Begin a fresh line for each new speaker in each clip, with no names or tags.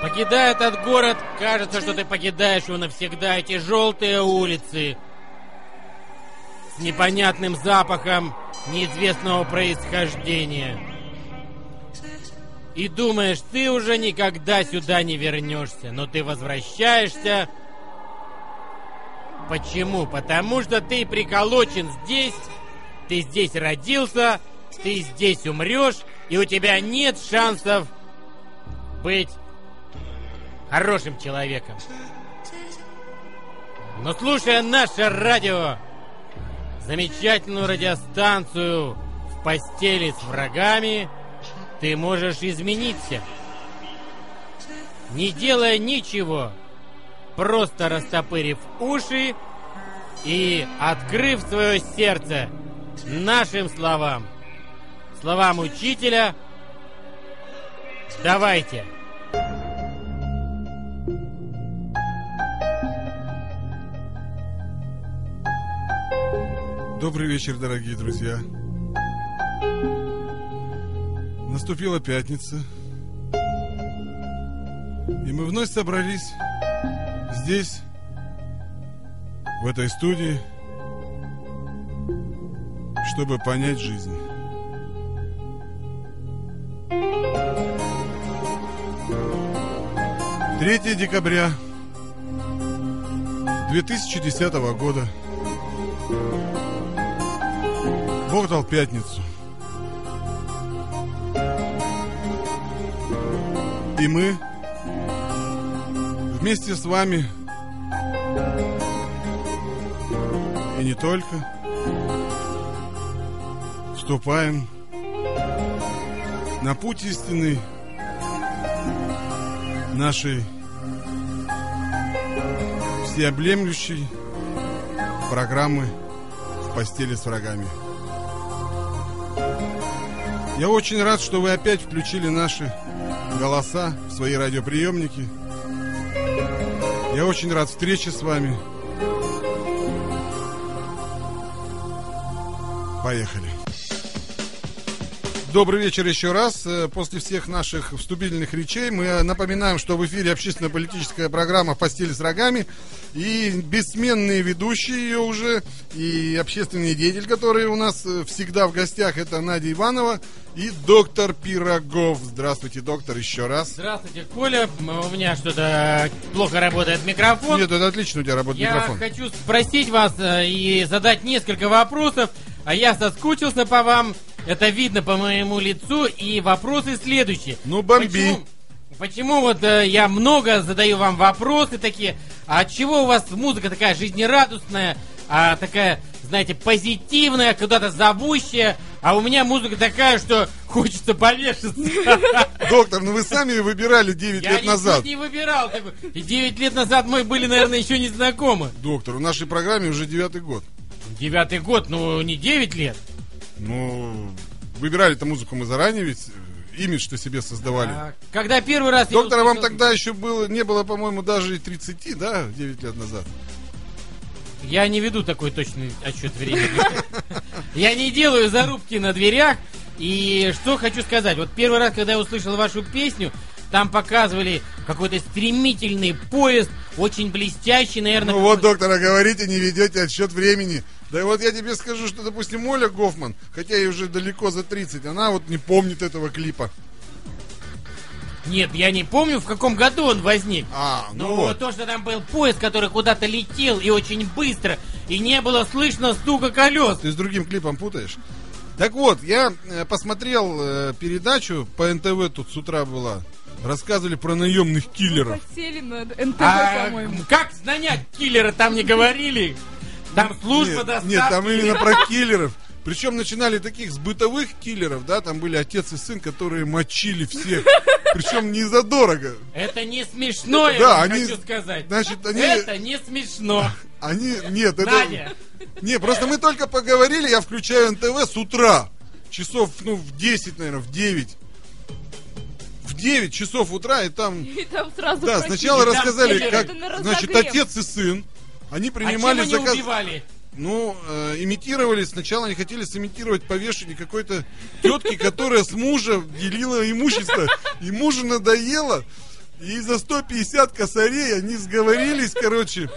Покидая этот город, кажется, что ты покидаешь его навсегда. Эти желтые улицы с непонятным запахом неизвестного происхождения. И думаешь, ты уже никогда сюда не вернешься, но ты возвращаешься. Почему? Потому что ты приколочен здесь, ты здесь родился, ты здесь умрешь, и у тебя нет шансов быть хорошим человеком. Но слушая наше радио, замечательную радиостанцию в постели с врагами, ты можешь измениться. Не делая ничего, просто растопырив уши и открыв свое сердце нашим словам, словам учителя, давайте.
Добрый вечер, дорогие друзья. Наступила пятница. И мы вновь собрались здесь, в этой студии, чтобы понять жизнь. Третье декабря 2010 года. Бог дал пятницу. И мы вместе с вами и не только вступаем на путь истины нашей всеобъемлющей программы в постели с врагами. Я очень рад, что вы опять включили наши голоса в свои радиоприемники. Я очень рад встрече с вами. Поехали. Добрый вечер еще раз. Э, После всех наших вступительных речей мы э, напоминаем, что в эфире общественно-политическая программа «Постель с рогами». И бессменные ведущие ее уже, и общественный деятель, который у нас э, всегда в гостях, это Надя Иванова и доктор Пирогов. Здравствуйте, доктор, еще раз.
Здравствуйте, Коля. У меня что-то плохо работает микрофон.
Нет, это отлично у тебя работает
Я
микрофон.
хочу спросить вас э, и задать несколько вопросов, а я соскучился по вам. Это видно по моему лицу. И вопросы следующие.
Ну, бомби.
Почему, почему вот э, я много задаю вам вопросы такие? А от чего у вас музыка такая жизнерадостная, а такая, знаете, позитивная, куда-то зовущая? А у меня музыка такая, что хочется повешаться.
Доктор, ну вы сами выбирали 9
Я
лет назад.
ничего не выбирал. как бы. И 9 лет назад мы были, наверное, еще не знакомы.
Доктор, в нашей программе уже девятый год.
Девятый год, ну не 9 лет.
Ну, выбирали-то музыку мы заранее, ведь э, имидж-то себе создавали.
А, когда первый раз... я
Доктора а вам
услышал-
тогда еще было, не было, по-моему, даже и 30, да, 9 лет назад.
Я не веду такой точный отчет времени. Я не делаю зарубки на дверях. И что хочу сказать. Вот первый раз, когда я услышал вашу песню, там показывали какой-то стремительный поезд, очень блестящий, наверное.
Ну вот, доктора, говорите, не ведете отсчет времени. Да вот я тебе скажу, что, допустим, Оля Гофман, хотя ей уже далеко за 30, она вот не помнит этого клипа.
Нет, я не помню, в каком году он возник.
А, ну,
Ну,
вот.
то, что там был поезд, который куда-то летел и очень быстро, и не было слышно стука колес.
Ты с другим клипом путаешь. Так вот, я э, посмотрел э, передачу по НТВ тут с утра была. Рассказывали про наемных киллеров.
Хотели на НТВ,
А
по-моему.
как занять киллера, там не говорили? Там служба
нет,
доставки.
Нет, там именно про киллеров. Причем начинали таких с бытовых киллеров, да, там были отец и сын, которые мочили всех. Причем не задорого.
Это не смешно, я
Да,
вам
они-
хочу сказать.
Значит, они...
Это не смешно.
Они... Нет, это...
Надя. а
Не, просто мы только поговорили, я включаю НТВ с утра. Часов, ну, в 10, наверное, в 9. В 9 часов утра, и там...
И там сразу
Да,
просили.
сначала
там
рассказали,
киллеры.
как...
Это на
Значит,
разогрев.
отец и сын, они
А чем
принимали
они
заказ...
убивали?
Ну, э, имитировали, сначала они хотели сымитировать повешение какой-то тетки, которая с мужа делила имущество. И мужу надоело. И за 150 косарей они сговорились, короче.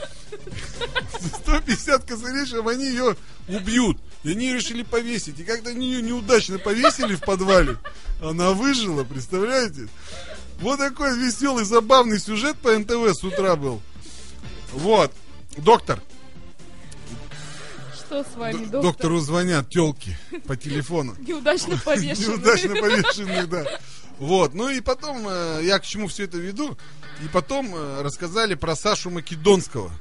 За 150 косарей, чтобы они ее убьют. И они ее решили повесить. И как-то они ее неудачно повесили в подвале. Она выжила, представляете? Вот такой веселый, забавный сюжет по НТВ с утра был. Вот. Доктор.
Что с вами,
Д-
доктор?
Доктору звонят телки по телефону.
Неудачно повешенный.
Неудачно повешенных, да. Вот, ну и потом, э, я к чему все это веду, и потом э, рассказали про Сашу Македонского.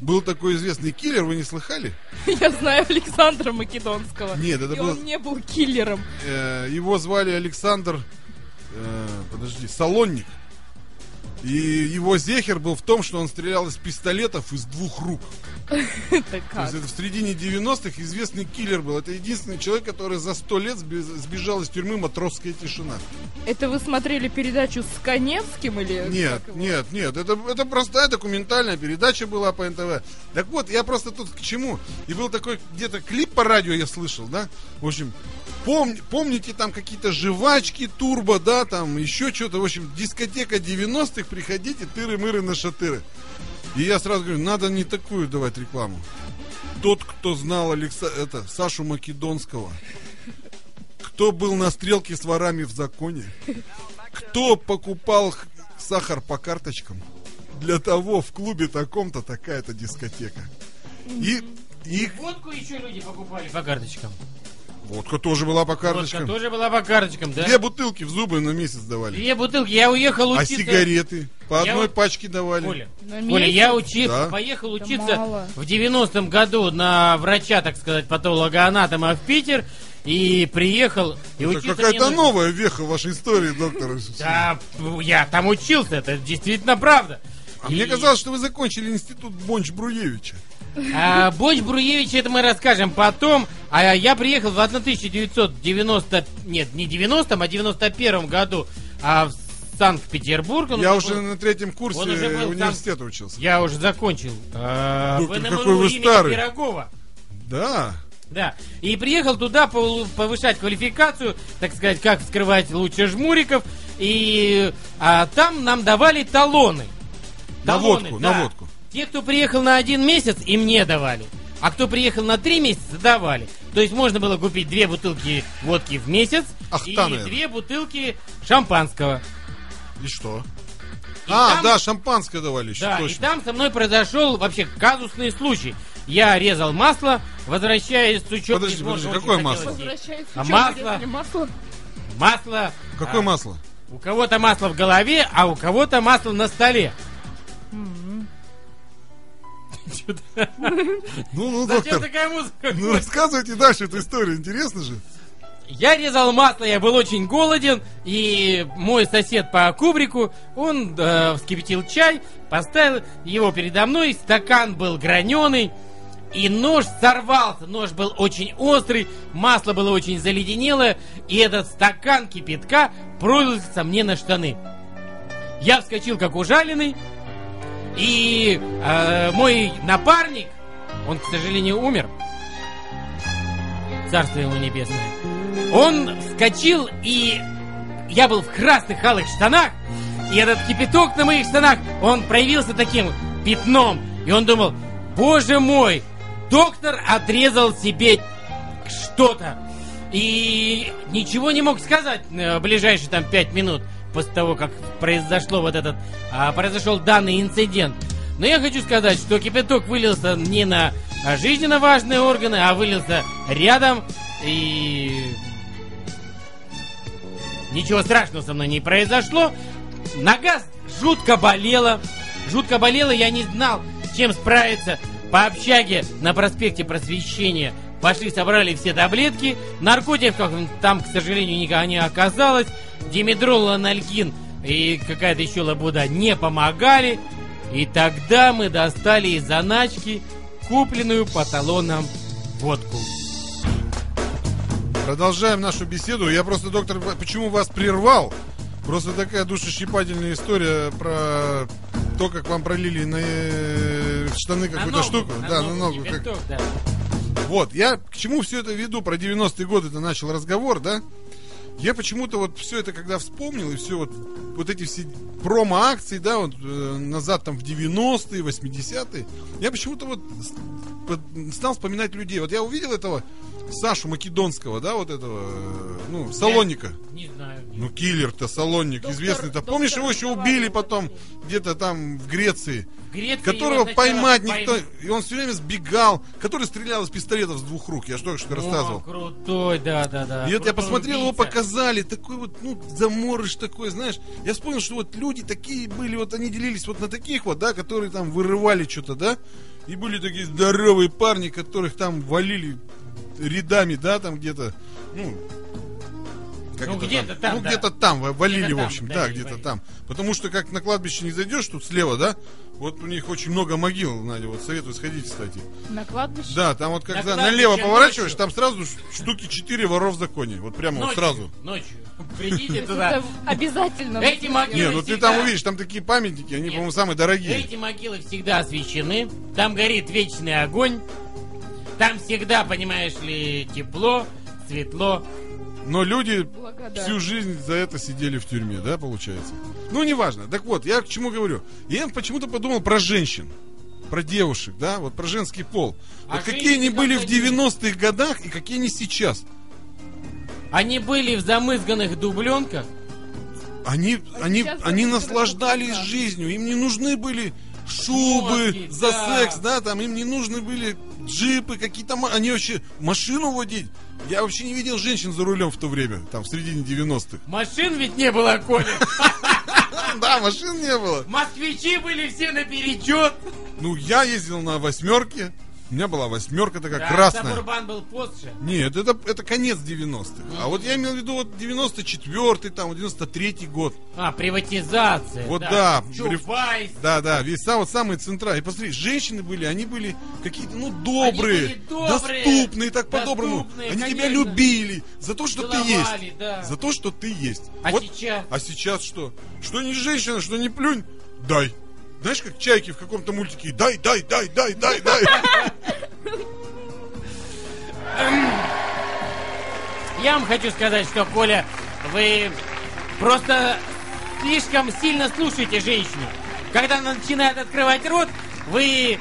Был такой известный киллер, вы не слыхали?
Я знаю Александра Македонского.
Нет, это
И
был,
он не был киллером.
э, его звали Александр, э, подожди, Солонник. И его зехер был в том, что он стрелял из пистолетов из двух рук.
Это
То
как?
есть это в середине 90-х известный киллер был. Это единственный человек, который за сто лет сби- сбежал из тюрьмы матросская тишина.
Это вы смотрели передачу с Коневским или...
Нет,
как его?
нет, нет, это, это простая документальная передача была по НТВ. Так вот, я просто тут к чему. И был такой где-то клип по радио я слышал, да? В общем, пом- помните там какие-то жвачки, турбо, да, там еще что-то. В общем, дискотека 90-х, приходите, тыры-мыры на шатыры. И я сразу говорю, надо не такую давать рекламу. Тот, кто знал Алекса... это, Сашу Македонского, кто был на стрелке с ворами в законе, кто покупал х- сахар по карточкам, для того в клубе таком-то такая-то дискотека. И их
Водку еще люди покупали по карточкам.
водка тоже была по карточкам.
Водка тоже была по карточкам, да?
Две бутылки в зубы на месяц давали.
Две бутылки. Я уехал
А
учиться.
сигареты по
Я
одной
вот-
пачке давали.
Коля,
На
Коля,
Ну, месяц?
я учи...
Да.
поехал
Это
учиться
мало.
в 90-м году на врача, так сказать, патологоанатома в Питер. И приехал, и
Это
учиться мне
Ну, какая-то
нужно-
новая веха в вашей истории, доктор.
Да, ну, я там учился, это действительно правда.
А
И-
мне казалось, что вы закончили институт Бонч Бруевича.
А, Боч Бруевич, это мы расскажем потом. А я приехал в 1990... Нет, не 90-м, а 91-м году а, в Санкт-Петербург. Он
Я
был-
уже на третьем курсе
Ну, он уже был там.
университета учился.
Я уже закончил. А,
Доктор,
в НМРУ
какой вы
имени
старый.
Пирогова.
Да.
Да. И приехал туда пол- повышать квалификацию, так сказать, как вскрывать лучше жмуриков. И а, там нам давали талоны.
На
Талоны,
водку,
да.
на водку.
Те, кто приехал на один месяц, им не давали. А кто приехал на три месяца, давали. То есть можно было купить две бутылки водки в месяц и
Ахта, наверное.
две бутылки шампанского.
И что? а,
там-
да, шампанское давали еще,
Да, и
точно.
там со мной произошел вообще казусный случай. Я резал масло, возвращаясь с учебы.
Подожди,
из
подожди,
Москвы,
какое
очень
масло?
хотелось есть.
Возвращается.
А
Чё,
масло?
если масло?
Масло.
Какое
а,
масло?
У кого-то масло в голове, а у кого-то масло на столе. Чё-то-
Ну, ну,
Зачем
доктор,
такая музыка?
ну рассказывайте дальше эту историю, интересно же.
Я резал масло, я был очень голоден, и мой сосед по кубрику, он э, вскипятил чай, поставил его передо мной, стакан был граненый, и нож сорвался, нож был очень острый, масло было очень заледенелое, и этот стакан кипятка пролился мне на штаны. Я вскочил как ужаленный, и э, мой напарник, он, к сожалению, умер, царство ему небесное, он вскочил, и я был в красных алых штанах, и этот кипяток на моих штанах, он проявился таким пятном. И он думал, боже мой, доктор отрезал себе что-то. И ничего не мог сказать э, ближайшие там пять минут после того, как произошло вот этот, а, произошел данный инцидент. Но я хочу сказать, что кипяток вылился не на а, жизненно важные органы, а вылился рядом и Ничего страшного со мной не произошло. Нога жутко болела. Жутко болела, я не знал, с чем справиться. По общаге на проспекте Просвещения пошли, собрали все таблетки. Наркотиков там, к сожалению, никогда не оказалось. Димедрол, анальгин и какая-то еще лабуда не помогали. И тогда мы достали из заначки купленную по талонам водку.
Продолжаем нашу беседу. Я просто, доктор, п- почему вас прервал? Просто такая душещипательная история про то, как вам пролили на э, штаны какую-то
А ногу,
штуку. да, на ногу. как-
кипяток, да.
Вот, я к чему все это веду, про 90-е годы это начал разговор, да? Я почему-то вот все это, когда вспомнил, и все вот, вот эти все промо-акции, да, вот э, назад там в 90-е, 80-е, я почему-то вот с- под- стал вспоминать людей. Вот я увидел этого Сашу Македонского, да, вот этого, э, ну, Салонника.
Не знаю.
Ну, киллер-то, Салонник,
Доктор-
известный-то.
доктор
Помнишь, его еще убили
разговаривал
потом где-то там в Греции,
В Греции
которого
его сначала
поймать никто...
пойм-
И он все время сбегал, который стрелял из пистолетов с двух рук, я же только что
О,
рассказывал.
крутой, да, да, да.
И вот я
Крутой
посмотрел, его
убийца.
показали, такой вот, ну, заморыш такой, знаешь. Я вспомнил, что вот люди такие были, вот они делились вот на таких вот, да, которые там вырывали что-то, да. И были такие здоровые парни, которых там валили рядами, да, там где-то, ну, как
Ну,
это
где-то там,
ну,
да.
где-то там в- валили,
Где-то
в
там,
общем,
да,
да,
и
где-то
валили.
там. Потому что как на кладбище не зайдешь, тут слева, да, вот у них очень много могил, Надя, вот советую сходить, кстати.
На кладбище?
Да, там вот когда
кладбище
налево
ночью.
поворачиваешь, там сразу ш- штуки 4 воров в законе. Вот прямо вот
Ночью,
сразу.
Ночью. Придите туда.
Это обязательно.
Эти могилы
Не, ну ты
всегда-
там увидишь, там такие памятники, они,
Нет.
по-моему, самые дорогие.
Эти могилы всегда освещены. Там горит вечный огонь. Там всегда, понимаешь ли, тепло, светло.
Но люди
Благодарна.
всю жизнь за это сидели в тюрьме, да, получается? Ну, неважно. Так вот, я к чему говорю. Я почему-то подумал про женщин, про девушек, да, вот про женский пол.
А
вот какие они
женщины
были в
как они?
90-х годах и какие они сейчас.
Они были в замызганных дубленках.
Они, они,
сейчас
они
это
наслаждались
прекрасно.
жизнью, им не нужны были шубы
Шмотки,
за
да.
секс, да, там им не нужны были джипы, какие-то, ма- они вообще машину водить. Я вообще не видел женщин за рулем в то время, там, в середине 90-х.
Машин ведь не было, Коля.
Да, машин не было.
Москвичи были все наперечет.
Ну, я ездил на восьмерке, у меня была восьмерка такая
Да,
красная.
Сабурбан был позже.
Нет, это, это конец 90-х. А вот я имел в виду вот 94-й, там, 93-й год.
А, приватизация.
Вот да,
Чубайс.
Да, да, весь сам- вот самые центра. И посмотри, женщины были, они были какие-то, ну, добрые,
Они были добрые,
доступные, так по-доброму.
доступные,
Они тебя
конечно.
любили за то, что ты
Целовали,
есть.
да.
За то, что ты есть.
А
Вот-
сейчас?
А сейчас что? Что не женщина, что не плюнь, дай. Знаешь, как чайки в каком-то мультике. Дай, дай, дай, дай, дай, дай.
Я вам хочу сказать, что, Коля, вы просто слишком сильно слушаете женщину. Когда она начинает открывать рот, вы,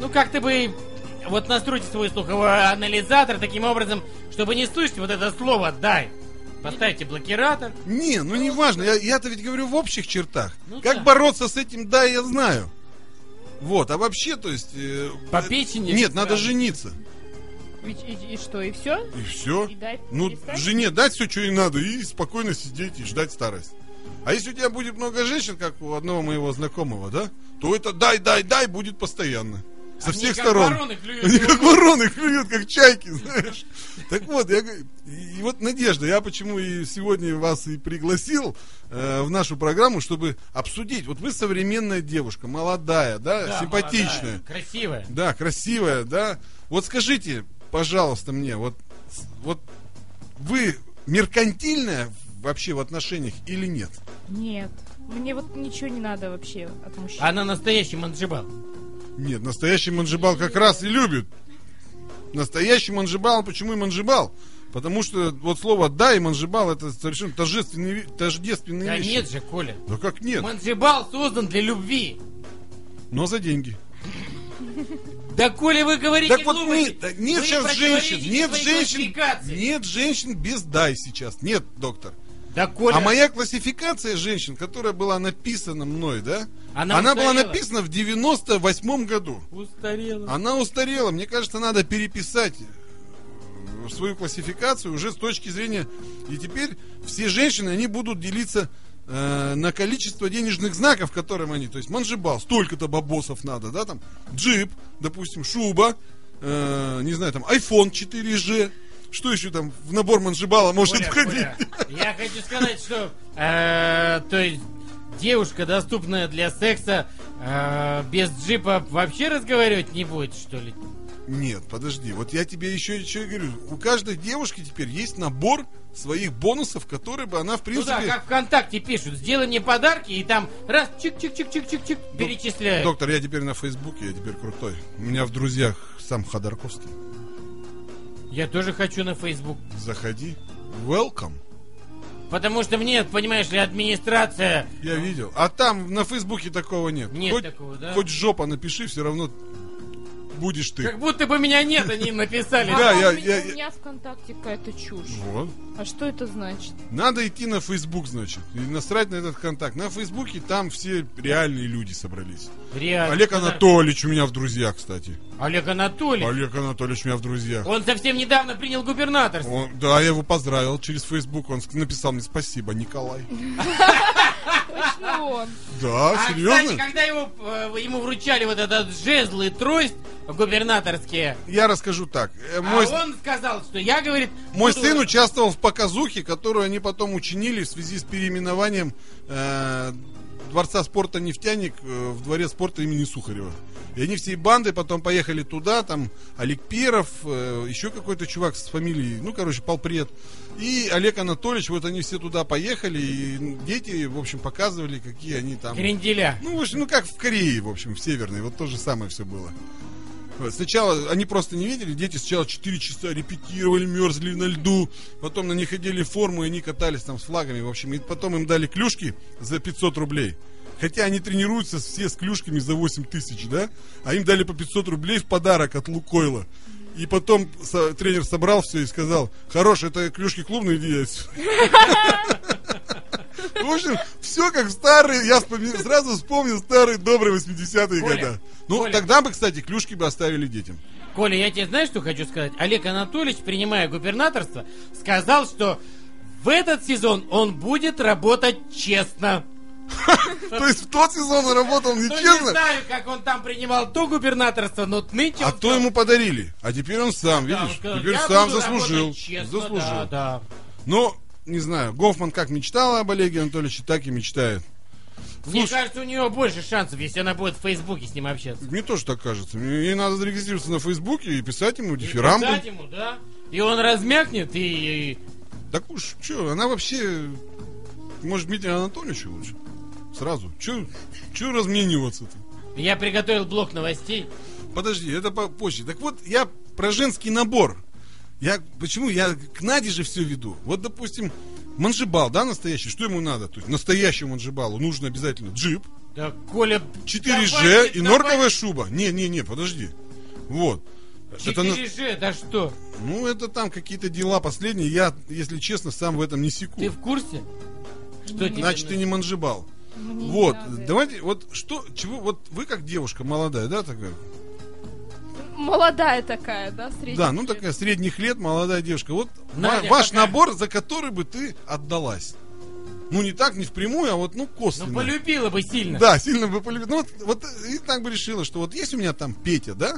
ну, как-то бы вот настройте свой слуховой анализатор таким образом, чтобы не слышать вот это слово «дай». Поставьте блокиратор.
Не, ну не важно, я, я-то ведь говорю в общих чертах.
Ну
как
да.
бороться с этим, да, я знаю. Вот, а вообще, то есть... э,
По печени?
Нет, надо
Да.
жениться.
И, и- и что, и все?
И все.
И дать
Ну,
перестать?
жене дать все, что ей надо, и спокойно сидеть и ждать старость. А если у тебя будет много женщин, как у одного моего знакомого, да, то это дай, дай, дай будет постоянно. Со
Они
всех
как
сторон.
вороны клюют
Они
друг
как
друга.
вороны клюют, как чайки, знаешь. Так вот, я говорю, и вот Надежда, я почему и сегодня вас и пригласил э, в нашу программу, чтобы обсудить. Вот вы современная девушка, молодая, да,
Да,
симпатичная.
молодая, красивая.
Да, красивая, да. Вот скажите, пожалуйста, мне, вот, с- вот вы меркантильная вообще в отношениях или нет?
Нет. Мне вот ничего не надо вообще от мужчин.
Она настоящий манджибал.
Нет, настоящий манжибал как раз и любит. Настоящий манжибал, почему и манжибал? Потому что вот слово «да» и манжибал это совершенно тождественные, ви- тождественные
Да
вещи.
нет же, Коля.
Да как нет?
Манджибал создан для любви.
Но за деньги.
Да, Коля, вы говорите
Так вот
глупости.
нет, так нет
Вы
сейчас женщин,
противоречите
нет
своей
женщин,
классификации.
нет женщин без «дай» сейчас. Нет, доктор.
Да, Коля,
А моя классификация женщин, которая была написана мной, да?
Она
Она, была
устарела.
написана в 98 году.
устарела.
Она устарела. Мне кажется, надо переписать э, свою классификацию уже с точки зрения... И теперь все женщины, они будут делиться э, на количество денежных знаков, которым они... То есть манжибал, столько-то бабосов надо, да, там, джип, допустим, шуба, э, не знаю, там, iPhone 4G. Что еще там в набор манжибала может
Коля,
входить?
Коля, я хочу сказать, что э, то есть девушка, доступная для секса, э, без джипа вообще разговаривать не будет, что ли?
Нет, подожди, вот я тебе еще, еще и говорю, у каждой девушки теперь есть набор своих бонусов, которые бы она, в
Ну да,
принципе...
как ВКонтакте пишут, сделай мне подарки, и там раз, чик-чик-чик-чик-чик-чик, перечисляют.
Доктор, я теперь на Фейсбуке, я теперь крутой. У меня в друзьях сам Ходорковский.
Я тоже хочу на Facebook.
Заходи, Welcome.
Потому что мне, понимаешь ли, администрация...
Я видел. А там на Фейсбуке такого нет.
Ну. Нет
хоть,
такого, да?
хоть жопа напиши, все равно будешь ты.
Как будто бы меня нет, они им написали.
Да,
А
я-
у меня-
я- я-
У меня ВКонтакте какая-то чушь.
Вот.
А что это значит?
Надо идти на Фейсбук, значит, и насрать на этот контакт. На Фейсбуке там все реальные люди собрались.
Реально.
Олег Анатольевич у меня в друзьях, кстати.
Олег Анатольевич.
Олег Анатольевич у меня в друзьях.
Он совсем недавно принял губернаторство.
Он- да, я его поздравил через Фейсбук. Он ск- написал мне спасибо, Николай.
Точно он.
Да,
А, кстати,
серьезно?
когда его, э, ему вручали вот этот жезл и трость губернаторские,
Я расскажу так. Э,
а
Мой, с-
он сказал, что я, говорит...
мой
буду-
сын участвовал в показухе, которую они потом учинили в связи с переименованием э, Дворца спорта «Нефтяник» э, в Дворец спорта имени Сухарева. И они всей бандой потом поехали туда, там Олег Перов, э, еще какой-то чувак с фамилией, ну, короче, полпред. И Олег Анатольевич, вот они все туда поехали, и ну, дети, в общем, показывали, какие они там...
Кренделя.
Ну, в общем, ну как в Корее, в общем, в Северной, вот то же самое все было. Вот, Сначала они просто не видели, дети сначала 4 часа репетировали, мерзли на льду, потом на них одели форму, и они катались там с флагами, в общем, и потом им дали клюшки за 500 рублей. Хотя они тренируются все с клюшками за 8 тысяч, да? А им дали по 500 рублей в подарок от Лукойла. И потом со- тренер собрал все и сказал, хорош, это клюшки клубные, иди отсюда». В общем, все как в старые, я вспоми- сразу вспомнил старые добрые 80-е
Коля,
года. Ну,
Коля.
тогда бы, кстати, клюшки бы оставили детям.
Коля, я тебе знаешь, что хочу сказать? Олег Анатольевич, принимая губернаторство, сказал, что в этот сезон он будет работать честно.
То есть в тот сезон он работал
Ну, не
нечестно,
знаю, как он там принимал то губернаторство, но нынче...
а
он
то
сказал-
ему подарили. А теперь он сам,
Да, он
видишь,
сказал,
теперь
«Я
сам
буду
заслужил.
работать честно, Да,
Заслужил.
да.
Но, не знаю, Гофман как мечтала об Олеге Анатольевиче, так и мечтает.
Мне
Слушай.
кажется, у нее больше шансов, если она будет в Фейсбуке с ним общаться.
Мне тоже так кажется. Мне ей надо зарегистрироваться на Фейсбуке и писать ему дифирамбы.
Сказать ему, да? И он размякнет и...
Так уж, что, она вообще... Может, Дмитрию Анатольевичу лучше? Сразу. Че размениваться-то?
Я приготовил блок новостей.
Подожди, это по- позже. Так вот, я про женский набор. Я почему я к Наде же все веду? Вот, допустим, манжибал, да, настоящий. Что ему надо? То есть настоящему манжибалу нужно обязательно джип,
Да, Коля...
4G
давайте,
и
давайте.
норковая шуба. Не, не, не, подожди. Вот. Это на-
4G, да что?
ну, это там какие-то дела последние. Я, если честно, сам в этом не секу.
Ты в курсе? Что тебе
Значит, ты
надо?
не манжибал.
Ну,
Мне не
Вот,
надо.
давайте, вот что, чего, вот вы как девушка молодая, да, такая?
Молодая такая, да, средняя?
Да, ну такая средних лет молодая девушка. Вот
Надя,
ва- ваш
пока.
набор, за который бы ты отдалась. Ну не так, не впрямую, а вот ну
Ну,
косвенно.
полюбила бы сильно.
Да, сильно бы полюбила. Ну, вот, вот и так бы решила, что вот есть у меня там Петя, да?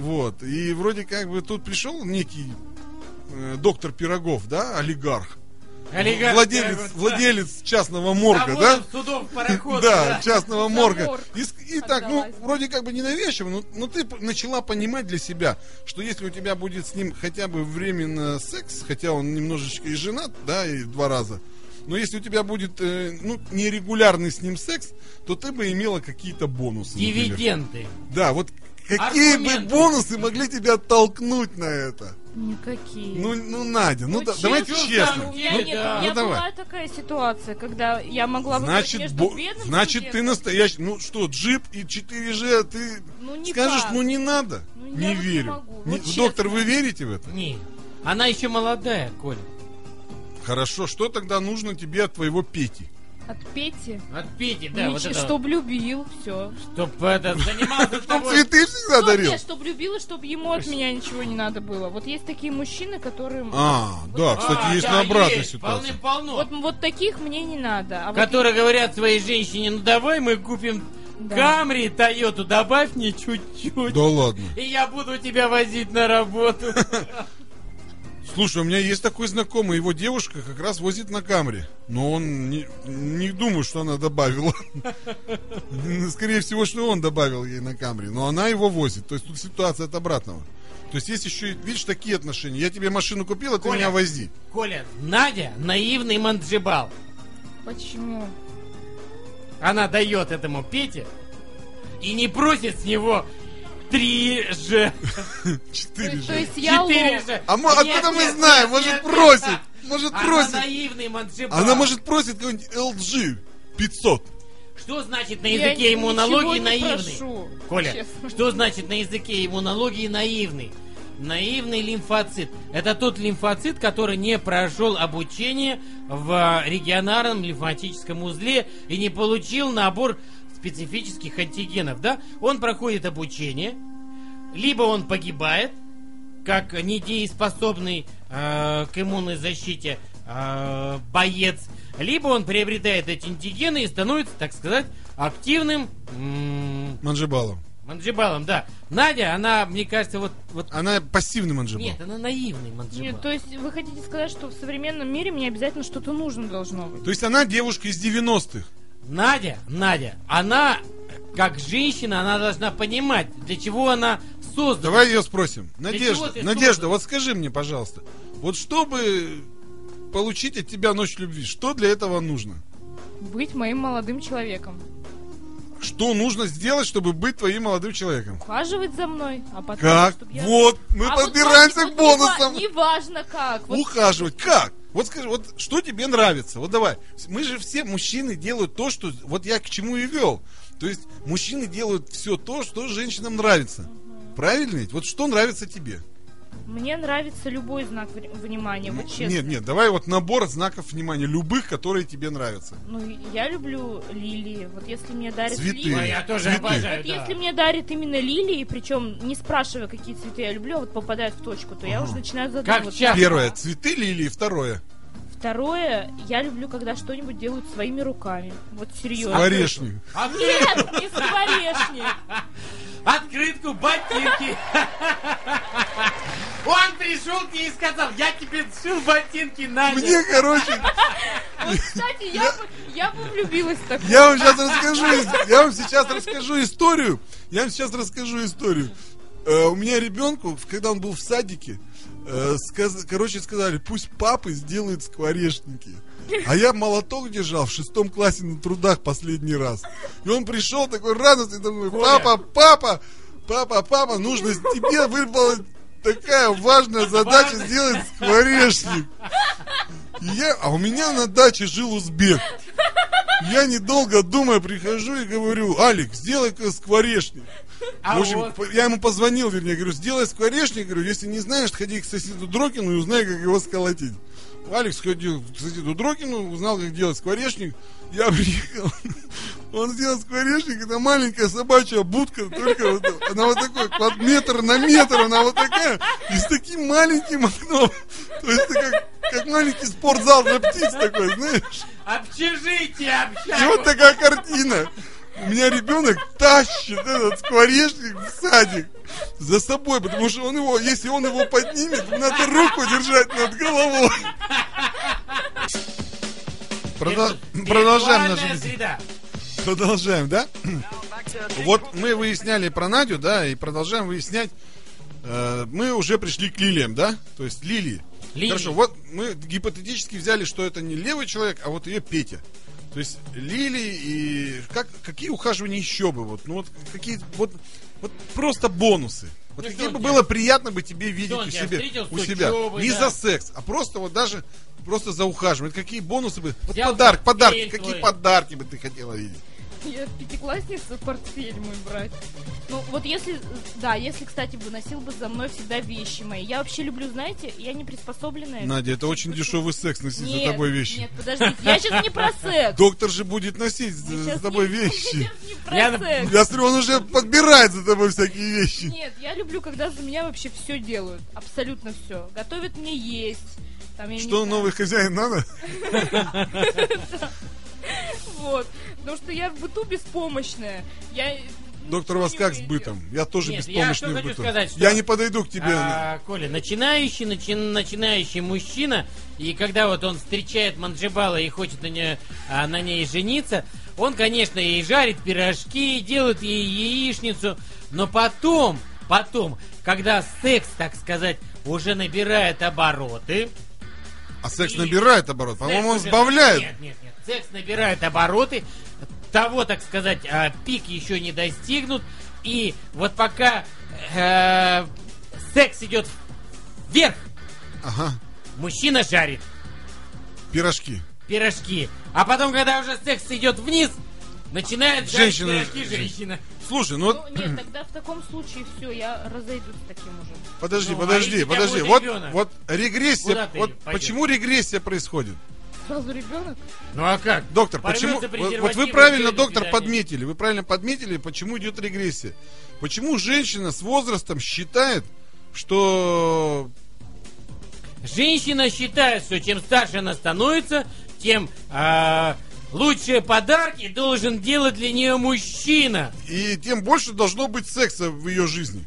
Вот. И вроде как бы тут пришел некий э, доктор Пирогов, да, олигарх.
Олигарх,
владелец,
да, А вот, да.
владелец частного морга,
Заводов,
да?
судов, пароходов.
Да, частного морга.
морг.
И, с- и так, ну,
Отдалась.
вроде как бы ненавязчиво, но, но ты п- начала понимать для себя, что если у тебя будет с ним хотя бы временно секс, хотя он немножечко и женат, да, и два раза, но если у тебя будет, э, ну, нерегулярный с ним секс, то ты бы имела какие-то бонусы. например.
Дивиденды.
Да, вот какие бы
Аргументы.
бонусы могли тебя толкнуть на это?
Никакие.
Ну, ну Надя, ну,
Ну,
да-
честно,
давайте
там
честно.
У меня,
Ну,
нет,
да.
у меня
Ну, давай.
была такая ситуация, когда я могла выбрать
Значит,
между
бо-
бедным
значит ты
студентом.
настоящий. Ну что, джип и 4G, ты
Ну, никак.
скажешь, ну не надо.
Ну, я
не
вот не
верю.
могу.
Не-
Вот честно.
доктор, вы верите в это?
Не. Она еще молодая, Коля.
Хорошо, что тогда нужно тебе от твоего Пети?
От Пети.
От Пети, да,
Ничего,
вот это.
Ну, Чтоб любил, все.
Чтоб это, занимался с
Чтоб
тобой.
цветы всегда дарил?
Нет, чтоб любил, и чтоб ему от меня ничего не надо было. Вот есть такие мужчины, которым...
А, да, кстати,
А,
есть
да,
на обратной
есть,
ситуации.
Полны-полно.
Вот, вот таких мне не надо. А вот
которые говорят своей женщине, ну давай мы купим
Да.
Камри и Тойоту, добавь мне чуть-чуть.
Да ладно.
И я буду тебя возить на работу.
Слушай, у меня есть такой знакомый, его девушка как раз возит на Камри. Но он не, не думаю, что она добавила. Скорее всего, что он добавил ей на Камри. Но она его возит. То есть тут ситуация от обратного. То есть есть еще, и, видишь, такие отношения. Я тебе машину купил, а ты
Коля.
меня вози.
Коля, Надя наивный манджибал.
Почему?
Она дает этому Пете и не просит с него три же.
То,
Четыре
есть- то
же.
есть я
Четыре
лох.
же.
А мы- откуда мы знаем? Может, просит? Может,
Она
просит.
наивный манджиба.
Она, может, просит какой-нибудь LG 500.
Что значит на
Я
языке
ничего
иммунологии
не
наивный?
прошу,
Коля,
честно.
что значит на языке иммунологии наивный? Наивный лимфоцит. Это тот лимфоцит, который не прошел обучение в э, регионарном лимфатическом узле и не получил набор специфических антигенов, да? Он проходит обучение, либо он погибает, как недееспособный э, к иммунной защите э, боец, либо он приобретает эти антигены и становится, так сказать, активным м,
Манжибалом.
Манджибалом, да. Надя, она, мне кажется, вот... вот...
Она пассивный манжибал.
Нет, она наивный
Типа.
манджибал.
Нет, то есть вы хотите сказать, что в современном мире мне обязательно что-то нужно должно быть?
То есть она девушка из 90-х.
Надя, Надя, она, как женщина, она должна понимать, для чего она создана.
Давай ее спросим.
чего
Надежда,
ты
Надежда,
создана?
вот скажи мне, пожалуйста, вот чтобы получить от тебя ночь любви, что для этого нужно?
Быть моим молодым человеком.
Что нужно сделать, чтобы быть твоим молодым человеком?
Ухаживать за мной, а потом...
Как?
чтоб я-
Вот, мы
А вот
подбираемся
знаете,
к
вот не ва-
бонусам.
Неважно как. Вот
Ухаживать. Как? Вот скажи, вот что тебе нравится? Вот давай. Мы же все мужчины делают то, что... Вот я к чему и вел. То есть мужчины делают все то, что женщинам нравится. Правильно? ведь? Вот что нравится тебе?
Мне нравится любой знак ври- внимания, вот честно.
Нет, нет, давай вот набор знаков внимания, любых, которые тебе нравятся.
Ну, я люблю лилии. Вот если мне дарят
Цветы.
Ой,
лилии...
я тоже
Цветы.
обожаю,
Вот
да.
если мне дарят именно лилии, причем не спрашивая, какие цветы я люблю, а вот попадают в точку, то я
Ага.
уже начинаю задумываться.
часто?
Первое, цветы лилии, второе,
Второе, я люблю, когда что-нибудь делают своими руками. Вот серьезно.
скворечник.
А мне
Нет, не скворечник.
Открытку, ботинки. Он пришел к ней и сказал, я тебе сшил ботинки, Надя.
Мне, короче,
Вот, кстати, я бы, я бы влюбилась в такое.
я вам сейчас расскажу, ис- я вам сейчас расскажу историю, я вам сейчас расскажу историю. Э, у меня ребенку, когда он был в садике, э, сказ- короче, сказали, пусть папы сделают скворечники. А я молоток держал в шестом классе на трудах последний раз. И он пришел такой радостный, такой, папа, папа, папа, папа, нужно тебе выпала такая важная задача сделать скворечник. И я, а у меня на даче жил узбек. Я недолго думая прихожу и говорю, Алик, сделай-ка скворечник.
А
в общем,
вот.
по- я ему позвонил, вернее, говорю, сделай скворечник, говорю, если не знаешь, ходи к соседу Дрокину и узнай, как его сколотить. Алекс ходил к соседу Дрокину, узнал, как делать скворечник. Я приехал, он сделал скворечник, это маленькая собачья будка, только вот, она вот такой, под метр на метр, она вот такая, и с таким маленьким окном. То есть это как, как маленький спортзал для птиц такой, знаешь.
Общежитие,
И вот
общага.
такая картина. У меня ребенок тащит этот скворечник в садик за собой, потому что он его, если он его поднимет, надо руку держать над головой. Продо- Продолжаем
Виртуальная
нашу беседу.
среда.
Продолжаем, да? Вот мы выясняли про Надю, да, и продолжаем выяснять. Э, Мы уже пришли к лилиям, да? То есть лилии.
Лилии.
Хорошо, вот мы гипотетически взяли, что это не левый человек, а вот ее Петя. То есть лилии и как, какие ухаживания еще бы вот, ну вот какие вот, вот просто бонусы. Вот
Ну,
какие
что
бы
он
было приятно бы тебе видеть
он
у
тебя
себе,
встретил
у
с
себя,
учёбой,
не
да.
за секс, а просто вот даже просто за ухаживание. Какие бонусы бы? Вот
Взял
подарок, подарки,
портфель
какие
твой.
подарки бы ты хотела видеть?
Я пятиклассница портфель мой брать. Ну, вот если, да, если, кстати, бы носил бы за мной всегда вещи мои. Я вообще люблю, знаете, я не приспособленная.
Надя, это очень дешевый секс носить
Нет,
за тобой вещи.
Нет, подождите, я сейчас не про секс.
Доктор же будет носить
Мы
за
щас
тобой
не- Я
вещи.
щас не
Я
про
на-
секс.
Я смотрю, он уже подбирает за тобой всякие вещи.
Нет, я люблю, когда за меня вообще все делают. Абсолютно все. Готовят мне есть. Там, я не
Что,
знаю,
новый хозяин надо?
Вот. Потому что я в быту беспомощная. Я...
Доктор, у вас как с бытом? Я тоже
Нет, я
беспомощный
что
в
хочу
быту.
сказать, что-
Я не подойду к тебе.
А, Коля, начинающий, начи- начинающий мужчина, и когда вот он встречает Манджибала и хочет на, нее, а, на ней жениться, он, конечно, и жарит пирожки, и делает ей яичницу, но потом, потом, когда секс, так сказать, уже набирает обороты...
А секс
и-
набирает оборот. По-моему, он
секс набирает-
сбавляет.
Нет, нет, нет. Секс набирает обороты, того, так сказать, а, пик еще не достигнут, и вот пока э, секс идет вверх,
Ага.
Мужчина жарит,
Пирожки.
пирожки. А потом, когда уже секс идет вниз, начинает жарить
Женщина-
пирожки
жен-
женщина.
Слушай, ну вот,
Ну, нет, тогда в таком случае все, я разойдусь с таким уже.
подожди,
ну, а если
подожди,
у тебя
подожди.
будет
Вот,
ребенок?
вот
Куда
регрессия,
ты
вот
пойдешь?
почему регрессия происходит?
Сразу ребенок?
Ну а как?
Доктор,
Порвётся
почему... Вот,
презерватив,
вот вы
и
правильно,
всё, до
доктор,
свидания.
подметили. Вы правильно подметили, почему идет регрессия. Почему женщина с возрастом считает, что...
Женщина считает, что чем старше она становится, тем а, лучшие подарки должен делать для нее мужчина.
И тем больше должно быть секса в ее жизни.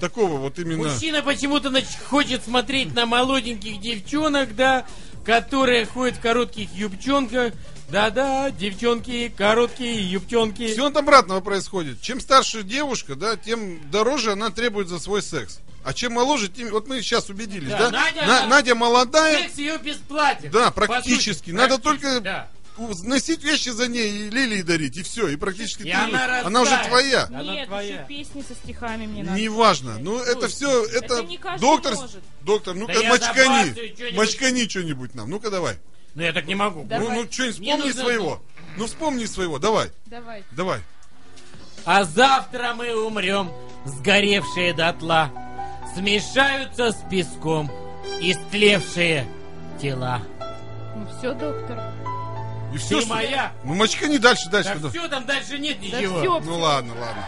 Такого вот именно...
Мужчина почему-то нач- хочет смотреть на молоденьких девчонок, да, которые ходят в коротких юбчонках. Да-да, девчонки, короткие юбчонки.
Все от обратного происходит. Чем старше девушка, да, тем дороже она требует за свой секс. А чем моложе, тем... Вот мы сейчас убедились,
Да,
да?
Надя-
На- Надя молодая,
Секс ее бесплатен.
Да,
По
практически.
сути,
Надо
практически,
только-
да.
носить вещи за ней и лилии дарить, и все. И практически
И
ты-
она
она уже
растает.
твоя.
Она
нет,
твоя.
еще песни со стихами мне надо.
Неважно. Ну, это все, это,
не каждый
доктор,
может.
доктор, ну-ка,
Да я
мочкани,
забацаю чё-нибудь.
мочкани что-нибудь нам, ну-ка давай.
Но я так не могу.
Да. Давай.
Ну, ну, что-нибудь
Мне
вспомни
нужно-
своего. Ну, вспомни своего, давай,
Давай.
давай.
А завтра мы умрем, сгоревшие дотла, смешаются с песком истлевшие тела.
Ну все, доктор.
И все,
Ты моя.
Ну, мочкани дальше, дальше.
Так
да.
все, там дальше нет
Да
ничего.
все.
Ну, ладно, ладно.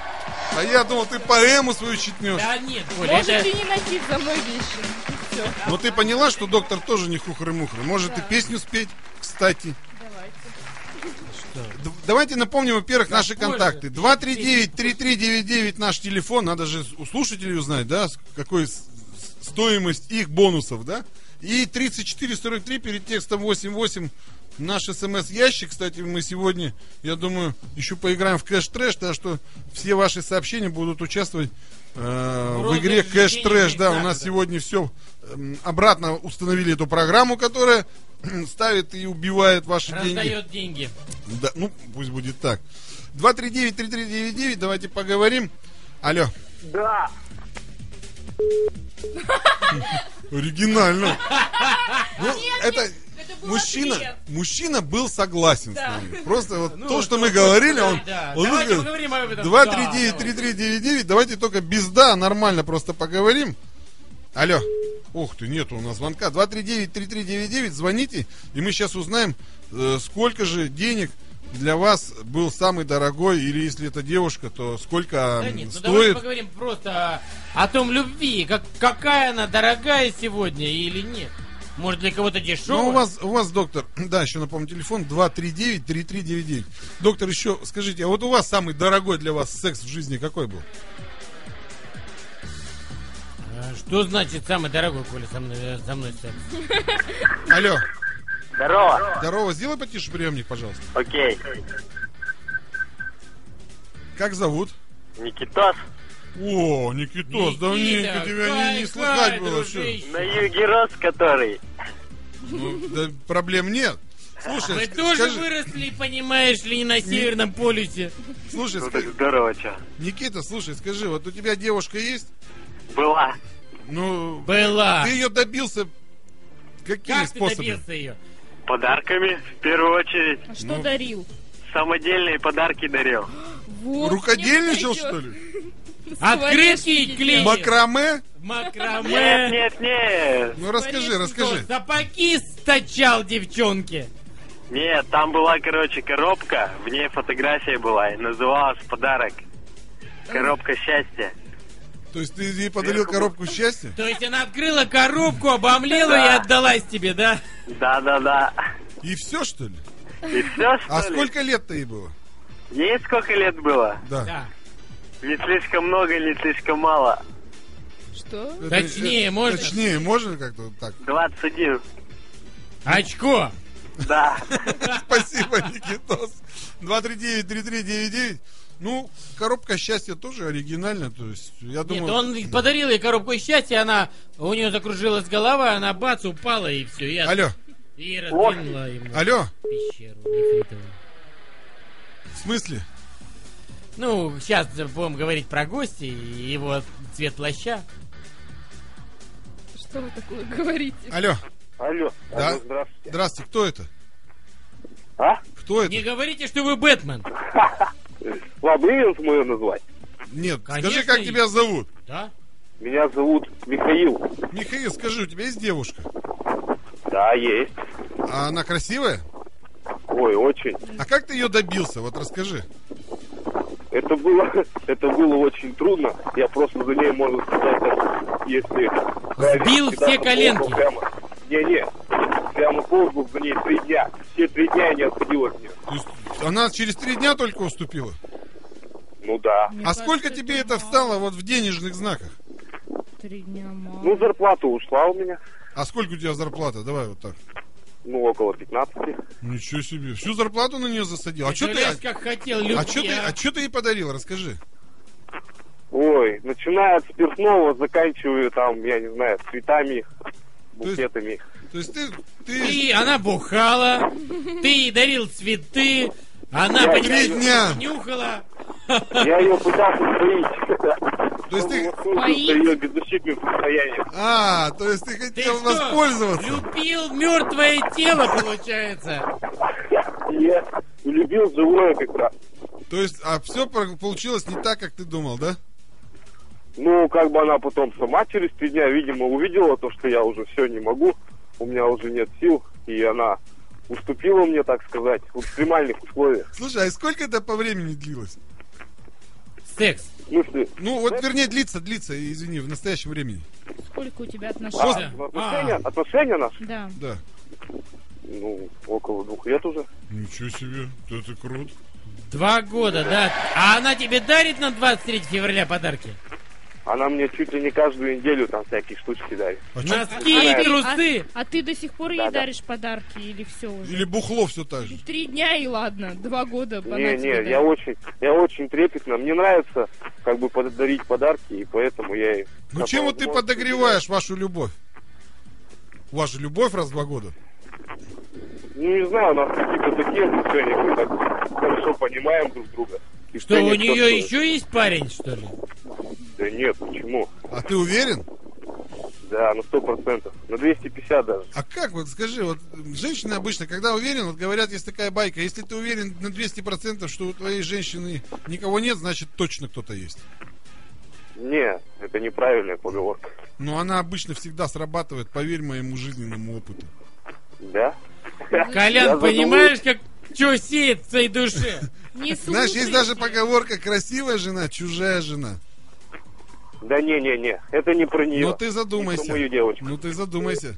А я думал, ты поэму свою читнешь.
Да нет, Коля, это-
Можете не носить за мной вещи. И все.
Но Ну, ты поняла, что доктор тоже не хухры-мухры. Может,
Да.
и песню спеть, кстати.
Давайте.
Д- Давайте напомним, во-первых, наши
позже.
контакты. 239-3399 наш телефон. Надо же с- у слушателей узнать, да, с- какой с- с- стоимость их бонусов, да? И 3443 перед текстом 88 наш смс-ящик. Кстати, мы сегодня, я думаю, еще поиграем в кэш-трэш, так что все ваши сообщения будут участвовать э, в
Розыгрыш
игре кэш-трэш.
денежных
Да, у
знаков,
нас
да.
сегодня все обратно установили эту программу, которая ставит и убивает ваши деньги.
раздает деньги.
Да, ну, пусть будет так. 239-3399, давайте поговорим. Алло.
Да,
Оригинально. Ну, это...
Это был
Мужчина,
ответ.
мужчина был согласен
Да.
с нами. Просто вот
Ну,
то, что
ну,
мы
ну,
говорили,
да,
он...
да.
он
Давайте
говорит,
поговорим об этом.
239-3399, давайте только без «да», нормально просто поговорим. Алло. Ух ты, нету у нас звонка. 239-3399, звоните, и мы сейчас узнаем, э, сколько же денег для вас был самый дорогой, или если это девушка, то сколько
Да
м,
нет, ну давайте
стоит.
поговорим просто о, о том любви, как, какая она дорогая сегодня или нет. Может для кого-то дешевая.
Ну, у вас, у вас, доктор, да, еще напомню, телефон 239-3399. Доктор, еще скажите, а вот у вас самый дорогой для вас секс в жизни какой был?
А, Что значит самый дорогой, Коля, со мной, э, со мной секс?
Алло,
здорово.
здорово, сделай потише приемник, пожалуйста.
Окей.
Как зовут?
Никитос
О, Никитос,
Никита,
давненько тебя не,
кай,
не слыхать
кай,
было. всё.
дружище.
на юге рос, который.
Ну, да, проблем нет. Слушай,
Вы
ск-
тоже
скажи-
выросли, понимаешь ли, на Северном полюсе.
слушай,
Ну
ск-
так здорово, чё.
Никита, слушай, скажи, вот у тебя девушка есть?
Была.
Ну,
Была.
ты ее добился какими
Как ты
способами?
добился ее?
Подарками, в первую очередь.
А что
Ну.
дарил?
Самодельные подарки дарил.
Вот,
Рукодельничал,
мне
что
подойдет.
ли?
Открытки и клей.
Макраме?
Нет,
Макраме.
нет, нет.
Ну, расскажи,
Конечно,
расскажи.
Сапоги стачал, девчонки.
Нет, там была, короче, коробка. В ней фотография была. И называлась подарок. Коробка счастья.
То есть ты ей подарил
Сверху.
коробку счастья?
То есть она открыла коробку, обомлела и
Да.
отдалась тебе, да?
Да-да-да.
И все, что ли?
И все, что
А
ли?
сколько лет-то ей было?
Ей сколько лет было?
Да.
Да.
Не слишком много, не слишком мало.
Что?
Это-
Точнее,
э,
можно?
Точнее, можно как-то вот так?
21.
Очко.
Да.
Спасибо, Никитос. 239-3399. Ну, коробка счастья тоже оригинальная, то есть, я думаю...
Нет, он подарил ей коробку счастья, она у нее закружилась голова, она бац, упала и все. И,
Алло,
и раздвинула ему
алло,
пещеру нефритовую.
в смысле?
Ну, сейчас будем говорить про гости и его цвет плаща.
Что вы такое говорите?
Алло,
Алло,
Да.
алло, здравствуйте.
Здравствуйте, кто это?
А?
Кто это?
Не говорите, что вы Бэтмен.
Ладно, имя смогу назвать.
Нет,
Конечно,
скажи, как
и-
тебя зовут?
Да?
Меня зовут Михаил.
Михаил, скажи, у тебя есть девушка?
Да, есть.
А она красивая?
Ой, очень.
А как ты ее добился? Вот расскажи.
Это было, это было очень трудно. Я просто за ней, можно сказать, там, если...
Сбил
всегда
все
ну,
там
коленки.
ползал Прямо, не-не, прямо ползал за ней три дня. Все три дня я не отходил от нее.
То есть она через три дня только уступила?
Ну да.
а сколько тебе это встало вот в денежных знаках?
Три дня мало.
Ну, зарплата ушла у меня.
А сколько у тебя зарплата? Давай вот так.
Ну, около 15.
Ничего себе. Всю зарплату на нее засадил. А что ты,
Представляешь,
а,
как хотел любви,
а чё ты, а чё ты ей подарил? Расскажи.
Ой, начиная от спиртного, заканчиваю там, я не знаю, цветами,
есть-
букетами.
То есть ты, ты
Ты, она бухала, ты ей дарил цветы, она,
Я-
три
понимаешь,
дня.
нюхала.
Я ее пытался поить.
То есть ты-
Поить?
ее беззащитным состоянием.
А, то есть ты
Ты
хотел
что,
воспользоваться.
любил мертвое тело, получается.
Я любил живое как раз.
То есть, а все получилось не так, как ты думал, да?
Ну, как бы она потом сама через три дня, видимо, увидела то, что я уже все не могу, у меня уже нет сил, и она уступила мне, так сказать, в экстремальных условиях.
Слушай, а сколько это по времени длилось?
Секс.
В смысле,
Ну, вот, вернее, длится, длится, извини, в настоящем времени.
Сколько у тебя
а,
отношений?
После-
ну, отношения, отношения наши,
Да.
Да.
ну, около двух лет уже.
Ничего себе, это круто.
Два года, да. А она тебе дарит на 23 февраля подарки?
Она мне чуть ли не каждую неделю там всякие штучки дарит.
А чё-
Носки и
А-
трусы.
А ты до сих пор ей
Да-да.
даришь подарки или все уже?
Или бухло все так же. Ну,
Три дня и ладно, два года. она
не,
тебе
не, я
дарит.
очень, я очень трепетно. Мне нравится как бы подарить подарки, и поэтому я ей...
Ну, чем вот ты подогреваешь вашу любовь? У вас же любовь раз в два года.
Ну, не знаю, у нас какие-то такие отношения, мы так хорошо понимаем друг друга. И
Что, у
ценим то,
нее
что-
еще есть парень, что ли?
Да нет, почему?
А ты уверен?
Да, на сто процентов. На 250 даже.
А как вот, скажи, вот м, женщины обычно, когда уверен, вот говорят, есть такая байка, если ты уверен на 200%, что у твоей женщины никого нет, значит точно кто-то есть.
Не, это неправильная поговорка.
Но она обычно всегда срабатывает, поверь моему жизненному опыту.
Да? Я
Колян,
задумал-
понимаешь, как что сеет в своей душе?
Не
Знаешь, есть
слушайте.
даже поговорка «красивая жена, чужая жена».
Да не, не, не, это не про нее.
Но Ну, ты задумайся.
про мою девочку.
Ну ты задумайся.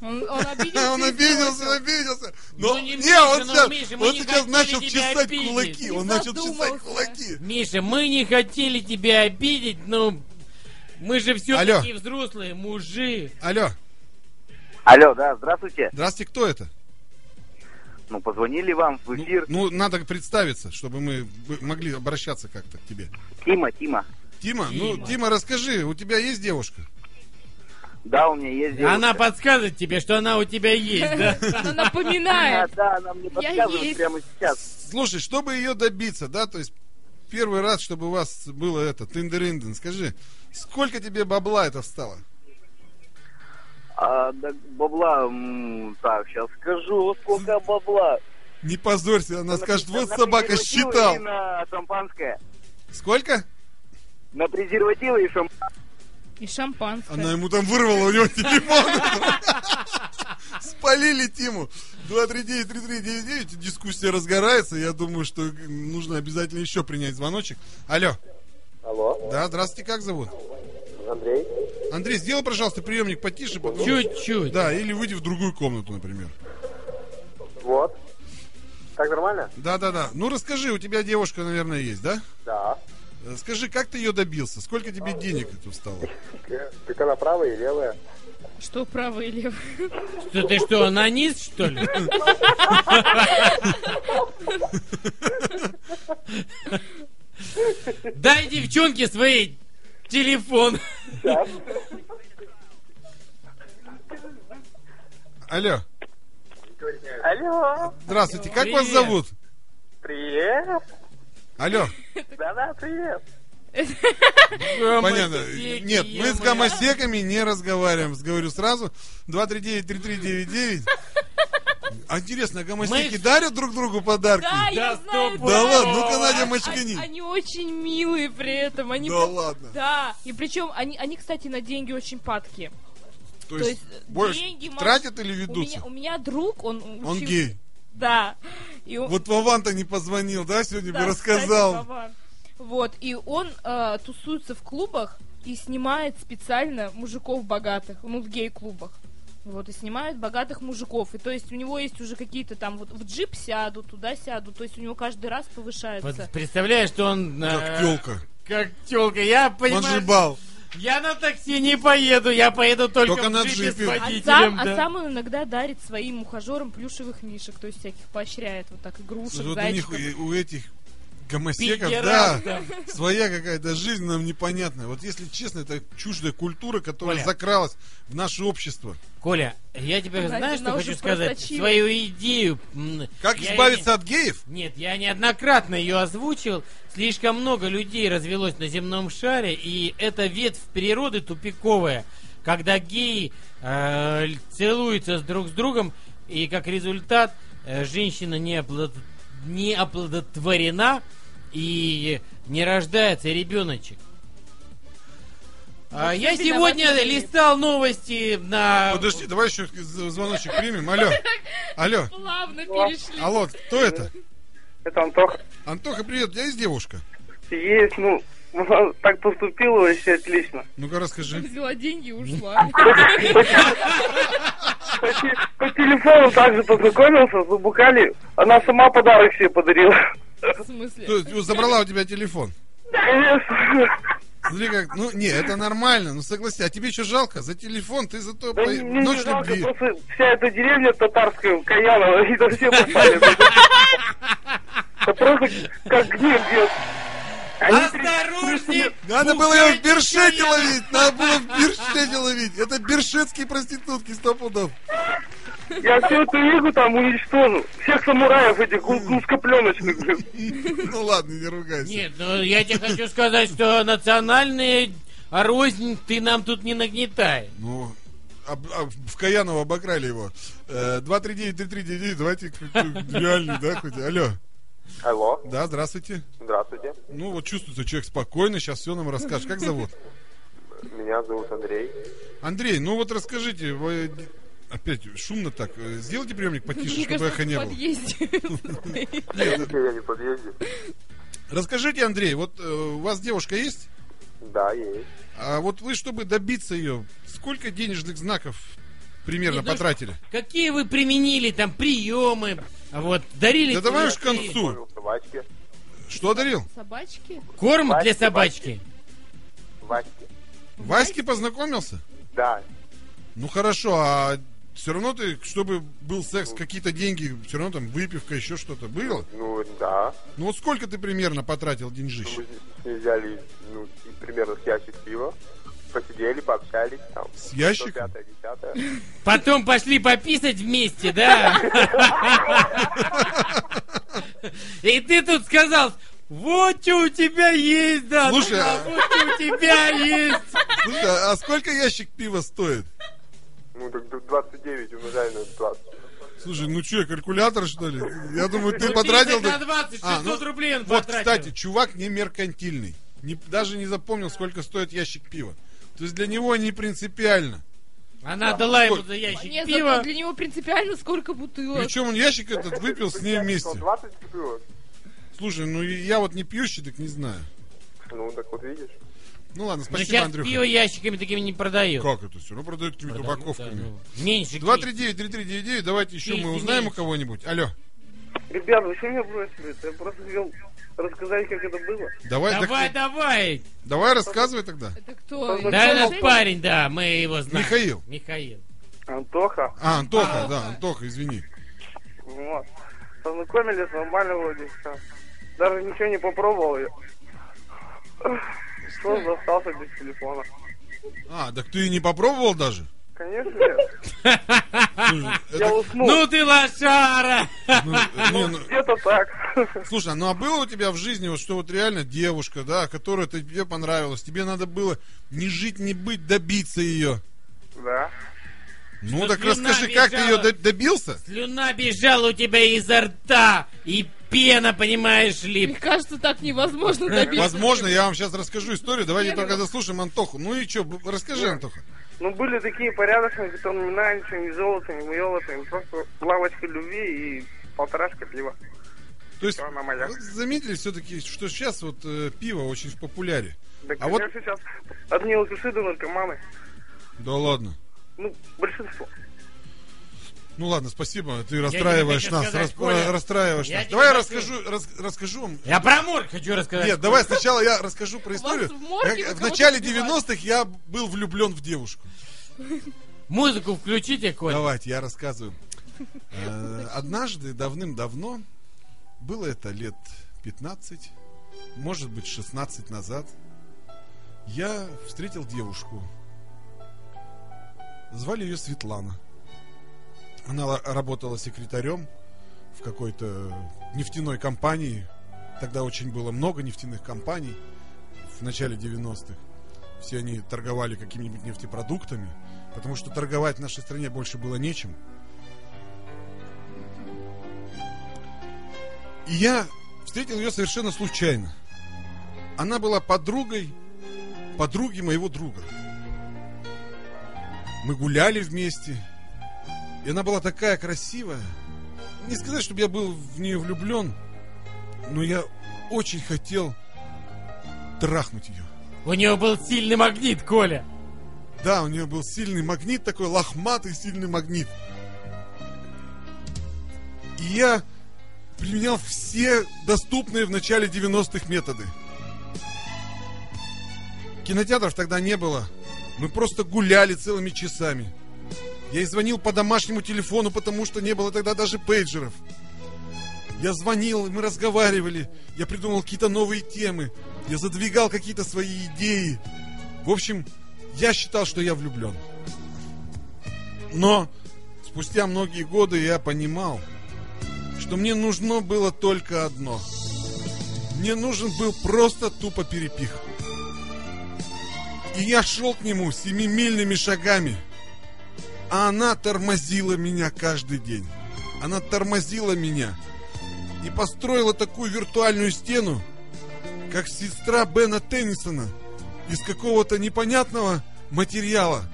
А,
Он, он обиделся.
Он
и
обиделся,
бросил.
обиделся.
Ну,
Но
не
не,
Миша,
он
ну,
сейчас,
Миша, мы
он
не
сейчас
хотели
начал
тебя
чесать
обидеть.
кулаки.
Ты
Он начал чесать
задумался.
кулаки.
Миша, мы не хотели тебя обидеть, но мы же все-таки
Алло.
взрослые мужи.
Алло,
Алло, да, здравствуйте.
здравствуйте, кто это?
Ну, позвонили вам в
Ну,
эфир.
ну, надо представиться, чтобы мы бы- могли обращаться как-то к тебе.
Тима, Тима.
Тима, ну,
Тима.
Тима, расскажи, у тебя есть девушка?
Да, у меня есть девушка.
Она подсказывает тебе, что она у тебя есть, да?
Она
Да,
напоминает.
да, она мне
есть.
подсказывает прямо сейчас.
Слушай, чтобы ее добиться, да, то есть первый раз, чтобы у вас было это, тиндер скажи, сколько тебе бабла это встало?
А, да, бабла, м, так, сейчас скажу, сколько бабла.
Не позорься, она скажет,
На-
вот
на
собака
презервативы
считал.
и На шампанское.
Сколько?
На презервативы и шампанское.
И шампанское.
Она ему там вырвала, у него телефон. Спалили Тиму. 239-3399, дискуссия разгорается. Я думаю, что нужно обязательно еще принять звоночек. Алло.
Алло,
Да, здравствуйте, как зовут?
Андрей?
Андрей, сделай, пожалуйста, приемник потише. потом-
Чуть-чуть.
Да, или выйди в другую комнату, например.
Вот. Так нормально?
Да, да, да. Ну расскажи, у тебя девушка, наверное, есть, да?
Да.
Э, Скажи, как ты ее добился? Сколько тебе денег это встало?
Так она правая и левая.
Что правый и левый?
Что ты что, анонист, что ли? Дай девчонке своей телефон.
Алло,
Алло,
здравствуйте, как вас
Привет.
зовут?
привет.
Алло,
Да-да, привет.
Понятно.
Гомосеки,
Нет, мы
е-мое.
с гомосеками не разговариваем. Говорю сразу. 239-3399. А интересно, гомосеки
Мы их-
дарят друг другу подарки?
Да, я
Да
знаю.
стоп,
Да
Ой.
ладно, ну-ка, Надя,
Они-
мочкани.
Они очень милые при этом. Они
Да ладно.
Да, и причем они, они, кстати, на деньги очень падки.
То
То
есть,
есть
больше
деньги, Маш,
тратят или
У меня,
ведутся?
у меня друг, он учил-
Он гей.
Да. И он-
Вот Вован-то не позвонил, да, сегодня
да,
бы рассказал.
кстати, Вова. Вот, и он э, тусуется в клубах и снимает специально мужиков богатых, ну, в гей-клубах. Вот, и снимает богатых мужиков. И то есть у него есть уже какие-то там вот в джип сяду, туда сяду. То есть у него каждый раз повышается.
Вот Представляешь, что он... э,
Как телка.
Как телка. Я
Он же
понимаю,
бал.
я на такси не поеду, я поеду только,
Только
в
на
джипе с
джипе. А
А сам,
водителем.
а
да.
сам он иногда дарит своим ухажерам плюшевых мишек, то есть всяких поощряет, вот так игрушек,
Вот у них,
зайчиков.
э, у этих гомосеков, да,
Пидерастов.
своя какая-то жизнь нам непонятная. Вот если честно, это чуждая культура, которая
Оля.
закралась в наше общество.
Коля, я тебе
Она-
знаешь,
она
что
уже
хочу сказать?
просочила.
Свою идею... м,
Как
я
избавиться от геев?
Нет, я неоднократно ее озвучивал. Слишком много людей развелось на земном шаре, и эта ветвь природы тупиковая, когда геи э, л- целуются с друг с другом, и как результат э, женщина не, облад- не оплодотворена и не рождается ребеночек. А,
Вот
я
виноват
сегодня
мир.
листал новости
А,
на...
Подожди, давай еще з- звоночек примем. Алло. Алло.
Плавно Ну, перешли.
Алло, кто это?
Это Антоха.
Антоха, привет, я есть девушка?
Есть, ну, так поступила вообще отлично.
Ну-ка расскажи.
Взяла деньги и ушла.
По, те- по телефону также познакомился, забукали. Она сама подарок себе подарила.
В смысле?
То есть, Забрала у тебя телефон.
Конечно.
Смотри как, ну не, это нормально, ну согласись, а тебе еще жалко, за телефон ты зато
Да
по-
не- мне не
ночь
жалко,
любви.
просто вся эта деревня татарская, Каянова, и там все попали. Да просто как гнев бьет. Они
Осторожнее!
ну,
Надо было ее в
пугайте
Бершете
меня!
ловить, надо было в Бершете ловить, это бершетские проститутки, сто пудов.
три- Я всю эту игру там уничтожу. Всех самураев этих гу- гускопленочных, блин.
Ну ладно, не ругайся.
Нет, ну я тебе хочу сказать, что национальные рознь ты нам тут не нагнетай.
Ну, об- об- в Каянова обокрали его. Э, 239-3399, давайте к- к- реальный, да, хоть. Алло.
Алло,
Да, здравствуйте.
здравствуйте.
Ну, вот чувствуется, человек спокойно, сейчас все нам расскажешь. Как зовут?
Меня зовут Андрей.
Андрей, ну вот расскажите, вы... Опять шумно так. Э, Сделайте приемник потише, чтобы эхо не
в
было.
подъезде.
Я не в подъезде.
Расскажите, Андрей, вот э, у вас девушка есть?
Да, есть.
А вот вы, чтобы добиться ее, сколько денежных знаков примерно
Не, ну,
потратили?
Какие вы применили там приемы, вот, дарили...
Да давай уж к
цветы,
концу.
Собачки.
Что дарил?
Собачки?
Корм для
Ваське,
собачки.
Васьки.
Ваське познакомился?
Да.
Ну хорошо, а все равно ты, чтобы был секс, какие-то деньги, все равно там выпивка, еще что-то было?
Ну, да.
Ну вот сколько ты примерно потратил деньжище?
Мы с ней взяли, ну, и примерно с ящик пива. Посидели, пообщались там.
С ящиком?
105-10.
Потом пошли пописать вместе, да? И ты тут сказал, вот что у тебя есть, да, ну,
Слушай, а-
вот что у тебя есть.
Слушай, а а сколько ящик пива стоит?
Ну, так 29 умножаем на 20.
Слушай, ну что, калькулятор что ли? Я думаю, ты
Ну,
потратил...
30
так-
на 20,
А,
600
ну,
рублей он
Вот,
потратил.
кстати, чувак не меркантильный. Не- даже не запомнил, сколько стоит ящик пива. То есть для него не принципиально.
Она дала ему
Ой.
за ящик
Нет,
пива.
А зато для него принципиально сколько бутылок.
Причем он ящик этот выпил с ней вместе.
20 ну, пива.
Слушай, ну и я вот не пьющий, так не знаю.
Ну, так вот видишь.
Ну ладно,
Но
спасибо,
сейчас пиво
Андрюха.
ящиками такими не продают.
Как это все? Ну продают какими-то
Продают, да,
упаковками.
ну, Меньше.
239-3399, давайте еще мы
Меньше,
узнаем у
меньше.
кого-нибудь. Алло,
Ребят, вы что меня бросили? Я просто хотел рассказать, как это было.
давай,
Давай, давай,
так- э, давай рассказывай тогда.
Это кто?
Да, этот парень, да, мы его знаем.
Михаил.
Михаил.
Антоха,
А, Антоха, да, Антоха, извини.
вот. Познакомились, нормально вроде всё. Даже ничего не попробовал я. Что остался без телефона?
А, так ты и не попробовал даже?
Конечно, нет.
Это-
я уснул.
Ну ты лошара!
ну, не, ну,
Где-то так.
Слушай, а ну а было у тебя в жизни вот что вот реально девушка, да, которая ты- тебе понравилась, тебе надо было не жить, не быть, добиться ее.
Да.
Ну
Чтоб
так
не
расскажи, как ты ее
набежала.
до- добился?
Слюна бежала у тебя изо рта, и пена, понимаешь
Мне
ли.
кажется, так
Э,
невозможно добиться.
Возможно, я вам сейчас расскажу историю. Давайте только заслушаем Антоху. Ну и что, расскажи, Антоха.
Ну, были такие порядочные, которые не на ничего, ни золото, ни муелото, им просто лавочка любви и полторашка пива.
То есть,
Она моя.
вы заметили все-таки, что сейчас вот э, пиво очень в популяре.
Да,
А вот-
конечно, сейчас одни алкаши до наркоманы.
Да ладно.
Ну, большинство.
Ну ладно, спасибо, ты
тебе
расстраиваешь
хочу
нас,
сказать,
рас-
Коля,
расстраиваешь
я
нас.
тебе
Давай я
хочу-
расскажу, рас- расскажу вам
Я про морг хочу рассказать.
Нет, давай сначала я расскажу про историю.
в морге
Я-
вы
в
кого-то
начале
убивали.
90-х я был влюблен в девушку.
Музыку включите, Коль.
Давайте, я рассказываю. Э, Однажды, давным-давно, было это лет 15, может быть, 16 назад, я встретил девушку. Звали ее Светлана. Она ла- работала секретарем в какой-то нефтяной компании. Тогда очень было много нефтяных компаний в начале 90-х. Все они торговали какими-нибудь нефтепродуктами, потому что торговать в нашей стране больше было нечем. И я встретил ее совершенно случайно. Она была подругой подруги моего друга. Мы гуляли вместе. И она была такая красивая. Не сказать, чтобы я был в нее влюблен, но я очень хотел трахнуть ее.
У него был сильный магнит, Коля.
Да, у нее был сильный магнит, такой лохматый сильный магнит. И я применял все доступные в начале 90-х методы. Кинотеатров тогда не было. Мы просто гуляли целыми часами. Я ей звонил по домашнему телефону, потому что не было тогда даже пейджеров. Я звонил, мы разговаривали. Я придумал какие-то новые темы. Я задвигал какие-то свои идеи. В общем, я считал, что я влюблен. Но спустя многие годы я понимал, что мне нужно было только одно. Мне нужен был просто тупо перепих. И я шел к нему семимильными шагами. А она тормозила меня каждый день. Она тормозила меня. И построила такую виртуальную стену, как сестра Бена Теннисона из какого-то непонятного материала.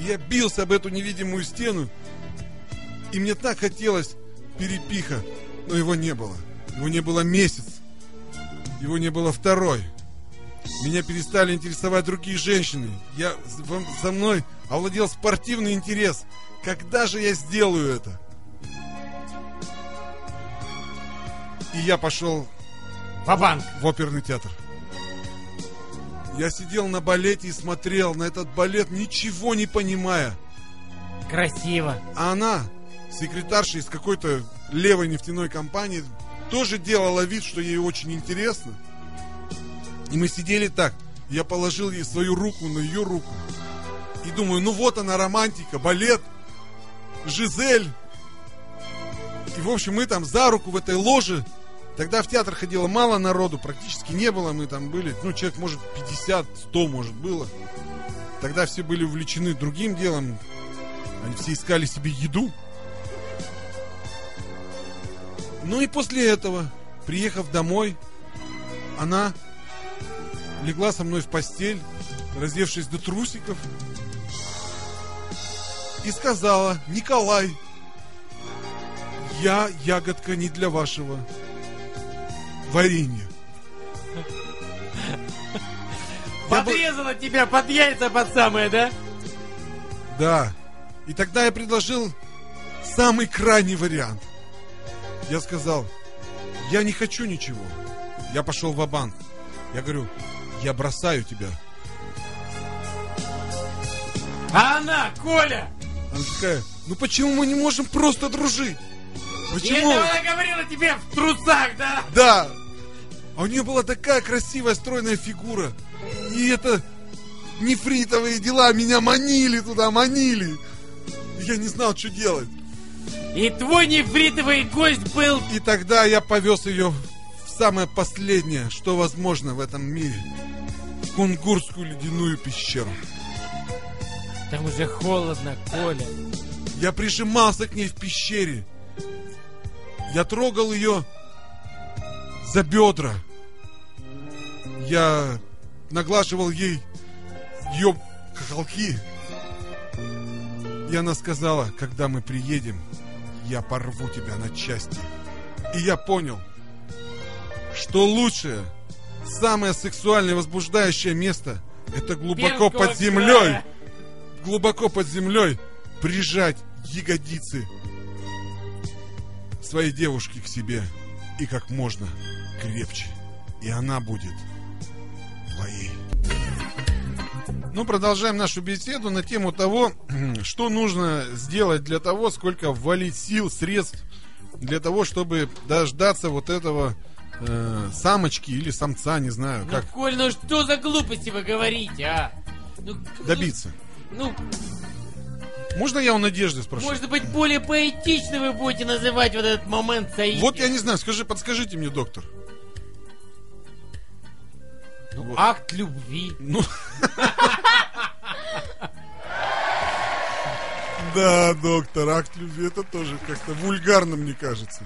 И Я бился об эту невидимую стену, и мне так хотелось перепиха, но его не было. Его не было месяц, его не было второй. Меня перестали интересовать другие женщины. Я, з- во- за мной овладел спортивный интерес. Когда же я сделаю это? И я пошел
Бабанк.
в оперный театр. Я сидел на балете и смотрел на этот балет, ничего не понимая.
Красиво.
А она, секретарша из какой-то левой нефтяной компании, тоже делала вид, что ей очень интересно. И мы сидели так. Я положил ей свою руку на ее руку. И думаю, ну вот она, романтика, балет, Жизель. И, в общем, мы там за руку в этой ложе. Тогда в театр ходило мало народу, практически не было. Мы там были, ну, человек, может, 50, 100, может, было. Тогда все были увлечены другим делом, они все искали себе еду. Ну и после этого, приехав домой, она легла со мной в постель, раздевшись до трусиков, и сказала, Николай, я ягодка не для вашего варенья. Я бы-
Подрезала тебя под яйца под самое, да?
Да. И тогда я предложил самый крайний вариант. Я сказал, я не хочу ничего. Я пошел в банк Я говорю, я бросаю тебя.
А она, Коля!
Она такая, ну почему мы не можем просто дружить? Почему?
Это она говорила тебе в трусах, да?
Да. А у нее была такая красивая стройная фигура. И это нефритовые дела, меня манили туда, манили. Я не знал, что делать.
И твой нефритовый гость был...
И тогда я повез ее в самое последнее, что возможно в этом мире. В Кунгурскую ледяную пещеру.
Там уже холодно, Коля.
Я прижимался к ней в пещере. Я трогал ее за бедра. Я наглаживал ей ее хохолки. И она сказала, когда мы приедем, я порву тебя на части. И я понял, что лучшее, самое сексуальное возбуждающее место это глубоко
Пенковская.
под землей. Глубоко под землей прижать ягодицы своей девушки к себе и как можно крепче. И она будет твоей. Ну, продолжаем нашу беседу на тему того, что нужно сделать для того, сколько ввалить сил, средств для того, чтобы дождаться вот этого э, самочки или самца, не знаю,
Ну,
как
Коль, ну что за глупости вы говорите, а? Ну, к-
добиться.
Ну,
Можно я у Надежды спрошу?
может быть, более поэтично вы будете называть вот этот момент соития.
Вот я не знаю, скажи, подскажите мне, доктор. Вот.
Ну, Акт любви.
Ну. Да, доктор, акт любви, это тоже как-то вульгарно, мне кажется.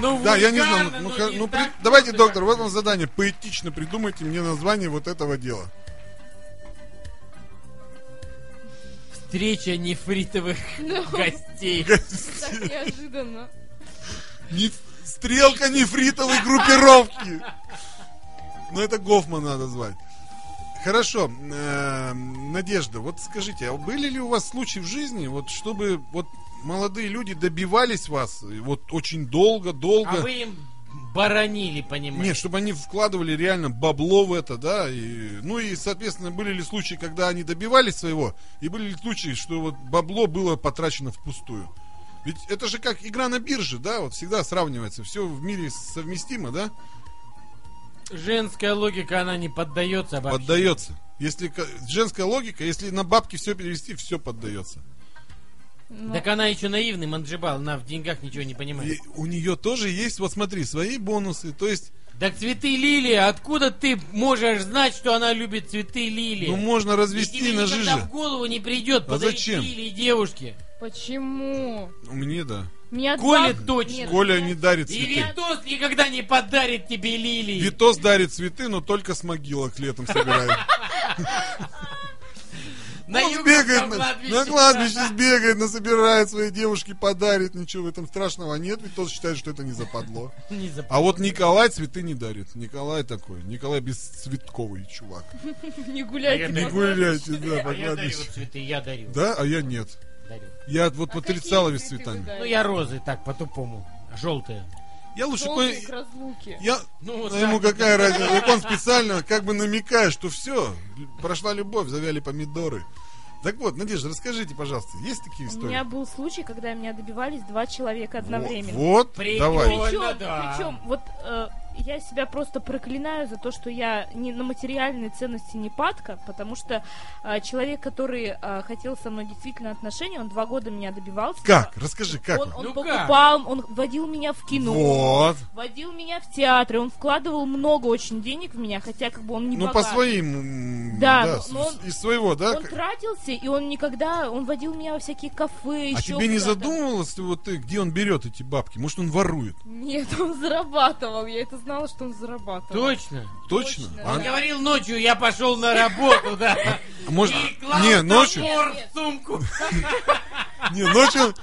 Ну,
Да, я не знаю.
вульгарно,
ну,
ну,
ха-
не
ну, при-
так
Давайте,
просто.
доктор, вот вам задание. Поэтично придумайте мне название вот этого дела.
Встреча нефритовых гостей.
Так неожиданно.
Не- Стрелка нефритовой группировки. Ну, это Гофман надо звать. Хорошо, эм, Надежда, вот скажите, а были ли у вас случаи в жизни, вот чтобы вот молодые люди добивались вас, и вот очень долго, долго?
А вы им баранили, понимаете?
Нет, чтобы они вкладывали реально бабло в это, да, и, ну и, соответственно, были ли случаи, когда они добивались своего, и были ли случаи, что вот бабло было потрачено впустую. Ведь это же как игра на бирже, да, вот всегда сравнивается, все в мире совместимо, да,
Женская логика, она не поддается вообще.
поддается. Если ка- женская логика, если на бабки все перевести, все поддается.
Ну,
Так она еще наивный манджибал, она в деньгах ничего не понимает.
И у нее тоже есть, вот смотри, свои бонусы, то есть,
Так цветы лилии, откуда ты можешь знать, что она любит цветы лилии?
ну, можно
И
развести
тебе
на
никогда
жиже. А
в голову не придет подарить
зачем?
лилии девушке.
Почему?
Мне, да.
Меня
Коля
два-
точно.
Нет,
Коля
меня-
не дарит
И
цветы.
Витос никогда не подарит тебе лилии.
Витос дарит цветы, но только с могилок летом собирает.
На
Он
югах,
бегает
на
на,
кладбище.
на кладбище, сбегает, насобирает своей девушке, подарит. Ничего в этом страшного нет, ведь тот считает, что это не западло.
Не зап-
А вот Николай цветы не дарит. Николай такой. Николай бесцветковый чувак.
Ну, Не гуляйте.
Не
по- ну,
гуляйте, да, по
А я дарю
кладбищу.
цветы, я дарю.
Да, а я нет.
дарю.
Я вот
А
потрясала
какие
весь
цветы вы
цветами.
дарите?
Ну я розы так по-тупому. Желтые.
Я лучше...
Толкай к
кое-
разлуке.
Я...
Ну, вот
а ему
так.
какая разница? Вот он специально как бы намекает, что все, прошла любовь, завяли помидоры. Так вот, Надежда, расскажите, пожалуйста, есть такие
У
истории?
меня был случай, когда меня добивались два человека одновременно.
Вот,
Прикольно.
давай.
Больно,
Причем,
да.
причем, вот э, я себя просто проклинаю за то, что я не на материальные ценности не падка, потому что э, человек, который э, хотел со мной действительно отношения, он два года меня добивался.
Как? Расскажи, как?
Он,
вот?
он
Ну как?
покупал, он водил меня в кино,
Вот. Ну,
водил меня в театры, он вкладывал много очень денег в меня, хотя как бы он не
Ну, по
богат.
своим... м,
Да,
да
но-
с-
но он-
из своего, да?
Он тратился, и он никогда, он водил меня во всякие кафе,
а
еще
тебе не
куда-то.
задумывалось, вот ты, где он берет эти бабки? Может, он ворует?
Нет, он зарабатывал, я это знала, что он зарабатывал.
Точно.
Точно?
Точно,
А-
Он говорил ночью, я пошел на работу, да.
а может...
И клал
Не, ночью...
топор в сумку.
Не, ночью... он-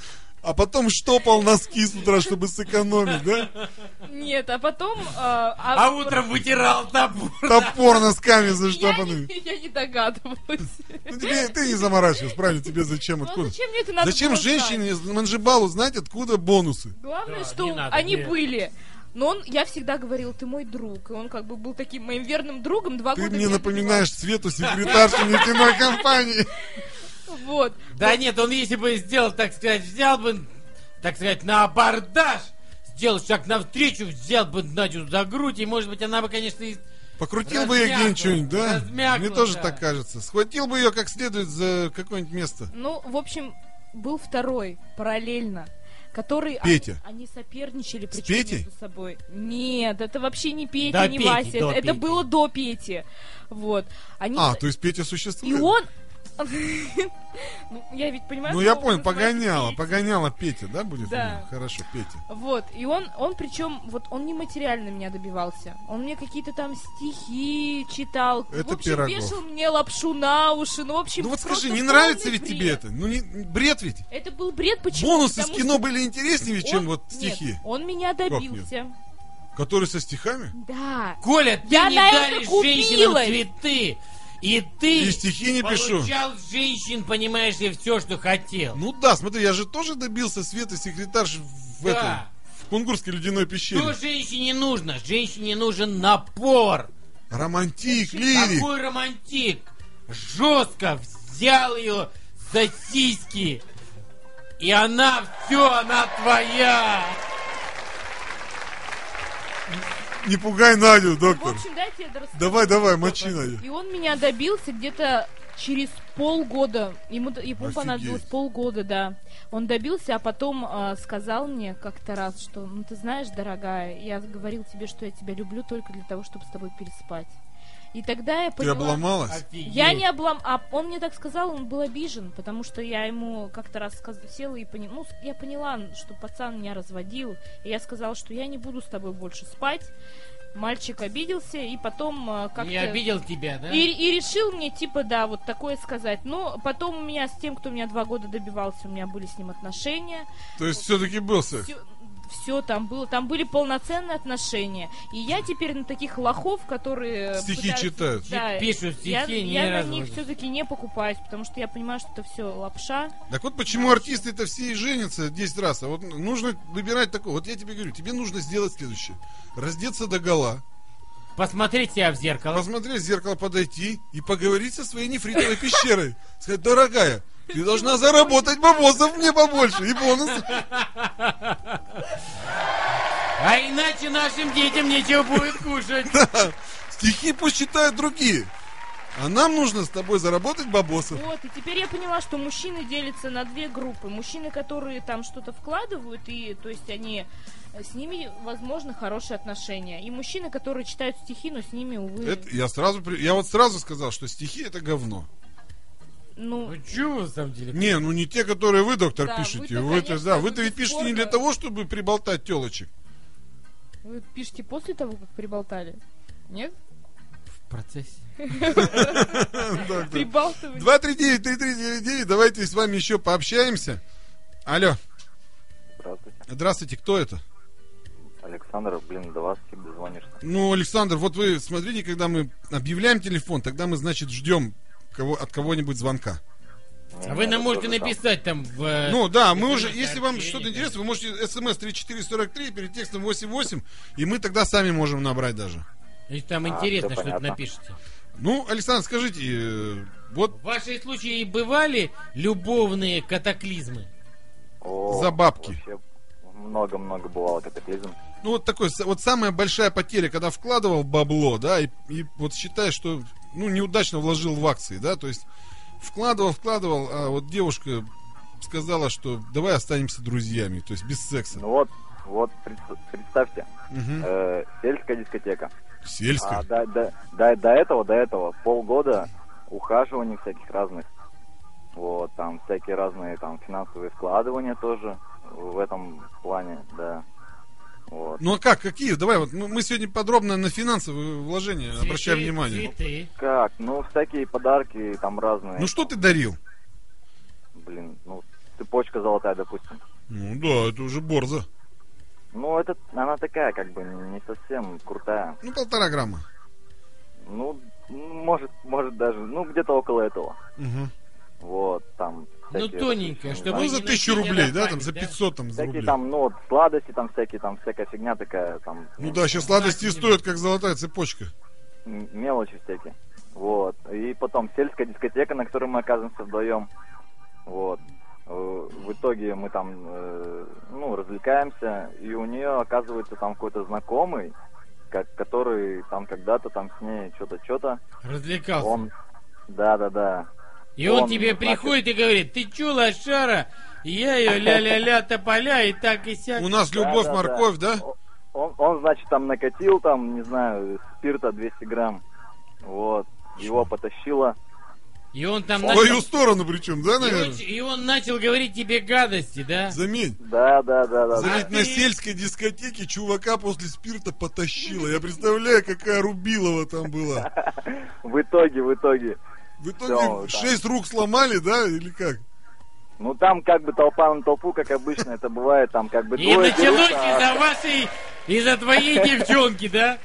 А потом штопал носки с утра, чтобы сэкономить, да?
Нет, а потом... э,
А
а-
утром вытирал топор.
Топор носками
Я не,
заштопанный.
я не догадывалась.
Ну, тебе, ты не заморачиваешь, правильно? Тебе зачем,
Ну а
откуда?
зачем мне это надо
Зачем
было знать?
женщине, манжибалу знать, откуда бонусы?
Главное,
Да,
что
не надо,
они
нет.
были. Но он, я всегда говорил, ты мой друг. И он как бы был таким моим верным другом два
Ты
года.
мне
меня
напоминаешь Свету, секретаршу нефтяной компании.
добивал. Вот.
Да нет, он если бы сделал, так сказать, взял бы, так сказать, на абордаж, сделал шаг навстречу, взял бы Надю за грудь, и, может быть, она бы, конечно, и
Покрутил бы я
Размякло,
где-нибудь что-нибудь, да?
размякло,
Мне тоже
да.
так кажется. Схватил бы ее как следует за какое-нибудь место.
Ну, в общем, был второй параллельно, который а-
Петя.
они соперничали причем
Петей?
между собой. Нет, это вообще не Петя,
До
не
Пети,
Вася,
до
это
Пети.
было до Пети. Вот. Они
А, то есть Петя
и
существует?
он Ну, я ведь понимаю,
Ну,
что
я
он
понял,
называется
погоняла,
Петей.
погоняла Петя, да, будет?
Да.
у него? Хорошо, Петя.
Вот, и он, он причем, вот он нематериально меня добивался. Он мне какие-то там стихи читал.
Это
в общем,
Пирогов.
вешал мне лапшу на уши. Ну, в общем,
Ну вот скажи,
просто
не
полный
нравится ведь
бред.
тебе это? Ну, не, бред ведь.
Это был бред, почему?
Бонусы с
Потому
кино были интереснее,
что
чем
он-
вот
нет,
стихи.
он меня добился.
Которые со стихами?
Да.
Коля, ты
Я
не
на это
даришь женщинам
купилась.
цветы. И ты
И стихи не пишу.
получал с женщин, понимаешь ли, все, что хотел.
Ну да, смотри, я же тоже добился Светы секретарш в
Да.
этом, в Кунгурской ледяной пещере.
Что женщине нужно? Женщине нужен напор.
Романтик, лирик.
Такой романтик. Жестко взял ее за сиськи. И она все, она твоя.
Не пугай Надю,
Ну, В
доктор.
общем, дайте я дорасскажу.
Давай, давай,
Что
мочи
там.
Надю.
И он меня добился где-то через полгода. Ему, д- ему
Офигеть.
понадобилось полгода, да. Он добился, а потом а, сказал мне как-то раз, что, ну ты знаешь, дорогая, я говорил тебе, что я тебя люблю только для того, чтобы с тобой переспать. И тогда я
Ты
поняла...
обломалась?
Офигеть.
Я не облам... А он мне так сказал, он был обижен, потому что я ему как-то раз сказ... села и поняла... Ну, с- я поняла, что пацан меня разводил, и я сказала, что я не буду с тобой больше спать. Мальчик обиделся, и потом а, как-то...
Не обидел тебя, да?
И, и решил мне, типа, да, вот такое сказать. Но потом у меня с тем, кто меня два года добивался, у меня были с ним отношения.
То есть все-таки был секс?
Все, там было. Там были полноценные отношения. И я теперь на таких лохов, которые...
Стихи
пытаются-
читают.
Да,
Пишут стихи,
я,
не
я на
разводят.
них все-таки не покупаюсь, потому что я понимаю, что это все лапша.
Так вот почему артисты-то все и женятся 10 раз. А вот нужно выбирать такое. Вот я тебе говорю, тебе нужно сделать следующее. Раздеться до гола,
Посмотреть себя в зеркало.
посмотреть в зеркало, подойти и поговорить со своей нефритовой пещерой. Сказать, дорогая, ты должна заработать бабосов мне побольше и бонусов.
А иначе нашим детям нечего будет кушать.
Стихи пусть читают другие. А нам нужно с тобой заработать бабосов.
Вот, и теперь я поняла, что мужчины делятся на две группы. Мужчины, которые там что-то вкладывают, и, то есть, они э, с ними, возможно, хорошие отношения. И мужчины, которые читают стихи, но с ними, увы,
Это я сразу, при- я вот сразу сказал, что стихи это говно.
ну...
Ну чего вы, на самом деле?
Не, ну не те, которые вы, доктор,
Да,
пишете.
вы-то,
Вы-то,
конечно,
да, вы-то ведь
бесспорно.
пишете не для того, чтобы приболтать телочек.
Вы пишете после того, как приболтали? Нет?
В процессе.
Прибалтывали.
239-3399, давайте с вами еще пообщаемся. Алло,
Здравствуйте.
здравствуйте, кто это?
Александр, блин, до вас типа тебе дозвонишься.
Ну, Александр, вот вы смотрите, когда мы объявляем телефон, тогда мы, значит, ждем кого, от кого-нибудь звонка.
Ну,
А вы нам можете написать там в... э,
Ну да, мы
это
уже,
же
если вам
сообщение,
что-то
да.
интересно, вы можете эм смс 3443 перед текстом 88, и мы тогда сами можем набрать даже.
Если там
А,
интересно,
всё
что-то
понятно.
напишите.
Ну, Александр, скажите, э, вот
В вашей случае бывали любовные катаклизмы?
за бабки.
Много-много бывало катаклизм.
Ну вот такой, с- вот самая большая потеря, когда вкладывал бабло, да, и, и вот считаешь, что, ну, неудачно вложил в акции, да, то есть вкладывал, вкладывал, а вот девушка сказала, что давай останемся друзьями, то есть без секса.
Ну вот, вот пред- представьте,
Мгм.
э, сельская дискотека. А
Сельская.
до, до- до- до этого, до этого, полгода ухаживаний всяких разных. Вот, там всякие разные там финансовые вкладывания тоже в этом плане, да. Вот.
Ну а как, какие? Давай, вот мы, мы сегодня подробно на финансовые вложения обращаем
Цветы,
внимание.
Цветы.
Как? Ну, всякие подарки там разные.
Ну что ты дарил?
Блин, ну, цепочка золотая, допустим.
Ну да, это уже борза.
Ну, это, она такая, как бы, не совсем крутая.
Ну, полтора грамма.
Ну, м, может, может даже, ну, где-то около этого. Вот, там.
Ну,
всякие,
тоненькая,
не
чтобы
Ну,
знаю,
не
за
носить,
тысячу
а
рублей, да,
добавить,
там, за
да?
500 там, за
Всякие
рублей.
там, ну, вот, сладости там всякие, там всякая фигня такая, там.
Ну
м,
да, сейчас сладости стоят, как золотая цепочка.
м, Мелочи всякие. Вот. И потом сельская дискотека, на которой мы оказываемся вдвоем. Вот. Э, В итоге мы там, э, ну, развлекаемся, и у нее оказывается там какой-то знакомый, как, который там когда-то там с ней что-то, что-то.
Развлекался.
Он, да, да, да.
И он,
он,
тебе
значит-
приходит и говорит, ты чё, лошара? Я ее ля-ля-ля тополя и так и сяк.
У нас любовь,
да, да.
морковь, да?
О- Он, он, значит, там накатил, там, не знаю, спирта 200 грамм. Вот. Его потащило.
И он там
В твою сторону причем, да,
И он,
наверное?
и он начал говорить тебе гадости, да?
Заметь.
Да, да, да, да. да.
Заметь, на сельской дискотеке чувака после спирта потащило. Я представляю, какая Рубилова там была.
В итоге, в итоге.
В
Всё,
итоге
да.
шесть рук сломали, да, или как?
Ну там как бы толпа на толпу, как обычно это бывает, там как бы
И
двое
началось
ну
дерутся, а-
из-за вашей, из-за твоей девчонки, да?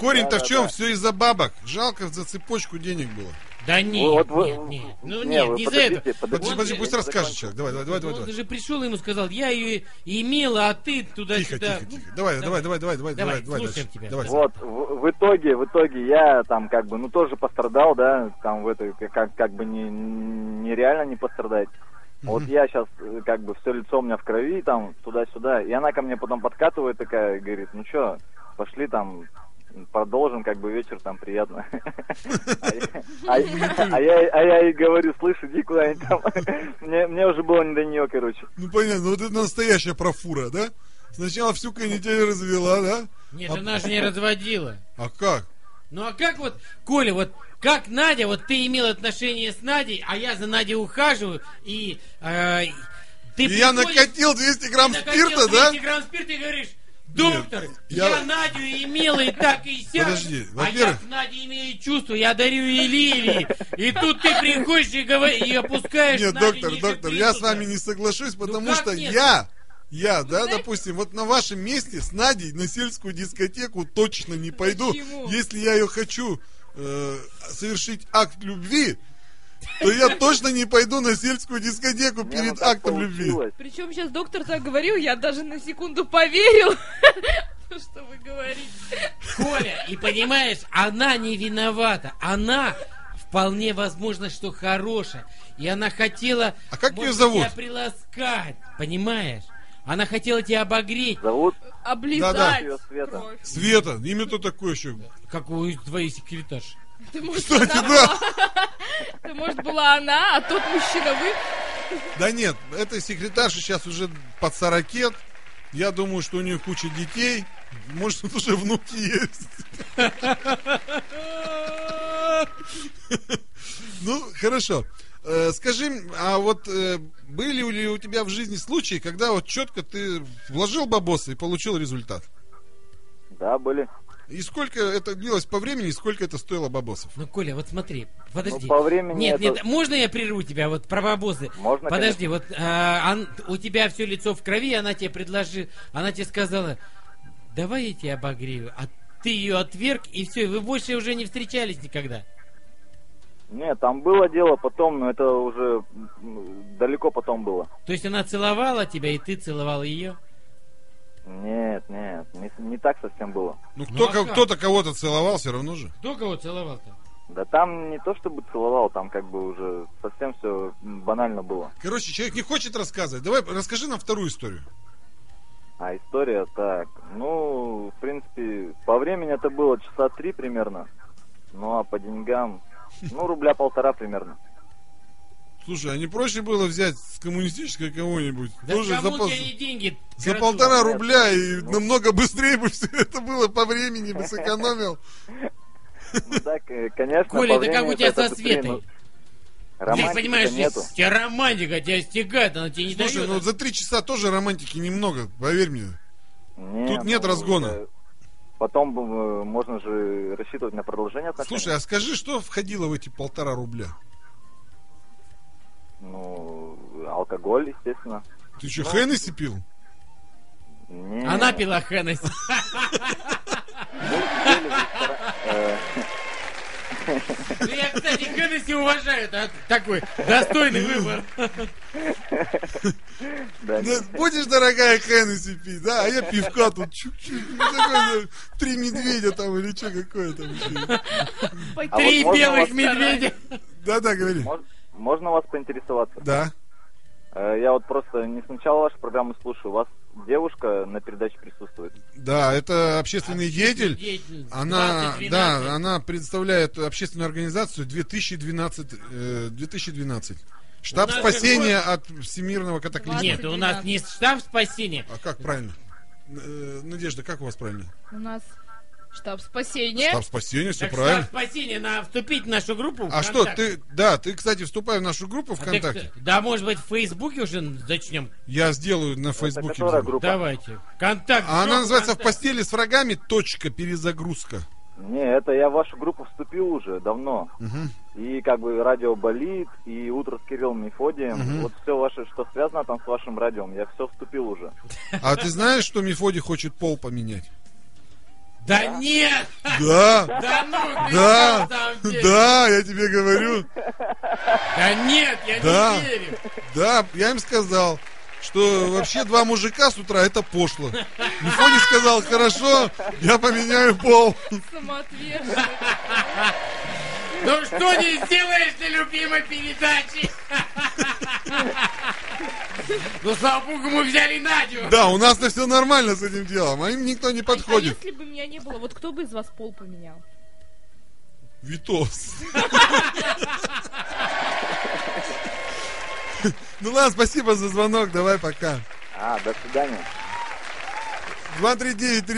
Корень-то в
Да-да-да.
чем? Все из-за бабок. Жалко за цепочку денег было.
Да нет,
Вот вы-
нет, нет. Ну
Не,
нет,
вы
не за
подождите,
это.
подождите,
Подожди,
Он
подожди,
же-
пусть
я не
расскажет
закончил.
человек. Давай, давай, давай, давай.
Он
давай.
же пришел и ему сказал, я ее имела, а ты
Тихо,
туда-сюда.
тихо, тихо. Давай, давай, давай, давай, давай,
ну, Давай,
давай, давай.
слушаем
дальше.
тебя.
Давай.
Давай.
Вот, в, в итоге, в итоге я там как бы, ну тоже пострадал, да, там в этой, как, как бы не- нереально не пострадать. Вот
Мгм.
я сейчас как бы все лицо у меня в крови, там туда-сюда, и она ко мне потом подкатывает такая, и говорит, ну что, пошли там, продолжим, как бы вечер там приятно. А я- А я- а я а я ей говорю, слышь, иди куда-нибудь там. Мне мне уже было не до нее, короче.
Ну понятно, вот это настоящая профура, да? Сначала всю канитель развела, да?
Ну, Нет,
А-
она же не разводила.
А как?
Ну а как вот, Коля, вот как Надя, вот ты имел отношение с Надей, а я за Надей ухаживаю, и э, ты
И я
приходишь,
накатил 200 грамм
ты накатил
спирта, да?
200 грамм спирта и говоришь, доктор,
Нет,
я...
я-
Надю имела и так и сяк,
Подожди,
а я
во-первых-
к Наде имею чувство, я дарю ей лилии, и тут ты приходишь и, говори, и опускаешь
Нет,
Надю
доктор,
ниже
доктор, я с
плинтуса.
вами не соглашусь, потому
Ну как
что
нет? Ну
я, я, да,
знаете-
допустим, вот на вашем месте с Надей на сельскую дискотеку точно не пойду.
Почему?
Если я ее хочу э, совершить акт любви, то я точно не пойду на сельскую дискотеку
Не, ну
перед
так
актом любви.
получилось.
Причем сейчас доктор так говорил, я даже на секунду поверил, что вы говорите.
Коля, и понимаешь, она не виновата. Она вполне возможно, что хорошая. И она хотела...
А как
может
её
быть,
зовут?
Тебя приласкать, понимаешь? Она хотела тебя обогреть.
Зовут
Да-да.
Облизать
Её Света.
кровь.
Света, имя-то такое еще.
Как у твоей секретарши.
Ты, может,
Кстати,
она
да.
Это, может, была она, а тот мужчина вы.
А
Да нет, этой секретарше сейчас уже под 40. Я думаю, что у нее куча детей. Может, уже внуки есть. Ну, хорошо. Э, Скажи, м, а вот э, были ли у тебя в жизни случаи, когда вот четко ты вложил бабосы и получил результат?
Да, были.
И сколько это длилось по времени, и сколько это стоило бабосов?
Ну, Коля, вот смотри, подожди.
Ну, по времени
Нет,
это-
нет, можно я прерву тебя вот про бабосы?
Можно,
Подожди, вот а, ан- у тебя все лицо в крови, она тебе предложила, она тебе сказала, давай я тебя обогрею, а ты ее отверг, и все, вы больше уже не встречались никогда.
Нет, там было дело потом, но это уже м, далеко потом было.
То есть она целовала тебя, и ты целовал ее?
Нет, нет, не, не так совсем было.
Ну,
Ну,
кто,
а
ко-
как?
кто-то кого-то целовал все равно же.
Кто кого целовал-то?
Да там не то чтобы целовал, там как бы уже совсем все банально было.
Короче, человек не хочет рассказывать. Давай, расскажи нам вторую историю.
А история так, ну, в принципе, по времени это было часа три примерно. Ну а по деньгам, ну, рубля полтора примерно.
Слушай, а не проще было взять с коммунистической кого-нибудь?
Да
Тоже за,
кому
пол-
тебе не деньги?
за
красава?
полтора
Нет.
рубля и
Ну.
намного быстрее бы все это было по времени, бы сэкономил.
Ну так, э, конечно,
Коля,
по
это как
времени
у тебя
это
со
быстрее,
Светой.
но
Ты
романтики-то
понимаешь,
нету.
с- тебя романтика тебя стегает, она тебе не
Слушай,
дает.
ну за три часа тоже романтики немного, поверь мне.
Не,
Тут нет разгона.
э, Потом э, можно же рассчитывать на продолжение отношений.
Слушай, а скажи, что входило в эти полтора рубля?
Ну, алкоголь, естественно.
Ты что, Хеннесси пил?
Не,
А
Она пила Хеннесси.
Мы сидели в ресторане, э,
Ну, Я, кстати, Хеннесси уважаю, это такой достойный выбор.
да,
Да, Будешь, дорогая, Хеннесси пить, да? А я пивка тут чуть-чуть. ну, такое, да, Три медведя там или что какое там. еще.
А вот
Три
можно
белых
вас-
медведя.
Да-да, говори.
мож- Можно вас поинтересоваться?
Да.
А, Э, Я вот просто не сначала вашу программу слушаю. У вас девушка на передаче присутствует.
Да, это
а,
общественный деятель.
Деятельность.
Она,
20-12.
да, она представляет общественную организацию 2012. э, 2012. Штаб
У нас
спасения от всемирного катаклизма.
Нет, у нас не штаб спасения.
А как правильно? Э, Надежда, как у вас правильно?
У нас штаб спасения.
Штаб спасения, все
Так
правильно.
штаб спасения, надо вступить в нашу группу.
А что, ты, да, ты, кстати, вступай в нашу
А
группу ВКонтакте.
Да, может быть, в Фейсбуке уже начнем.
Я сделаю на Фейсбуке.
которая
обязательно.
группа?
Давайте. Контакт.
А она
Что
называется «В
ВКонтакте?
постели с врагами. Точка. Перезагрузка».
Не, это я в вашу группу вступил уже давно.
Мгм.
И как бы радио болит, и утро с Кириллом Мефодием.
Мгм.
Вот все ваше, что связано там с вашим радиом, я все вступил уже.
А ты знаешь, что Мефодий хочет пол поменять?
Да нет!
Да,
Да ну, ты что,
да,
на самом деле?
да, я тебе говорю.
Да нет, я
Да.
не верю.
Да, я им сказал, что вообще два мужика с утра это пошло. Мефодий сказал, хорошо, я поменяю пол.
Самоотверженный.
Ну что не сделаешь ты любимой передачи? Ну, слава богу, мы взяли Надю.
Да, у нас-то все нормально с этим делом, а им никто не
А
подходит.
если бы меня не было, вот кто бы из вас пол поменял?
Витос. Ну ладно, спасибо за звонок, давай пока.
А, до свидания.
239-3399,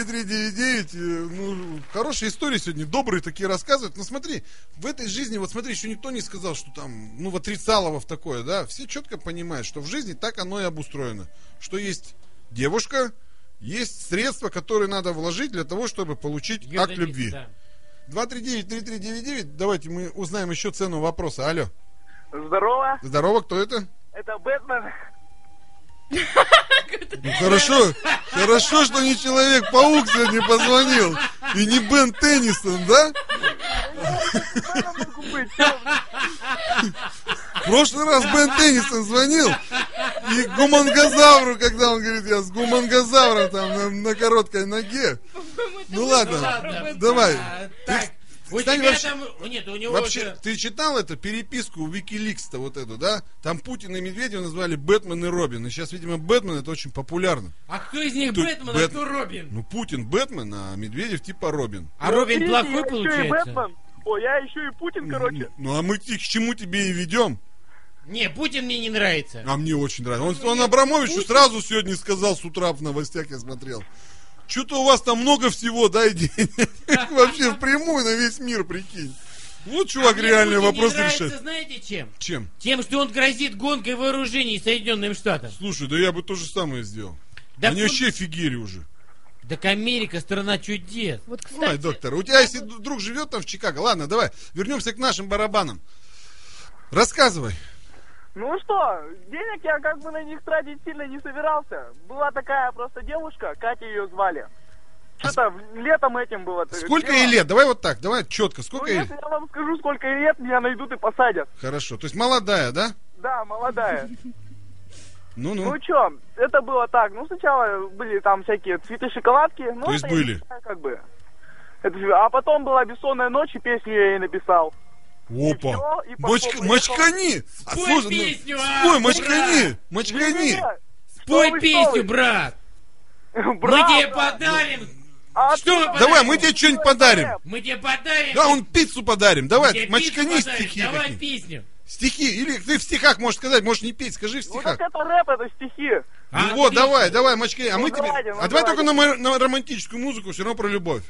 э, ну, хорошие истории сегодня, добрые такие рассказывают. Но смотри, в этой жизни, вот смотри, еще никто не сказал, что там, ну, в отрицалово в такое, да. Все четко понимают, что в жизни так оно и обустроено. Что есть девушка, есть средства, которые надо вложить для того, чтобы получить
Юрий
акт любви.
Да.
239-3399, давайте мы узнаем еще цену вопроса. Алло,
Здорово,
здорово, кто это?
это Бэтмен.
Ну, хорошо, хорошо, что не Человек-паук сегодня позвонил. И не Бен Теннисон, да? В прошлый раз Бен Теннисон звонил. И к гумангозавру, когда он говорит, я с гумангозавром там на, на короткой ноге. Ну
Ну,
ладно,
ладно.
давай.
А, Так, у
кстати,
тебя
вообще-
там... о, Нет, у него
Вообще,
уже-
ты читал эту переписку у Викиликс-то вот эту, да? Там Путина и Медведева назвали Бэтмен и Робин. И сейчас, видимо, Бэтмен это очень популярно.
А кто из них
Тут
Бэтмен, а
Бэт-
кто Робин?
Ну, Путин Бэтмен, а Медведев типа Робин.
А Робин
Смотрите,
плохой
я еще и
получается?
Бэтмен. О, я еще и Путин, короче.
Ну, а мы ти- к чему тебе и ведем?
Не, Путин мне не нравится.
А мне очень нравится.
Ну,
Он, он Абрамовичу сразу сегодня сказал с утра в новостях, я смотрел. Что-то у вас там много всего, да, и денег. Вообще впрямую на весь мир, прикинь. Вот чувак
А Мне
реальный
Путин
вопрос
не нравится,
решает.
знаете чем?
Чем?
Тем, что он грозит гонкой вооружений Соединенным Штатам.
Слушай, да я бы то же самое сделал.
Да
Они
он-
вообще офигели уже.
Так Америка страна чудес.
Вот,
Ой,
кстати,
доктор, у тебя если д- друг живет там в Чикаго, ладно, давай, вернемся к нашим барабанам. Рассказывай.
Ну что, денег я как бы на них тратить сильно не собирался. Была такая просто девушка, Катя ее звали. Что-то летом этим было. это
Сколько
дело.
ей лет? Давай вот так, давай четко.
Ну,
Сколько ей?
если я вам скажу, сколько ей лет, меня найдут и посадят.
Хорошо. То есть молодая, да?
Да, молодая.
Ну-ну.
Ну чё, это было так. Ну сначала были там всякие цветы шоколадки. Ну,
То есть
это я
были?
не знаю, Как бы. Это же- А потом была бессонная ночь, и песню я ей написал.
Опа.
и всё, и пошло,
Мочка-
поехало.
мачкани! А
Спой
слушай, ну,
песню, а!
спой, мачкани!
Не-не-не,
Мачкани!
что
Пой
вы,
песню,
что вы?
брат!
Брат,
Мы тебе
брат,
подарим!
а
Ну, Что вы
ты-
Давай, мы тебе что-нибудь подарим.
Мы тебе подарим!
Да, он пиццу подарим.
Мы
Давай,
тебе
мочкани
песню подарим.
стихи.
Давай
какие-нибудь.
песню!
Стихи. Или ты в стихах можешь сказать, можешь не петь, скажи в
Ну
стихах.
так это рэп, это стихи.
Ну вот,
отлично.
давай, давай, мочкани. А
Ну,
мы тебе.
давайте, ну,
А давай
давайте.
только на мор- на романтическую музыку, все равно про любовь.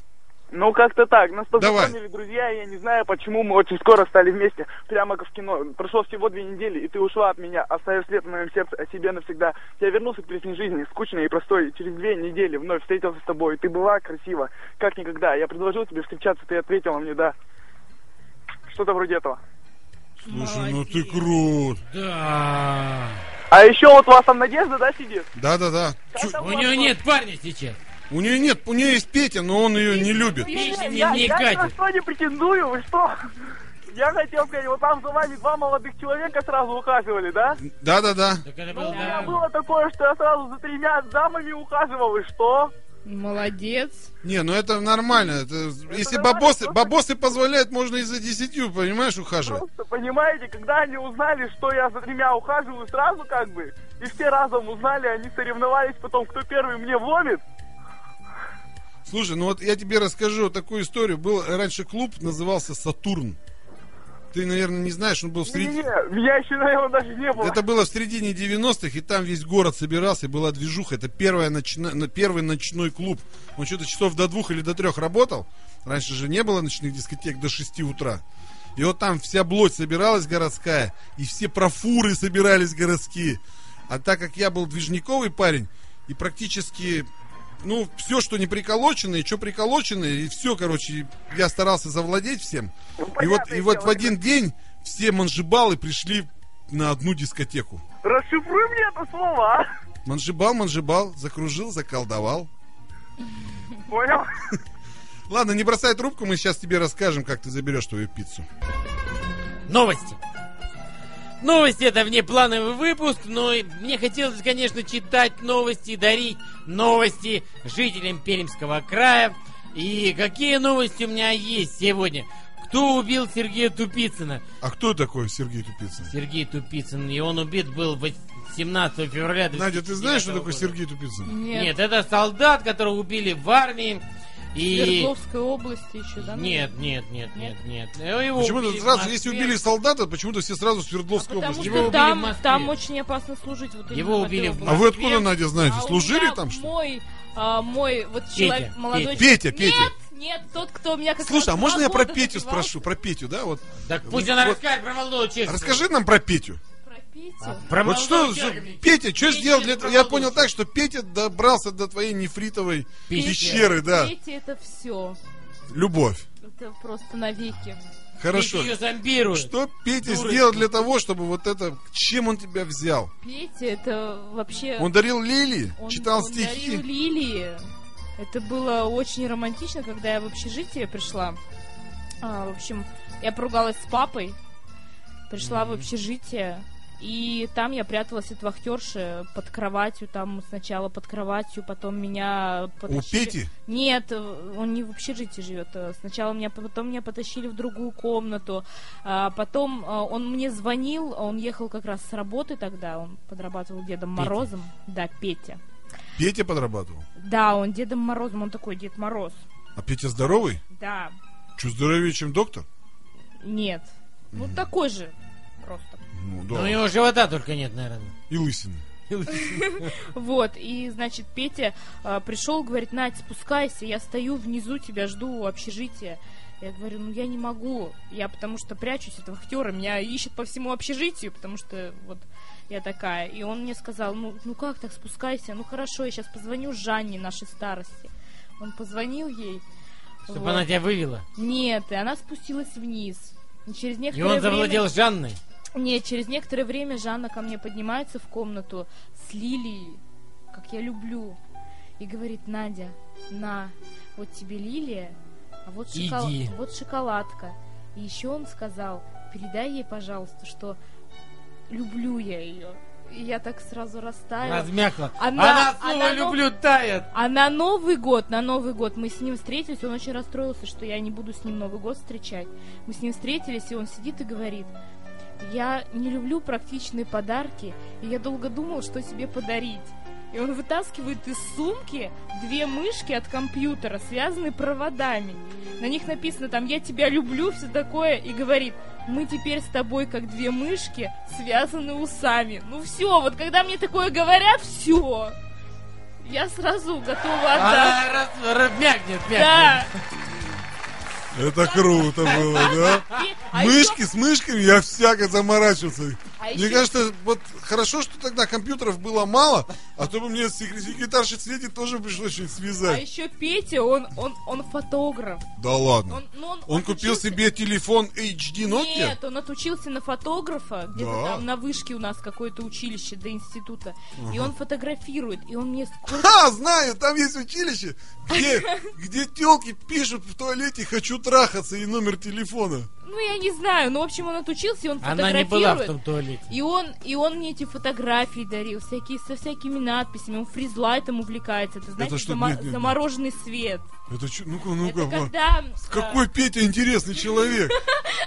Ну как-то так, нас
Давай.
познакомили друзья, и я не знаю, почему мы очень скоро стали вместе, прямо как в кино. Прошло всего две недели, и ты ушла от меня, оставив след в моем сердце о себе навсегда. Я вернулся к прежней жизни, скучной и простой, и через две недели вновь встретился с тобой. Ты была красива, как никогда. Я предложил тебе встречаться, ты ответила мне «да». Что-то вроде этого.
Слушай, ну ты крут.
Да.
А еще вот у вас там Надежда, да, сидит?
Да, да, да. Чё,
У него нет парня сейчас.
У нее нет, у нее есть Петя, но он ее не любит.
Песня
я,
не
я ни на
катит.
что не претендую, вы что? Я хотел сказать, вот там за вами два молодых человека сразу ухаживали, да?
Да, да, да.
Так это
Ну,
был,
у меня
да.
было такое, что я сразу за тремя дамами ухаживал, и что?
Молодец.
Не, ну это нормально. Это- если бабосы, бабосы позволяют, можно и за десятью, понимаешь, ухаживать.
Просто, понимаете, когда они узнали, что я за тремя ухаживаю сразу как бы, и все разом узнали, они соревновались потом, кто первый мне вломит.
Слушай, ну вот я тебе расскажу такую историю. Был раньше клуб, назывался Сатурн. Ты, наверное, не знаешь, он был в
Не-не-не,
среди...
меня еще, наверное, даже не было.
Это было в середине 90-х, и там весь город собирался, и была движуха. Это первая ночна- на- первый ночной клуб. Он что-то часов до двух или до трех работал. Раньше же не было ночных дискотек до 6 утра. И вот там вся блочь собиралась городская, и все профуры собирались городские. А так как я был движниковый парень, и практически, ну, все, что не приколочено, и что приколочено, и все, короче, я старался завладеть всем. и вот, и
Ну, понятное
вот в
дело,
один день все манжибалы пришли на одну дискотеку.
Расшифруй мне это слово, а?
Манжибал, манжибал, закружил, заколдовал.
Понял?
Ладно, не бросай трубку, мы сейчас тебе расскажем, как ты заберешь твою пиццу.
Новости. Новости это внеплановый выпуск, но и мне хотелось, конечно, читать новости, дарить новости жителям Пермского края. И какие новости у меня есть сегодня? Кто убил Сергея Тупицына?
А кто такой Сергей Тупицын?
Сергей Тупицын, и он убит был 17 февраля.
Надя, ты знаешь, что
2009
такое
года.
Сергей Тупицын?
Нет.
Нет.
это солдат, которого убили в армии. И...
Свердловской области еще, да? ну?
Нет, нет, нет, нет, нет. Э, его
Почему-то
убили в
сразу, если
Москве.
убили солдата, почему-то все сразу Свердловской
А Потому
области.
Его убили
что
в
там,
Москве.
там очень опасно служить. Вот именно
Его
в этой
убили в
области.
А вы откуда,
Москве.
Надя, знаете?
А у
Служили
меня
там, что ли?
Мой, а, мой вот человек,
Петя,
молодой
Петя,
человек-
Петя.
Нет, нет, тот, кто у меня как
Слушай,
раз
а
два
можно я про
года
Петю
добивался.
спрошу? Про Петю, да? Вот.
Так пусть она
Вот.
расскажет про молодого человека. А,
Расскажи нам про Петю.
Про Петю?
Про
Вот что,
молодого человека.
что- Петя, что
Петя
сделал для
это
этого? Я
правда
понял
лучше.
так, что Петя добрался до твоей нефритовой
Пещеры.
пещеры, да.
Петя это все.
Любовь.
Это просто навеки.
Хорошо.
Петя ее зомбирует.
Что Петя
Дурочка.
сделал для того, чтобы вот это... Чем он тебя взял?
Петя это вообще...
Он дарил лилии?
он-
читал
он дарил
стихи?
лилии. Это было очень романтично, когда я в общежитие пришла. А, в общем, я поругалась с папой, пришла в общежитие, и там я пряталась от вахтерши под кроватью, там сначала под кроватью, потом меня
У
потащили-
Пети?
Нет, э, он не в общежитии живет. Э, Сначала меня, потом меня потащили в другую комнату. А, Потом э, он мне звонил, он ехал как раз с работы тогда, он подрабатывал Дедом
Петя.
Морозом. Да, Петя.
Петя подрабатывал?
Да, он Дедом Морозом, он такой Дед Мороз.
А Петя здоровый?
Да,
Чуть здоровее, чем доктор?
нет. Ну, такой же просто.
Ну,
Но
да.
у него живота только нет, наверное.
И лысина.
Вот, и, значит, Петя э, пришел, говорит, Надь, спускайся, я стою внизу, тебя жду у общежития. Я говорю, ну я не могу, я потому что прячусь от вахтера, меня ищут по всему общежитию, потому что вот я такая. И он мне сказал, ну, ну как так, спускайся, ну хорошо, я сейчас позвоню Жанне нашей старости. Он позвонил ей.
Чтобы
вот.
она тебя вывела.
Нет, и она спустилась вниз. И через
И
некоторое
он завладел
время...
Жанной.
Нет, через некоторое время Жанна ко мне поднимается в комнату с лилией, как я люблю, и говорит, Надя, на, вот тебе лилия, а вот, шокол-
Иди.
вот шоколадка. И еще он сказал, передай ей, пожалуйста, что люблю я ее. И я так сразу растаяла.
Размякла. Она,
А, Она-
от слова
она ну-
люблю тает.
А на Новый год, на Новый год мы с ним встретились, он очень расстроился, что я не буду с ним Новый год встречать. Мы с ним встретились, и он сидит и говорит, я не люблю практичные подарки, и я долго думал, что себе подарить. И он вытаскивает из сумки две мышки от компьютера, связанные проводами. На них написано там «Я тебя люблю», все такое, и говорит «Мы теперь с тобой как две мышки, связаны усами». Ну все, вот когда мне такое говорят, все. Я сразу готова отдать.
Она раз, раз- мягнет, мягнет.
Да.
Это круто было, да?
И- а
Мышки
еще-
с мышками я всяко заморачивался.
а
Мне
еще-
кажется, вот хорошо, что тогда компьютеров было мало, а то бы мне секре- секретарше Свети тоже пришлось что-нибудь
а
связать.
еще Петя, он, он, он фотограф.
Да ладно.
Он, ну, он,
Он купил
отучился-
себе телефон HD Nokia?
Нет, он отучился на фотографа, где-то
Да.
там на вышке у нас какое-то училище до института. И он фотографирует, и он мне сколько...
Ха, знаю, там есть училище, где, где телки пишут в туалете «хочу трахаться» и номер телефона.
Ну, я не знаю, ну, в общем, он отучился, и он
Она не была в
фотографирует.
том туалете.
И он, и он мне эти фотографии дарил, всякие, со всякими надписями. Он фризлайтом увлекается. Это значит,
что, нет,
зама-
нет, нет.
замороженный свет.
Это чё- ну-ка, ну-ка.
Это
Влад.
когда...
Какой Петя интересный человек.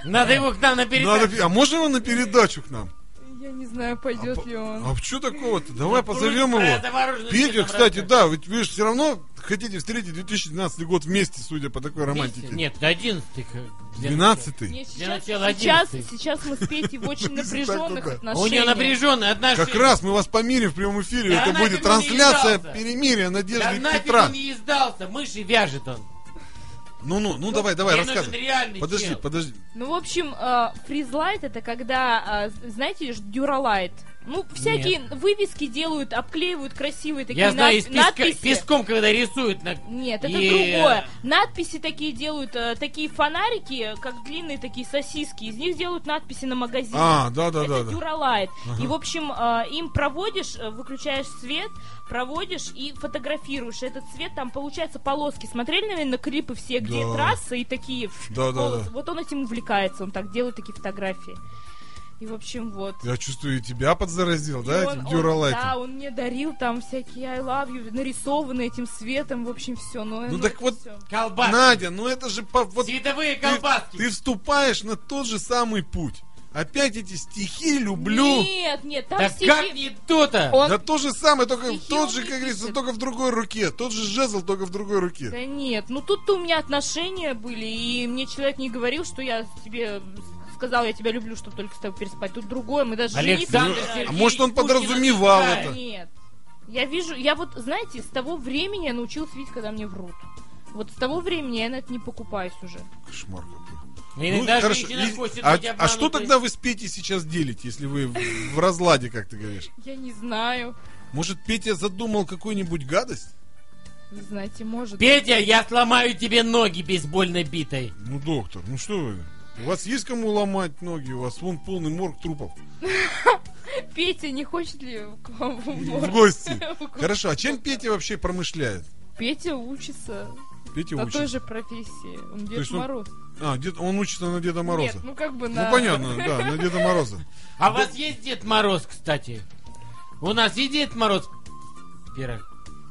Надо его к нам на передачу.
Надо пе- а можно его на передачу к нам?
э, Я не знаю, пойдет ли он.
А что такого-то? Давай позовем
Про
его.
замороженный
Петя,
сыр
кстати,
обратно.
да, ведь вы же все равно хотите встретить 2012 год вместе, судя по такой романтике.
Нет, до 11
12
Нет,
Я
сейчас,
начала
сейчас,
11.
сейчас мы с Петей в очень
Если так,
напряженных
то да.
А У нее
отношениях.
напряженные отношения.
Как раз мы вас помирим в прямом эфире.
Да
Это
нафиг
будет
он
трансляция
не издался.
перемирия
Да
Надежды и
нафиг
Петра.
он не издался, мыши вяжет он.
Ну, ну, ну, давай, давай,
Мне нужен
рассказывай.
реальный
Подожди,
чел.
подожди.
Ну, в общем, э, фризлайт это когда, э, знаете, ж- дюралайт. Ну, всякие вывески делают, обклеивают красивые такие
Я знаю,
над-
из песка-
надписи.
песком, когда рисуют на...
Нет, это
И-
другое. Надписи такие делают, э, такие фонарики, э, как длинные такие сосиски. Из них делают надписи на магазине.
А, да, да, да,
это
да.
дюралайт.
Ага.
И, в общем, э, им проводишь, э, выключаешь свет, проводишь и фотографируешь. Этот цвет, там, получается, полоски. Смотрели, наверное, на клипы все, где
Да.
трассы и такие ф,
Да, да,
полосы?
да.
Вот он этим увлекается, он так делает такие фотографии. И, в общем, вот.
Я чувствую, и тебя подзаразил, да,
И
этим
он-
дюралайтом?
Да, он мне дарил там всякие I love you, нарисованные этим светом, в общем, все. Ну,
Ну, так
это
вот,
всё.
Колбаски.
Надя, ну это же по- вот
Световые
ты-
колбаски.
Ты вступаешь на тот же самый путь. Опять эти стихи люблю.
Нет, нет, там
Да
стихи-
как не то-то?
Он-
Да то же самое, только
Стихи
тот
он
же,
не
как говорится,
пишет.
только в другой руке. Тот же жезл, только в другой руке.
Да нет, ну тут-то у меня отношения были, и мне человек не говорил, что я тебе сказал, я тебя люблю, чтобы только с тобой переспать. Тут другое, мы даже жениться
Александр
не собирались.
Сергеевич
А может, он
Пушкин
подразумевал
отдыхает.
это?
Нет. Я вижу, я вот, знаете, с того времени я научилась видеть, когда мне врут. Вот с того времени я на это не покупаюсь уже.
Кошмар какой.
И
Ну,
даже
хорошо,
женщина
и-
хочет
а,
быть
а что
обманутой.
тогда вы с Петей сейчас делите, если вы в, в разладе, как ты говоришь?
Я не знаю.
Может, Петя задумал какую-нибудь гадость?
Не знаете, может.
Петя, я сломаю тебе ноги бейсбольной битой.
Ну, доктор, ну что вы? У вас есть кому ломать ноги? У вас вон полный морг трупов.
Петя не хочет ли к вам в
В
морг?
гости. Хорошо, а чем Петя вообще промышляет?
Петя учится
Петя
на той
учится.
же профессии. Он
То есть
Дед
он
Мороз.
А, дед, он учится на Деда Мороза.
Нет, ну как бы на...
Ну, понятно, да, на Деда Мороза.
А у вас есть Дед Мороз, кстати? У нас есть Дед Мороз? Пирог.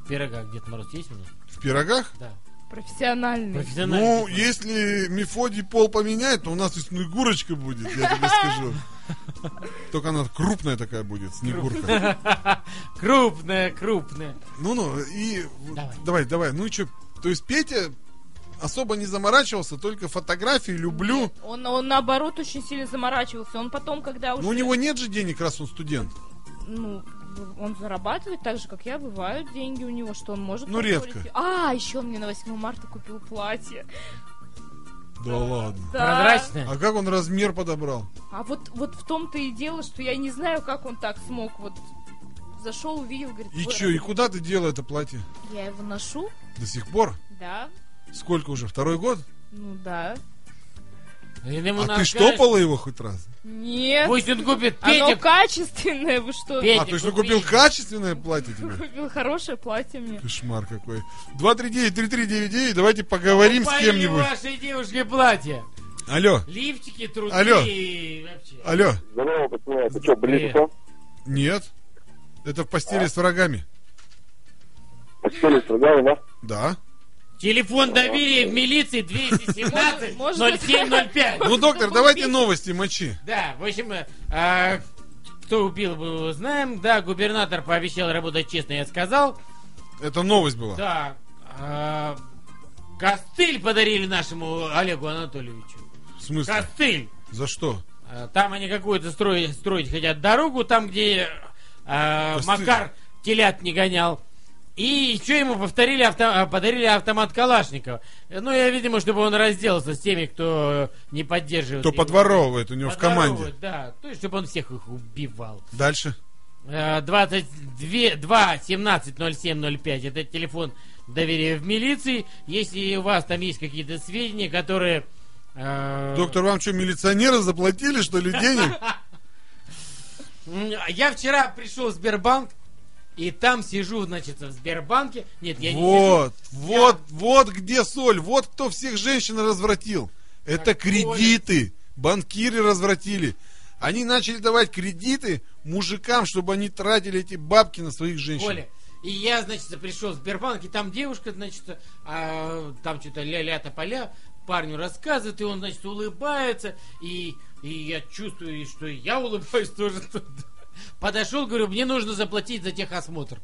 Пирога Дед Мороз есть у нас?
В пирогах?
Да.
Профессиональный.
Профессиональный.
Ну, если Мефодий пол поменяет, то у нас и снегурочка будет, я тебе скажу. Только она крупная такая будет, снегурка.
Крупная, крупная.
Ну-ну, ну, и... вот
Давай.
Давай, давай, ну и что? То есть Петя особо не заморачивался, только фотографии люблю.
Он, он наоборот очень сильно заморачивался. Он потом, когда уже...
Но Ну, у него нет же денег, раз он студент.
Ну, он зарабатывает так же, как я, бывают деньги у него, что он может...
Ну,
позволить.
редко.
А, еще он мне на 8 марта купил платье.
Да ладно.
Да.
Прозрачная?
А как он размер подобрал?
А вот, вот в том-то и дело, что я не знаю, как он так смог. Вот зашел, увидел, говорит...
И
«Вы-
чё, и куда ты делал это платье?
Я его ношу,
До сих пор?
да,
Сколько уже? Второй год?
ну да.
Или ему
А
надо
ты
сказать,
штопала его хоть раз?
Нет,
Пусть он купит
оно
Петя.
качественное, вы что?
Петя,
А, то есть он
купи.
купил качественное платье тебе?
Купил хорошее платье мне.
Кошмар какой. 239-3399, давайте поговорим с
Купали
кем-нибудь.
вашей девушке платье.
Алло,
Лифчики, трусы
Алло.
и вообще.
алло.
Здорово, пацаны. А Ты что, близко?
Нет. Это в постели с врагами.
Постели страдали, да?
Да.
Телефон доверия в милиции 217
Может, может,
0705.
Ну, доктор,
Вы
давайте
убийца.
новости мочи.
Да, в общем, э, а, кто убил, мы знаем. Да, губернатор пообещал работать честно, я сказал.
Это новость была.
Да. а, Костыль подарили нашему Олегу Анатольевичу.
В смысле?
Костыль.
За что?
А, Там они какую-то строить, строить хотят дорогу, там, где а,
Костыль.
Макар телят не гонял. И еще ему повторили авто- а, подарили автомат Калашникова. Э, Ну, я, видимо, чтобы он разделался с теми, кто не поддерживает.
Кто
его.
подворовывает у него в
Подворовывает,
команде.
Да, то есть, чтобы он всех их убивал.
Дальше.
Э, 22 2 17 07 05 это телефон доверия в милиции. Если у вас там есть какие-то сведения, которые... э,
Доктор, вам что, милиционеры заплатили, что ли, денег?
м, Я вчера пришел в Сбербанк, и там сижу, значит, в Сбербанке. Нет, я
Вот, вот, вот где соль, вот кто всех женщин развратил. Это
Какой?
кредиты. банкиры развратили. Они начали давать кредиты мужикам, чтобы они тратили эти бабки на своих женщин.
Оля, и я, значит, пришел в Сбербанк, и там девушка, значит, а, там что-то ля-ля-то поля парню рассказывает, и он, значит, улыбается, и, и я чувствую, и что и я улыбаюсь тоже. Подошел, говорю, мне нужно заплатить за техосмотр.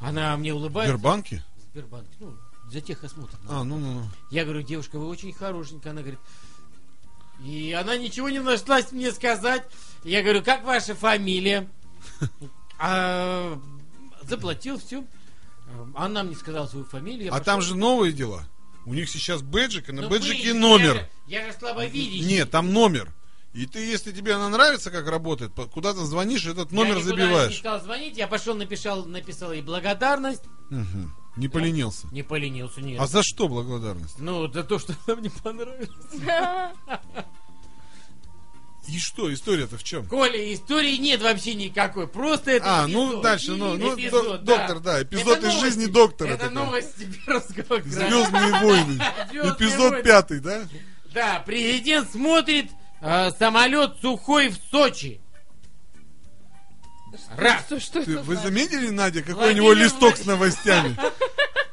Она мне
В
улыбается.
Сбербанке?
Сбербанк. Ну, за техосмотр. надо.
А, ну, ну, ну.
Я говорю, девушка, вы очень хорошенькая. Она говорит, и она ничего не нашлась мне сказать. Я говорю, как ваша фамилия? А, заплатил всю. Она мне сказала свою фамилию. я
А
пошел.
там же новые дела. У них сейчас бэджик, и на
Ну,
бэджике
блин,
номер.
Я же, я же слабовидящий.
Нет, там номер. И ты, если тебе она нравится, как работает, по- куда-то звонишь, этот
я
номер
никуда не
забиваешь.
стал звонить, я пошел, написал, написал ей благодарность.
Мгм. Не поленился.
Не поленился, нет.
А за что благодарность?
Ну, за то, что она мне понравилась.
И что, история-то в чем?
Коля, истории нет вообще никакой. Просто это
А, ну,
эпизод.
дальше, ну, ну,
Эпизод,
док- доктор, да, эпизод
Это
из
новости.
жизни доктора
Это
такой.
новости Пермского края.
Звездные войны.
Звездные войны.
Эпизод пятый, да?
Да, президент смотрит э, самолет сухой в Сочи. Раз.
Что, что
Ты-
это
Вы
значит?
заметили, Надя, какой
Владимир
у него листок с
Владимирович.
новостями?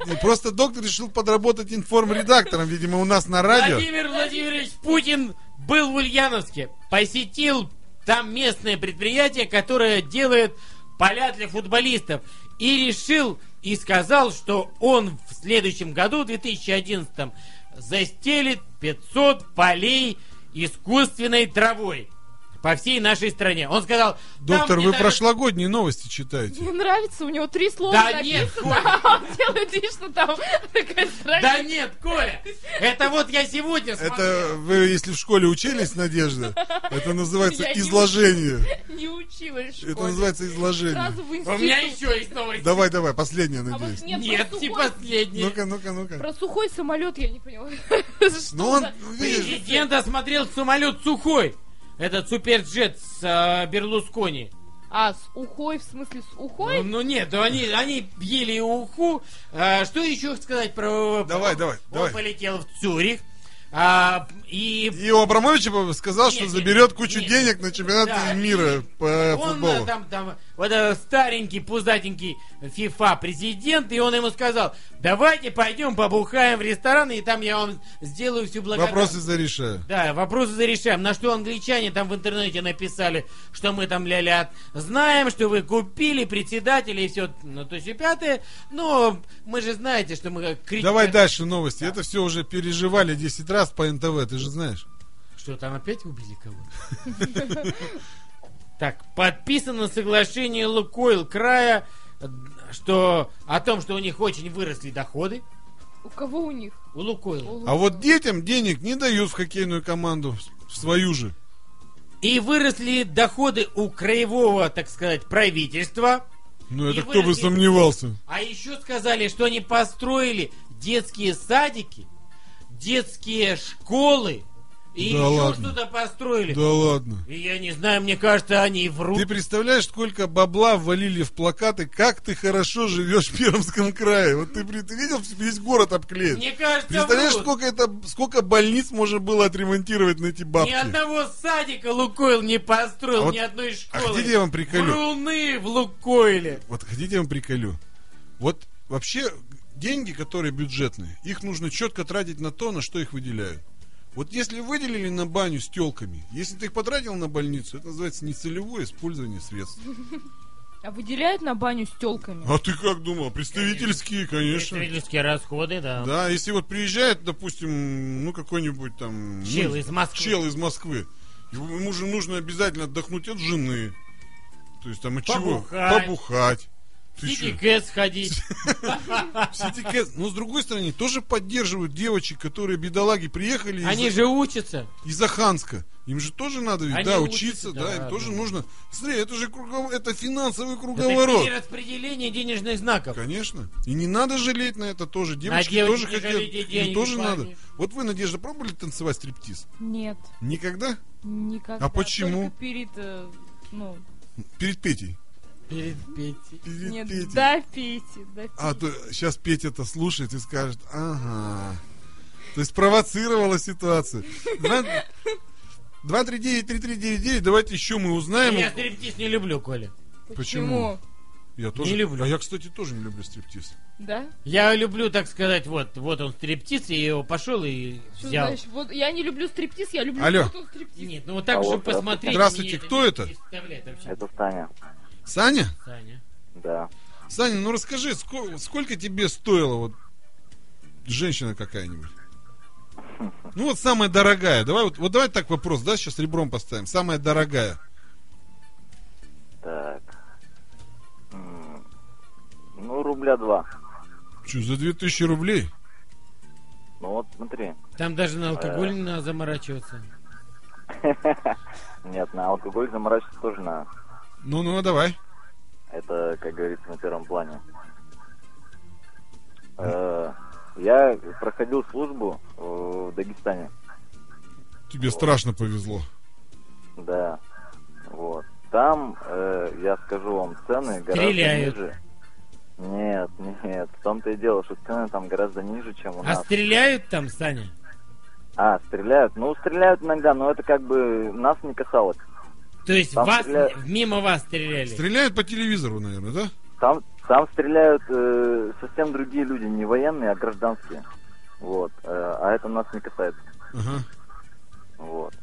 Не, Просто доктор решил подработать информредактором, видимо, у нас на радио.
Владимир Владимирович Путин был в Ульяновске. Посетил там местное предприятие, которое делает поля для футболистов. И решил и сказал, что он в следующем году, в 2011, застелит 500 полей искусственной травой по всей нашей стране. Он сказал... «Там
Доктор,
мне
вы
даже
прошлогодние новости читаете.
Мне нравится, у него три слова
Да
написано,
нет, Коля,
а он делает вид, что там такая страница.
да нет, Коля, это вот я сегодня
Это
смотрел.
вы, если в школе учились, Надежда, это называется
Я не
изложение.
Не училась в школе.
Это называется изложение.
Сразу в
У меня
институт.
еще есть новость.
Давай, давай, последнее,
А вот
надеюсь.
нет, про
Нет, не
сухой-
последний.
Ну-ка, ну-ка, ну-ка.
Про сухой самолет я не поняла.
Ну он, видишь,
Президент осмотрел самолет сухой. Этот суперджет с э, Берлускони.
А, с ухой, в смысле с
Ну,
ухой?
ну нет, ну они, они ели уху. А, что еще сказать про...
Давай, давай,
Он
давай.
полетел в Цюрих. А, и
и у Абрамовича сказал, что
Нет,
заберет
нет,
кучу
нет.
денег на чемпионат
Да,
мира по
он э,
футболу.
там, там, вот этот старенький, пузатенький ФИФА президент, и он ему сказал, давайте пойдем побухаем в ресторан, и там я вам сделаю всю благодарность.
Вопросы зарешаю.
Да, вопросы зарешаем. На что англичане там в интернете написали, что мы там ля-ля знаем, что вы купили председателя и все, ну, то есть и пятое. Но мы же знаете, что мы как критика...
Давай дальше новости. Это все уже переживали 10 раз по НТВ, ты же знаешь. А
Что, там опять убили кого-то? Так, подписано соглашение Лукойл края, э, что о том, что у них очень выросли доходы.
У кого у них?
У Лукойла.
У
А вот детям денег не дают в хоккейную команду, в свою же.
И выросли доходы у краевого, так сказать, правительства.
Ну это
И
кто бы
выросли-
сомневался.
А еще сказали, что они построили детские садики, детские школы и еще
Да ладно.
что-то построили.
Да ладно.
И я не знаю, мне кажется, они и врут.
Ты представляешь, сколько бабла ввалили в плакаты, как ты хорошо живешь в Пермском крае. Вот ты, при- ты видел, весь город обклеен.
Мне кажется,
Представляешь,
врут.
сколько, это, сколько больниц можно было отремонтировать на эти бабки?
Ни одного садика Лукойл не построил,
А вот-
ни одной
А
школы.
хотите я вам приколю?
Вруны в Лукойле.
Вот хотите я вам приколю? Вот вообще деньги, которые бюджетные, их нужно четко тратить на то, на что их выделяют. Вот если выделили на баню с телками, если ты их потратил на больницу, это называется нецелевое использование средств.
А выделяют на баню с телками?
А ты как думал? Представительские, конечно.
Представительские расходы, да.
Да, если вот приезжает, допустим, ну какой-нибудь там... ну,
Чел из Москвы.
Чел из Москвы. Ему ему же нужно обязательно отдохнуть от жены. То есть там от чего?
Побухать.
Побухать. Ты чё?
Сити Кэс ходить.
Сити Кэт, но с другой стороны, тоже поддерживают девочек, которые бедолаги приехали
Они
из,
же учатся.
из Аханска. Им же тоже надо ведь,
Они
да,
учатся,
учиться, да,
да,
им
да.
тоже нужно. Смотри, это же кругов- это финансовый
Это
круговорот.
перераспределение денежных знаков.
Конечно. И не надо жалеть на это тоже. Девочки
девочек
тоже
не
хотят.
жалейте
им
деньги,
тоже
парни.
надо. Вот вы, Надежда, пробовали танцевать стриптиз?
Нет,
Никогда?
никогда.
А почему?
Только перед, э, ну,
Перед Петей.
Перед Петей.
Перед
нет,
Петей.
до Пети, до Пети.
А, то сейчас Петя это слушает и скажет, ага. То есть провоцировала ситуацию. Знаете, 239-3399, давайте еще мы узнаем.
Я стриптиз не люблю, Коля.
А Почему? Я тоже
не люблю.
А я, кстати, тоже не люблю стриптиз.
Да?
Я люблю, так сказать, вот, вот он стриптиз, и я его пошел и
Что
взял.
значит? Вот я не люблю стриптиз, я люблю
Алло.
вот он стриптиз.
Нет, ну вот так
Алло,
же посмотреть.
здравствуйте.
мне
Кто
не
это?
представляет вообще.
Это Саня.
Саня?
Саня.
Да.
Саня, ну расскажи, ско- сколько тебе стоила вот женщина какая-нибудь? Ну вот самая дорогая. Давай вот, вот давай так вопрос, да, сейчас ребром поставим. Самая дорогая.
Так. М, Ну, рубля два.
Че, за 2000 рублей?
Ну вот, смотри.
Там даже на
Э,
алкоголь не надо заморачиваться.
Нет, на алкоголь заморачиваться тоже надо.
Ну, ну, давай.
Это, как говорится, на первом плане. Э, Я проходил службу э, в Дагестане.
Тебе страшно повезло.
Да. Вот. Там, э, я скажу вам, цены гораздо
Стреляют.
ниже. Нет, нет. В том-то и дело, что цены там гораздо ниже, чем у
А
нас.
стреляют там, Саня?
А, стреляют. Ну, стреляют иногда, но это как бы нас не касалось.
То есть
Там
вас,
стреляют.
мимо вас стреляли?
Стреляют по телевизору, наверное, да?
Там, там стреляют э, совсем другие люди, не военные, а гражданские. Вот. Э, а это нас не касается.
Ага.
Вот.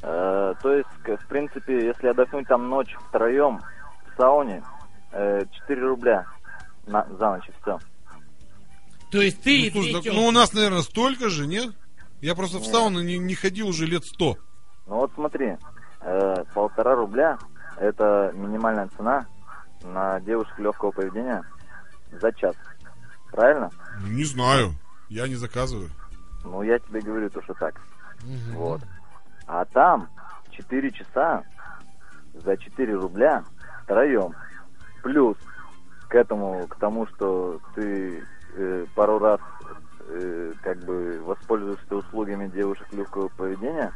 Э, то есть, к- в принципе, если отдохнуть там ночь втроем в сауне, э, 4 рубля на, за ночь и все.
То есть ты и
ну, слушай,
три
так,
тёлки.
ну, у нас, наверное, столько же, нет? Я просто в
Нет.
сауну не, не ходил уже лет сто.
Ну вот смотри, э, полтора рубля это минимальная цена на девушек легкого поведения за час. Правильно?
Ну, не знаю. Я не заказываю.
Ну я тебе говорю то, что так.
Мгм.
Вот. А там 4 часа за 4 рубля втроем. Плюс к этому, к тому, что ты э, пару раз э, как бы воспользуешься услугами девушек легкого поведения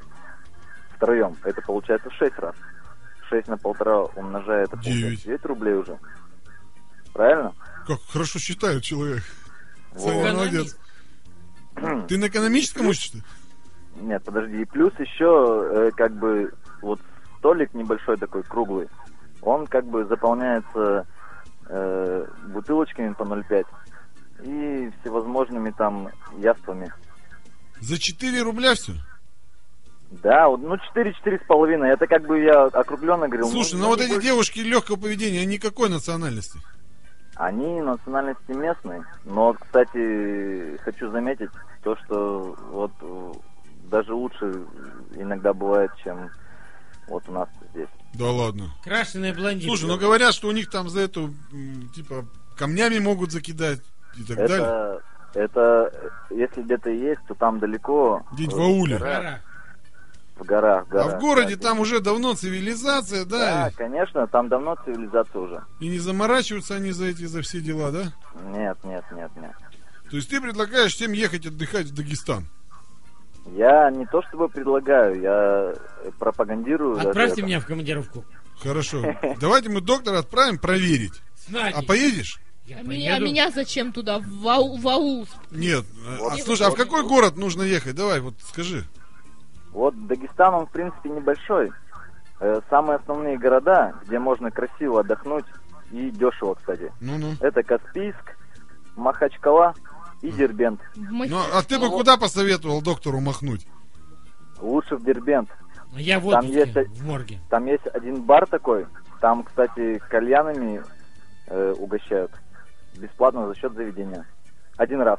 втроем. Это получается 6 раз. 6 на полтора умножая это
Девять.
получается 9 рублей уже. Правильно?
Как хорошо считает человек.
Вот.
Саня, молодец.
Экономист.
Ты на экономическом учишься?
Нет, подожди. И плюс еще, э, как бы, вот столик небольшой такой, круглый, он как бы заполняется э, бутылочками по 0,5 и всевозможными там яствами.
За 4 рубля все?
Да, вот, ну 4-4,5, это как бы я округленно говорил.
Слушай, ну
не
вот эти
больше.
девушки легкого поведения, они какой национальности?
Они национальности местные, но, кстати, хочу заметить то, что вот э, даже лучше иногда бывает, чем вот у нас здесь.
Да ладно.
Крашеная блондинка.
Слушай, ну говорят, что у них там за эту, м, типа, камнями могут закидать и так далее.
Это, это, э, если где-то и есть, то там далеко.
Где-нибудь в
э,
ауле.
В
Гора.
горах, в горах. в
А
горах,
в городе
да.
там уже давно цивилизация, да?
Да, конечно, там давно цивилизация уже.
И не заморачиваются они за эти, за все дела, да?
Нет, нет, нет, нет.
То есть ты предлагаешь всем ехать отдыхать в Дагестан?
Я не то чтобы предлагаю, я э, пропагандирую. даже
Отправьте
это.
меня в командировку.
Хорошо. Давайте мы доктора отправим проверить.
С
А
Надей.
поедешь?
Я
А меня, а
поеду.
меня зачем туда? В ау- в аул?
Нет. А,
Вот.
слушай, а в какой город нужно ехать? Давай, вот скажи.
Вот Дагестан, он, в принципе, небольшой. Э, Самые основные города, где можно красиво отдохнуть и дешево, кстати.
Ну-ну.
Это Каспийск, Махачкала и Дербент.
В Мах-
Ну, а ты бы куда посоветовал доктору махнуть?
Лучше в Дербент.
Я в
Там
отпуске,
есть- э-
в морге.
Там есть один бар такой, там, кстати, кальянами э, угощают. Бесплатно за счет заведения. Один раз.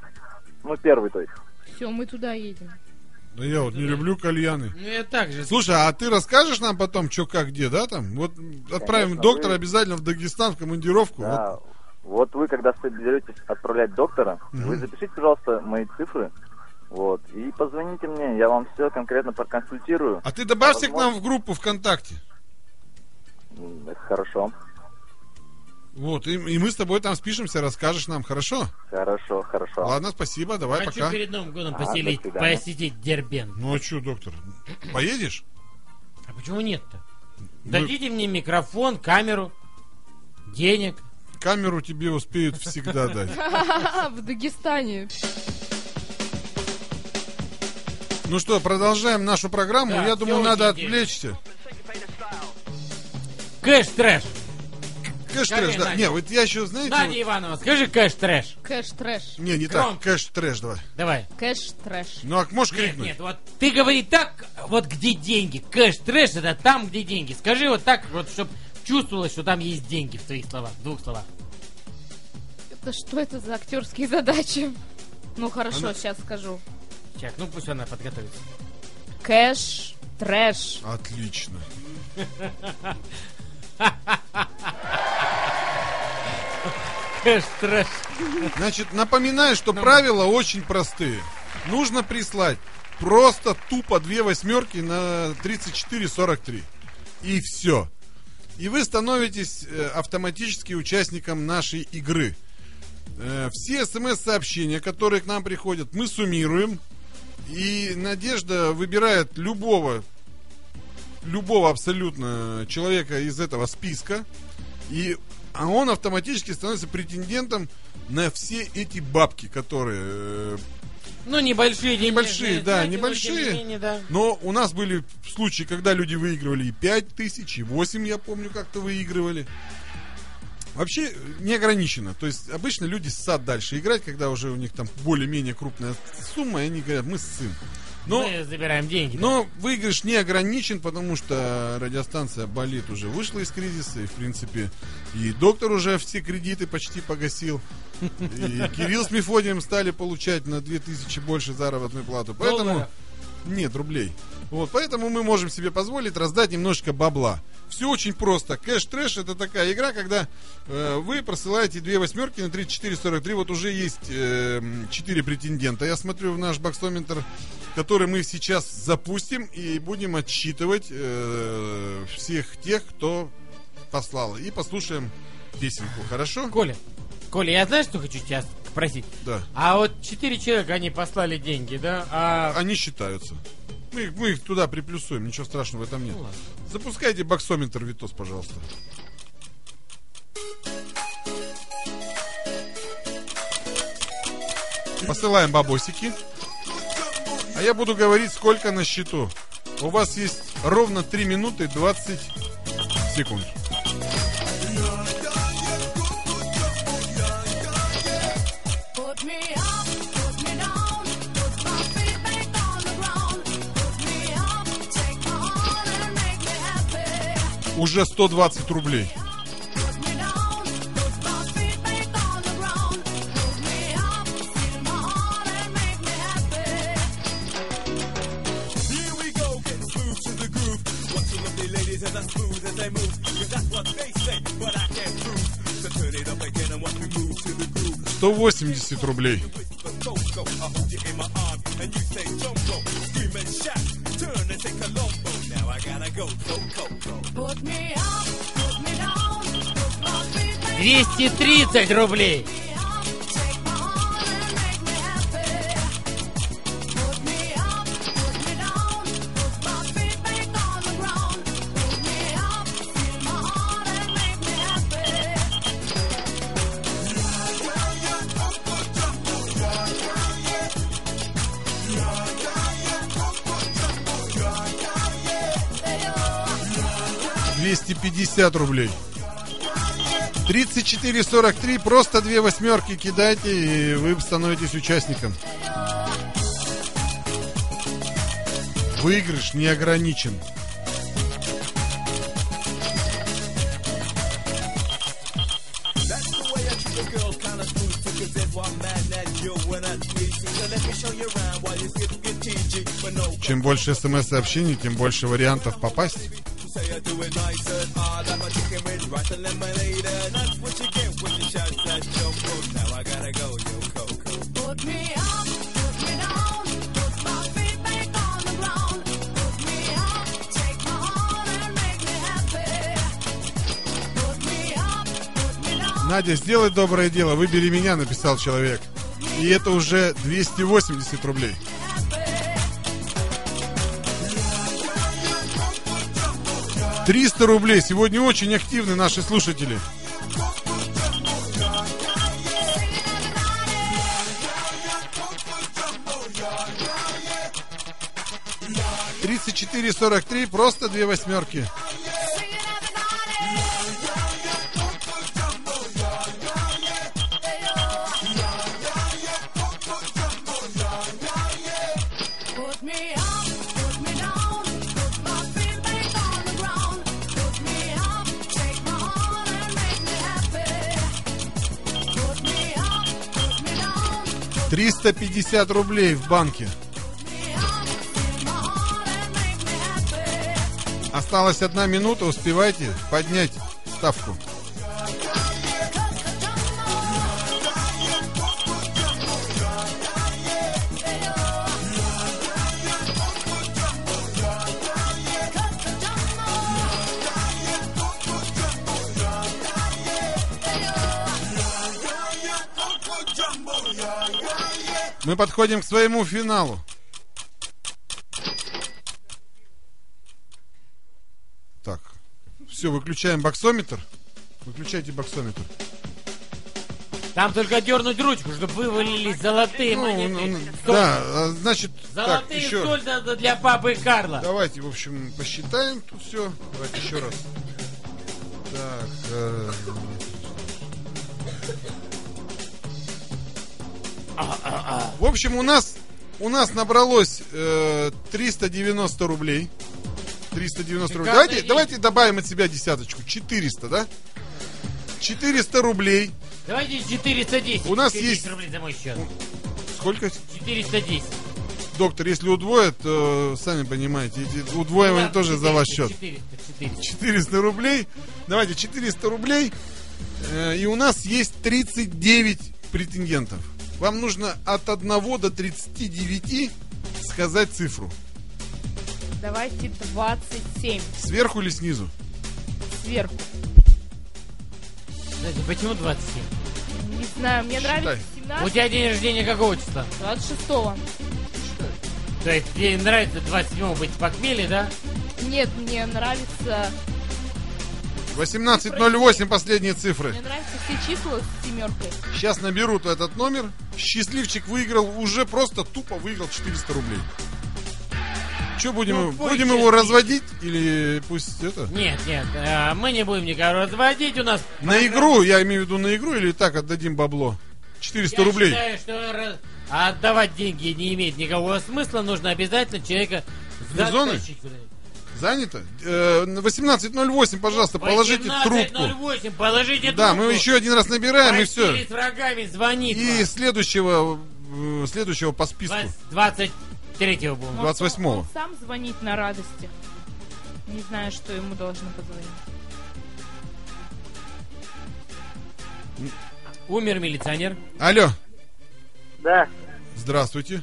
Ну, первый, то есть.
Все, мы туда едем.
Да я вот не люблю кальяны.
Ну я так же.
Слушай, а ты расскажешь нам потом, что как где, да, там? Вот м, отправим
Конечно,
доктора
вы-
обязательно в Дагестан в командировку.
Да. А Вот вы, когда соберетесь отправлять доктора, вы запишите, пожалуйста, мои цифры. Вот. И позвоните мне, я вам все конкретно проконсультирую.
Вот. А ты добавься
А
к нам в группу ВКонтакте.
М, Это хорошо.
Вот, и, и мы с тобой там спишемся, расскажешь нам, хорошо?
Хорошо, хорошо.
Ладно, спасибо, давай,
Хочу
пока.
перед Новым годом
А,
поселить,
до свидания.
посетить Дербент.
Ну а что, доктор, поедешь?
А почему нет-то?
Ну-
Дадите мне микрофон, камеру, денег.
Камеру тебе успеют всегда дать.
В Дагестане.
Ну что, продолжаем нашу программу.
Да,
Я думаю,
всё
надо
очень
отвлечься.
Кэш-трэш.
Кэш-трэш, да.
Надя.
Не, вот я еще, знаете...
Надя Иванова, скажи кэш-трэш.
Кэш-трэш.
вот- Не, не так.
Громко.
Кэш-трэш давай.
Давай.
Кэш-трэш.
Ну, а можешь
Нет,
крикнуть?
нет, вот ты говори так, вот где деньги. Кэш-трэш это там, где деньги. Скажи вот так, вот, чтобы чувствовалось, что там есть деньги в твоих словах, в двух словах.
Это что это за актерские задачи? Ну хорошо,
Она-
сейчас скажу.
Сейчас, ну пусть она подготовится.
Кэш-трэш.
Отлично.
Кэш-трэш.
Значит, напоминаю, что правила очень простые. Нужно прислать просто тупо две восьмерки на 34-43. И все. И вы становитесь э, автоматически участником нашей игры. Э, все смс-сообщения, которые к нам приходят, мы суммируем. И Надежда выбирает любого, любого абсолютно человека из этого списка. И а он автоматически становится претендентом на все эти бабки, которые... э,
Ну, небольшие деньги.
Небольшие, да,
знаете, но тем не
небольшие.
менее, да.
Но у нас были случаи, когда люди выигрывали и 5 тысяч, и 8, я помню, как-то выигрывали. Вообще э, не ограничено. То есть обычно люди ссат дальше играть, когда уже у них там более-менее крупная сумма, и они говорят, мы ссым. Но,
Мы забираем деньги. Ну,
но выигрыш не ограничен, потому что радиостанция «Болит» уже вышла из кризиса, и, в принципе, и доктор уже все кредиты почти погасил. И Кирилл с Мефодием стали получать на 2000 больше заработную плату. Поэтому...
Долларов.
Нет, рублей. Вот, поэтому мы можем себе позволить раздать немножечко бабла. Все очень просто. Кэш-трэш это такая игра, когда э, вы просылаете две восьмерки на 3443. Вот уже есть э, м, четыре претендента. Я смотрю в наш боксометр, который мы сейчас запустим и будем отсчитывать э, всех тех, кто послал. И послушаем песенку, хорошо?
Коля, Коля, я знаю, что хочу тебя спросить.
Да.
А вот четыре человека, они послали деньги, да? А...
Они считаются. Мы их, мы их туда приплюсуем, ничего страшного в этом нет.
Ну ладно.
Запускайте боксометр, Витос, пожалуйста. Посылаем бабосики. А я буду говорить, сколько на счету. У вас есть ровно 3 минуты 20 секунд.
Put me up, put me down, put my feet back on the ground. Put me up, take my heart and make me happy.
Уже 120 рублей.
Put me down, put my feet back on the ground. Put me up, fill my heart and make me happy.
Here we go, getting smooth to the groove. Watch the lovely ladies as I smooth as they move. Cause that's what they say, but I can't prove. So turn it up again and watch me move to the groove.
180 рублей.
But go, go, I hold you in my arm. And you say, jumbo, scream and shout. Turn and take a lombo. Now I gotta go, go, go, go.
Put me up, put me down, put my feet back
230 рублей.
up, take my heart and make me happy. Put me up, put me down, put my feet back on the ground. Put me up, fill my heart and make me happy.
Ой. 250 рублей. 34-43, просто две восьмерки кидайте, и вы становитесь участником. Выигрыш не ограничен.
That's the way I treat the girls, kinda smooth. too, Cause if I'm mad at you when I squeeze you. So let me show you around while you skip your TG. But no,
Чем больше смс-сообщений, тем больше вариантов попасть.
say I do it nice and hard. I'm a chicken with rice and lemonade. And that's what you get when you shout that jumbo. Now I gotta go, yo, go, go.
Put me up, put me down, put my feet back on the ground. Put me up, take my heart and make me happy. Put me up, put me down.
Надя, сделай доброе дело, выбери меня, написал человек. И это уже 280 рублей. Триста рублей. Сегодня очень активны наши слушатели. 3443, просто две восьмерки.
Put me up, put me down, put my feet back on the ground. Put me up, take my heart and make me happy. Put me up, put me down,
350 рублей в банке.
my heart and make me happy.
Осталась одна минута, успевайте поднять ставку. Мы подходим к своему финалу. Так. Все, выключаем боксометр. Выключайте боксометр.
Там только дернуть ручку, чтобы вывалились золотые
Ну,
монеты.
ну, ну,
Соль.
да, а, значит, так,
Золотые
еще.
соль надо для папы Карла.
Давайте, в общем, посчитаем тут все. Давайте еще раз. Так. э, В общем, у нас у нас набралось э, 390 рублей. 390
Шикарная
рублей. Давайте,
вещь.
давайте добавим от себя десяточку. 400, да? 400 рублей.
Давайте 410.
У нас
410
есть-
рублей за мой счет.
Сколько?
410.
Доктор, если удвоят, то сами понимаете, эти удвоивание
Да,
тоже за ваш
400,
счет.
400, 400.
400 рублей. Давайте 400 рублей. Э, И у нас есть 39 претендентов. Вам нужно от 1 до 39 сказать цифру.
Давайте 27
Сверху или снизу?
сверху.
Кстати, почему 27?
Не знаю, мне
Считай.
нравится
У
17
тебя день рождения какого числа?
26
То есть тебе нравится 27 быть в похмелье, да?
Нет, мне нравится...
1808 последние цифры.
Мне нравятся все числа с семеркой.
Сейчас наберут этот номер. Счастливчик выиграл уже просто тупо выиграл 400 рублей. Что будем, его-
Тупой
будем его
счастливчик.
разводить или пусть это?
Нет, нет, э, мы не будем никого разводить, у нас...
На игру, я имею в виду на игру или так отдадим бабло? 400
Я
рублей.
считаю, что раз- отдавать деньги не имеет никакого смысла, нужно обязательно человека...
Вне зоны?
затащить куда-нибудь.
Занято? Э, 18.08, пожалуйста, положите трубку.
18:08, положите
Да,
трубку.
мы еще один раз набираем и
Постели
все.
с врагами звонит
И следующего, э, следующего по списку.
вам. 23-го, по-моему.
Может,
28-го.
он сам звонит на радости. Не знаю, что ему должно позвонить.
Умер милиционер.
Алло,
Да,
здравствуйте.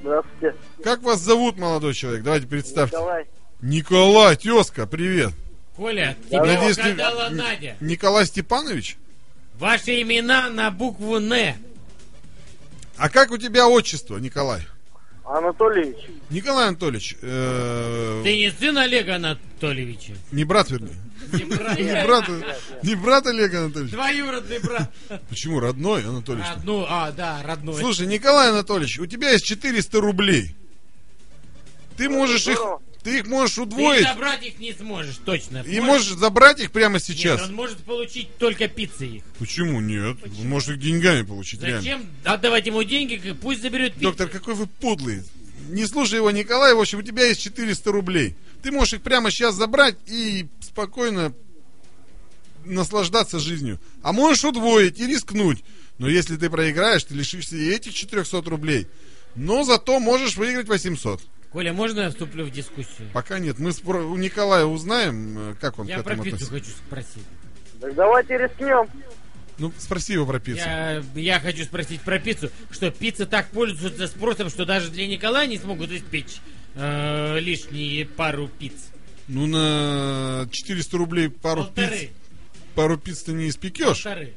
здравствуйте.
Как вас зовут, молодой человек? Давайте представьте.
Давай.
Николай, тезка, привет.
Коля, тебе
Давай. А Надеюсь, ты-
угадала Надя.
Николай Степанович?
Ваши имена на букву Н.
А как у тебя отчество, Николай?
Анатольевич.
Николай Анатольевич, э,
Ты не сын Олега Анатольевича?
не брат, вернее.
Ты брат.
Не брат, не брат Олег Анатольевич.
Двоюродный брат.
Почему? Родной Анатольевич.
Родну, а, да, родной.
Слушай, Николай Анатольевич, у тебя есть 400 рублей. Ты можешь их, ты их можешь
Ты
удвоить
забрать их не сможешь, точно.
и можешь забрать их прямо
Нет,
сейчас.
он может получить только пиццы их.
Почему нет? Он может их деньгами получить реально.
Зачем отдавать ему деньги, как- пусть заберет пиццу.
Доктор, какой вы подлый. Не слушай его, Николай. В общем, у тебя есть 400 рублей. Ты можешь их прямо сейчас забрать и спокойно наслаждаться жизнью. А можешь удвоить и рискнуть. Но если ты проиграешь, ты лишишься и этих 400 рублей. Но зато можешь выиграть 800.
Коля, можно я вступлю в дискуссию?
Пока нет. Мы спро- у Николая узнаем, э, как он к
Я про
этому
пиццу
относится.
хочу спросить.
Так давайте рискнем.
Ну, спроси его про пиццу.
Я, я хочу спросить про пиццу, что пицца так пользуется спросом, что даже для Николая не смогут испечь э, лишние пару пицц.
Ну, на 400 рублей пару пиц,
Полторы.
пару пиц ты не испекешь.
Полторы.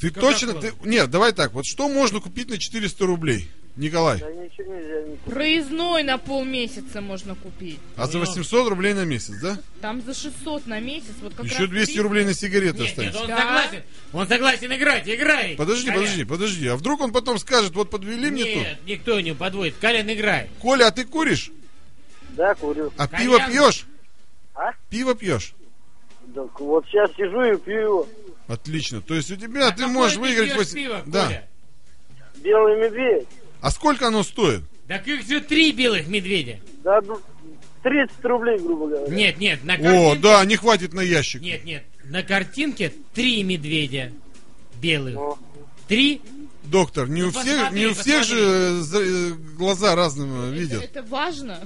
Ты
Кока-кола.
точно... Ты... Нет, давай так. Вот что можно купить на 400 рублей? Николай,
ничего нельзя не
Проездной на полмесяца можно купить.
а за 800 рублей на месяц, да?
Там за 600 на месяц. Вот как
Еще
раз
200
три-
рублей на
Нет,
сигареты
нет,
останется.
он
Да.
согласен. Он согласен играть, играй.
Подожди,
Колян.
подожди, подожди. А вдруг он потом скажет, вот подвели мне тут?
Нет, никто не подводит. Колян, играй.
Коля, а ты куришь?
Да, курю.
А
Колян.
пиво пьешь?
А?
Пиво пьешь?
Так вот сейчас сижу и пью
Отлично. То есть у тебя ты
А Какое
можешь выиграть...
пьешь
восемь-
пиво,
да.
Коля?
белый медведь.
А сколько оно стоит?
Так их же три белых медведя.
Да, ну, 30 рублей, грубо говоря.
Нет, нет, на
О,
картинке...
да, не хватит на ящик.
Нет, нет, на картинке три медведя белых.
Ну.
Три?
Доктор, не у
Ну, посмотри,
всех, не у всех
посмотри.
же э, за- э, глаза разным э, видят.
Это важно.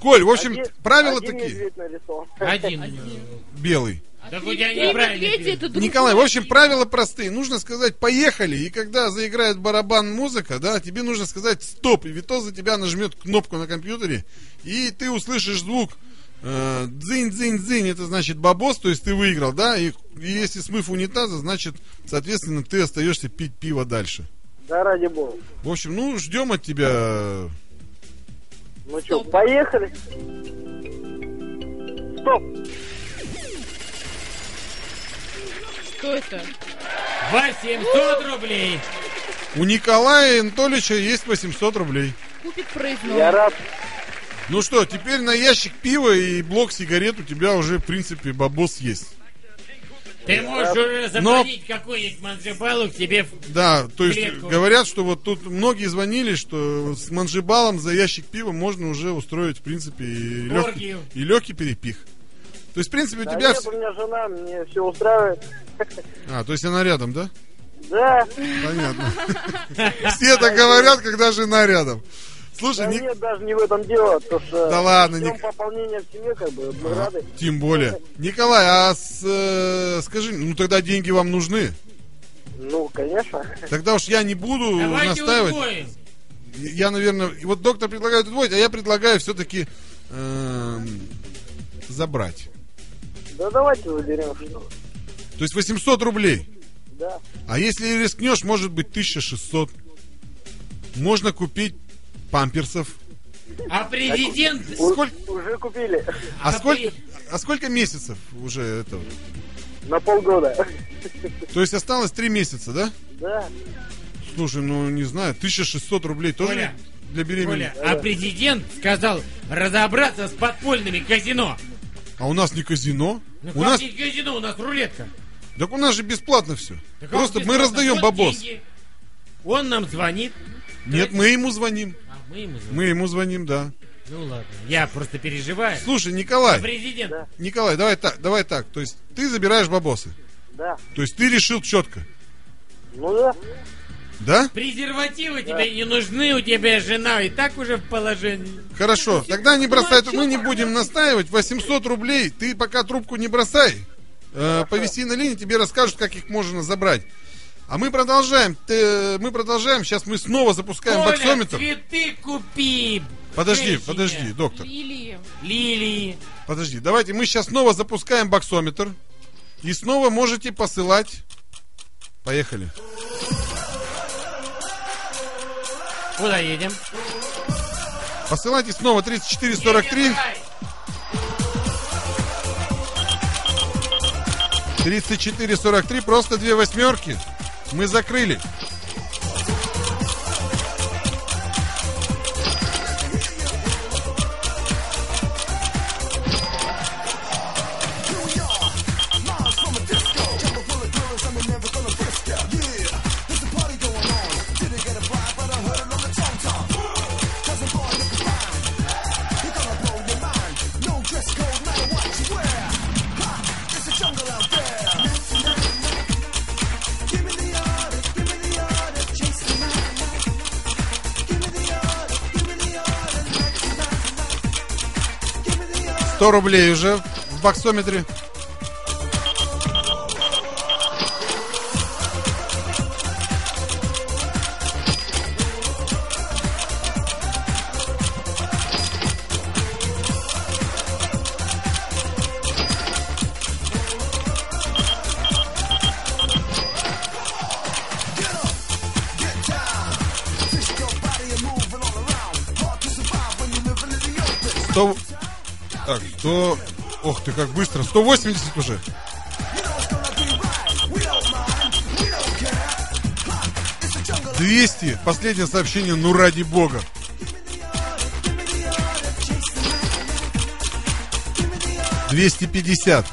Коль, в общем,
Один-
правила
один
такие.
медведь нарисован.
Один.
Белый.
Так у тебя
Три
неправильно.
медведя
пишут.
это друг
Николай, в общем, правила простые. Нужно сказать «поехали», и когда заиграет барабан музыка, да, тебе нужно сказать «стоп», и Витос за тебя нажмет кнопку на компьютере, и ты услышишь звук э, «дзынь-дзынь-дзынь», это значит «бабос», то есть ты выиграл, да, и, и если смыв унитаза, значит, соответственно, ты остаешься пить пиво дальше.
Да ради бога.
В общем, ну, ждем от тебя...
Ну что, поехали? Стоп!
Кто это?
800 рублей.
У Николая Анатольевича есть 800 рублей.
Купит проездной.
Я рад.
Ну что, теперь на ящик пива и блок сигарет у тебя уже, в принципе, бабос есть.
Ты можешь уже заплатить какой-нибудь манджипалу к тебе в-
Да, то есть
Клетку.
говорят, что вот тут многие звонили, что с манжибалом за ящик пива можно уже устроить, в принципе, и легкий,
Оргию.
и легкий перепих. То есть, в принципе, у
Да
тебя...
нет,
вс-
у меня жена, мне все устраивает.
А, то есть она рядом, да?
Да,
Понятно. Все так говорят, когда жена рядом. Слушай,
да
Ник-
нет, а даже не в этом дело, потому что...
Да ладно,
ждём
Ник-
пополнения в семье, как бы, мы
А,
рады.
Тем более. Николай, а с, э, скажи, ну тогда деньги вам нужны?
Ну, конечно.
Тогда уж я не буду
Давайте
настаивать.
удвоим.
Я, наверное, и вот доктор предлагает удвоить, а я предлагаю все-таки забрать.
Да давайте выберем, что...
То есть 800 рублей.
Да.
А если и рискнешь, может быть 1600. Можно купить памперсов.
А президент...
Э,
У-
Сколько-
Уже купили.
А,
А
сколько,
при-
а сколько месяцев уже этого?
На полгода.
То есть осталось 3 месяца, да?
Да.
Слушай, ну не знаю, 1600 рублей тоже
Коля,
для беременных.
Коля, а президент сказал разобраться с подпольными казино.
А у нас не казино.
Ну,
у нас,
фактически казино, у нас рулетка.
так у нас же бесплатно все.
Так а
Просто
он
мы
бесплатно.
раздаем
Вот
бабос.
деньги. Он нам звонит.
Нет, мы ему звоним.
А мы ему звоним.
Мы ему звоним, да.
Ну ладно, я просто переживаю.
Слушай, Николай,
Президент,
Николай, давай так, давай так. То есть ты забираешь бабосы.
Да.
То есть ты решил четко,
Ну да.
да?
презервативы тебе не нужны, у тебя жена и так уже в положении.
Хорошо, тогда не бросай, трубку, мы не будем настаивать. 800 рублей, ты пока трубку не бросай. Э, повиси на линии, тебе расскажут, как их можно забрать. А мы продолжаем, Ты- мы продолжаем, сейчас мы снова запускаем
Коля,
боксометр.
цветы купи.
Подожди,
женщине.
подожди, доктор,
Лилии.
Лилии.
подожди. Давайте мы сейчас снова запускаем боксометр. И снова можете посылать. Поехали.
Куда едем?
Посылайте снова 3443. 34-43, просто две восьмерки. Мы закрыли. Сто рублей уже в боксометре. 100... Так, 100... А Ох ты, как быстро. 180 уже. Двести. Последнее сообщение, ну ради бога. Двести пятьдесят.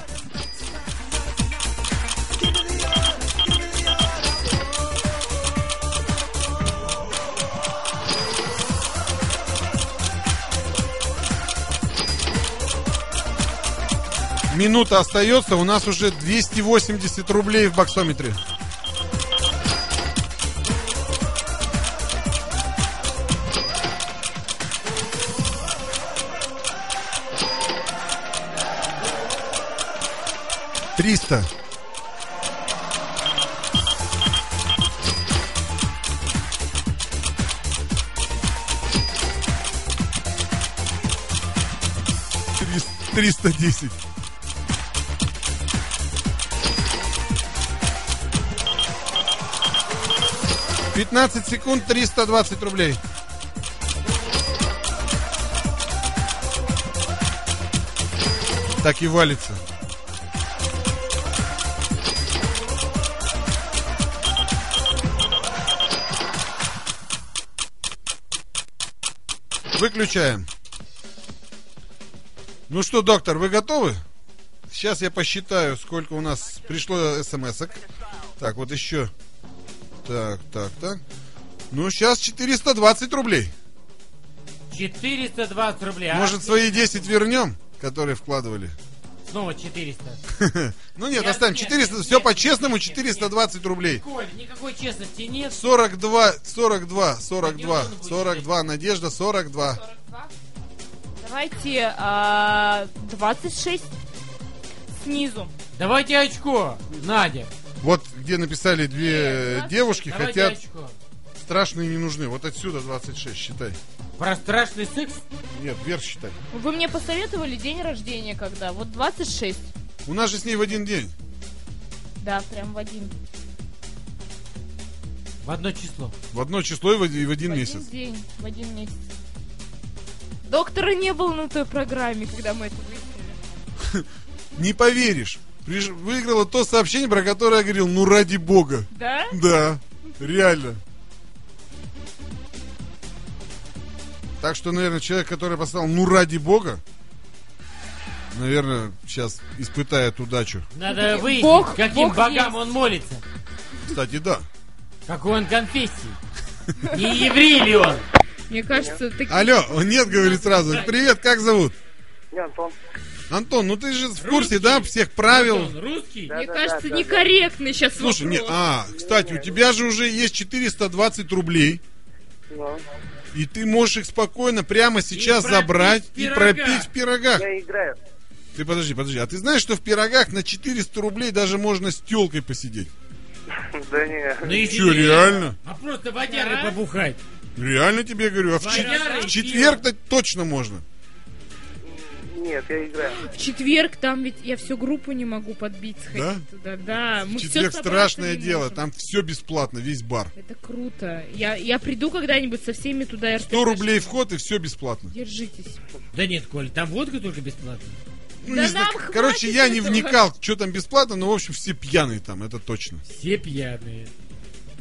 Минута остается, у нас уже 280 рублей в боксометре. Триста. Триста десять. 15 секунд, 320 рублей. Так и валится. Выключаем. Ну что, доктор, вы готовы? Сейчас я посчитаю, сколько у нас пришло смс -ок. Так, вот еще. Так, так, так. Ну, сейчас 420 рублей.
420 рублей. а?
Может, свои 10 вернем, которые вкладывали?
Снова 400.
Ну нет,
Я-
оставим
нет,
400,
нет,
все
нет,
по-честному,
нет, нет, нет.
420 рублей.
Коль, никакой честности нет.
42, 42, 42,
Надежда будет
42, Надежда, 42.
Давайте а, 26 снизу.
Давайте очко, Надя.
Вот где написали две э, девушки,
Давайте
хотят
очко.
страшные не нужны. Вот отсюда 26, считай.
Про страшный секс?
Нет, вверх считай.
Вы мне посоветовали день рождения когда? Вот 26.
У нас же с ней в один день.
Да, прям в один.
В одно число.
В одно число и в один, и в один
в
месяц.
один день, в один месяц. Доктора не было на той программе, когда мы это выяснили.
Не поверишь. Приж- Выиграла то сообщение, про которое я говорил, ну ради бога.
Да?
Да, реально. Так что, наверное, человек, который поставил «Ну, ради бога», наверное, сейчас испытает удачу.
Надо
Бог-
выяснить,
Бог
каким богам
есть.
он молится.
Кстати, да.
Какой он конфессии. Не еврей ли он?
Мне кажется, ты...
Алло, он нет, говорит сразу. Привет, как зовут?
Я Антон.
Антон, ну ты же в курсе, да, всех правил?
Он русский?
Мне
Да-да-да,
кажется,
да-да.
некорректный сейчас
Слушай,
вопрос.
не, а, кстати, у тебя же уже есть 420 рублей,
Ну,
и ты можешь их спокойно прямо сейчас
пропить
забрать
в
и
пирогах.
пропить в пирогах.
я играю.
Ты подожди, подожди, а ты знаешь, что в пирогах на 400 рублей даже можно с телкой посидеть?
Да не.
Ну и
Че, реально?
А просто водяры побухать.
Реально тебе говорю, а в, чет-
Водяры
в
и
четверг-то точно можно.
Нет, я играю.
В четверг там ведь я всю группу не могу подбить сходить
Да?
туда. Да, мы
в
всё
четверг
собраться
страшное
не
дело,
можем.
там все бесплатно, весь бар.
Это круто. Я, я приду когда-нибудь со всеми туда. и
100
расскажу.
рублей вход и все бесплатно.
Держитесь.
Да нет, Коль, там водка только бесплатная.
Ну,
Да
не знаю,
нам хватит
короче, я не
этого.
вникал, что там бесплатно, но в общем все пьяные там, это точно.
Все пьяные.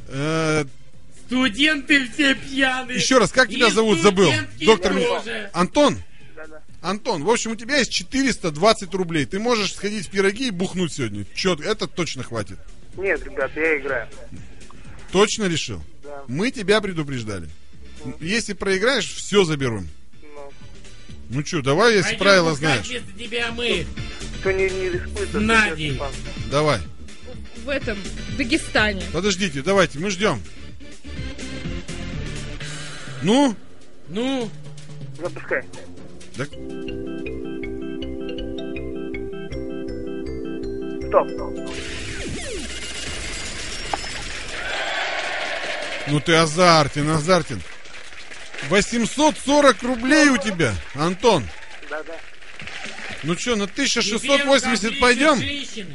Э,
Студенты все
Э,
пьяные.
Еще раз, как
И
тебя зовут? Забыл.
студентки
Доктор
тоже.
Антон. Антон, в общем, у тебя есть 420 рублей. Ты можешь сходить в пироги и бухнуть сегодня. Чет, это точно хватит.
Нет, ребят, я играю.
Точно решил?
Да.
Мы тебя предупреждали. Если проиграешь, все заберем.
Ну,
Ну что, давай, если
Пойдем
правила
бухать
знаешь.
Вместо тебя мы.
кто не, не рискует, тот
На
идет
день.
в банк.
Давай.
В этом, в Дагестане.
Подождите, давайте, мы ждем. Ну,
Ну,
Запускай.
да-
Стоп.
ну ты азартен, азартен. 840 рублей у тебя, Антон.
Да-да.
Ну что, на
теперь у комплекта
1680 пойдем?
женщины.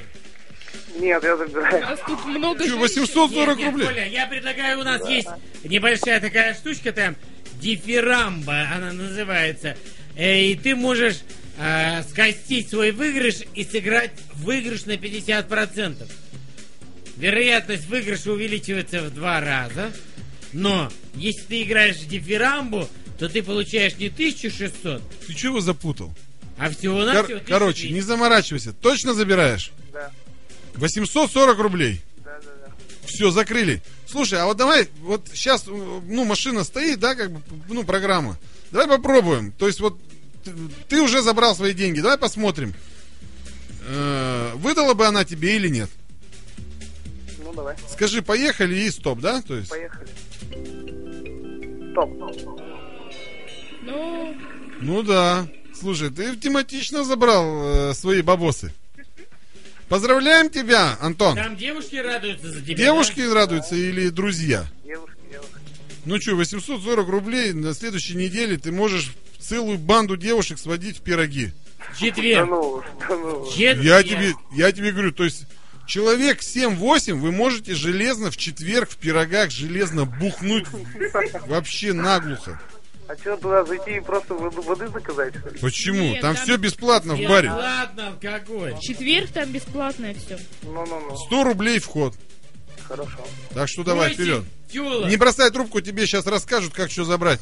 Нет, я забираю.
У нас тут много
Чё,
женщин.
840
Нет, нет,
рублей?
Коля, я предлагаю, у нас есть небольшая такая штучка там, дифирамба она называется. э, и ты можешь э, скостить свой выигрыш и сыграть в выигрыш на 50%. Вероятность выигрыша увеличивается в два раза. Но если ты играешь в дифирамбу, то ты получаешь не 1600,
Ты чего запутал?
а всего
Кор-
на
короче, не заморачивайся. Точно забираешь?
Да.
840 рублей.
Да, да, да.
Все, закрыли. Слушай, а вот давай, вот сейчас, ну, машина стоит, да, как бы, ну, программа. Давай попробуем. То есть вот ты, ты уже забрал свои деньги. Давай посмотрим. Э, Выдала бы она тебе или нет?
Ну, давай.
Скажи, поехали и стоп, да? То есть,
Поехали. Стоп.
Ну,
ну да. Слушай, ты тематично забрал э, свои бабосы. Поздравляем тебя, Антон.
Там девушки радуются за тебя.
Девушки радуются или друзья?
Девушки, девушки.
Ну что, 840 рублей на следующей неделе ты можешь целую банду девушек сводить в пироги.
да?
Да
Четверг.
ну, да ну.
Четверг.
Я тебе, я тебе говорю, то есть человек 7-8 вы можете железно в четверг в пирогах железно бухнуть вообще наглухо.
А что, туда зайти и просто воду- воды заказать, что ли?
Почему?
Нет,
там,
там
все бесплатно в баре.
Бесплатно алкоголь.
четверг там бесплатное все.
Ну-ну-ну,
100 рублей вход.
хорошо.
Так что давай,
Бросить
вперед.
тёлок.
Не бросай трубку, тебе сейчас расскажут, как что забрать.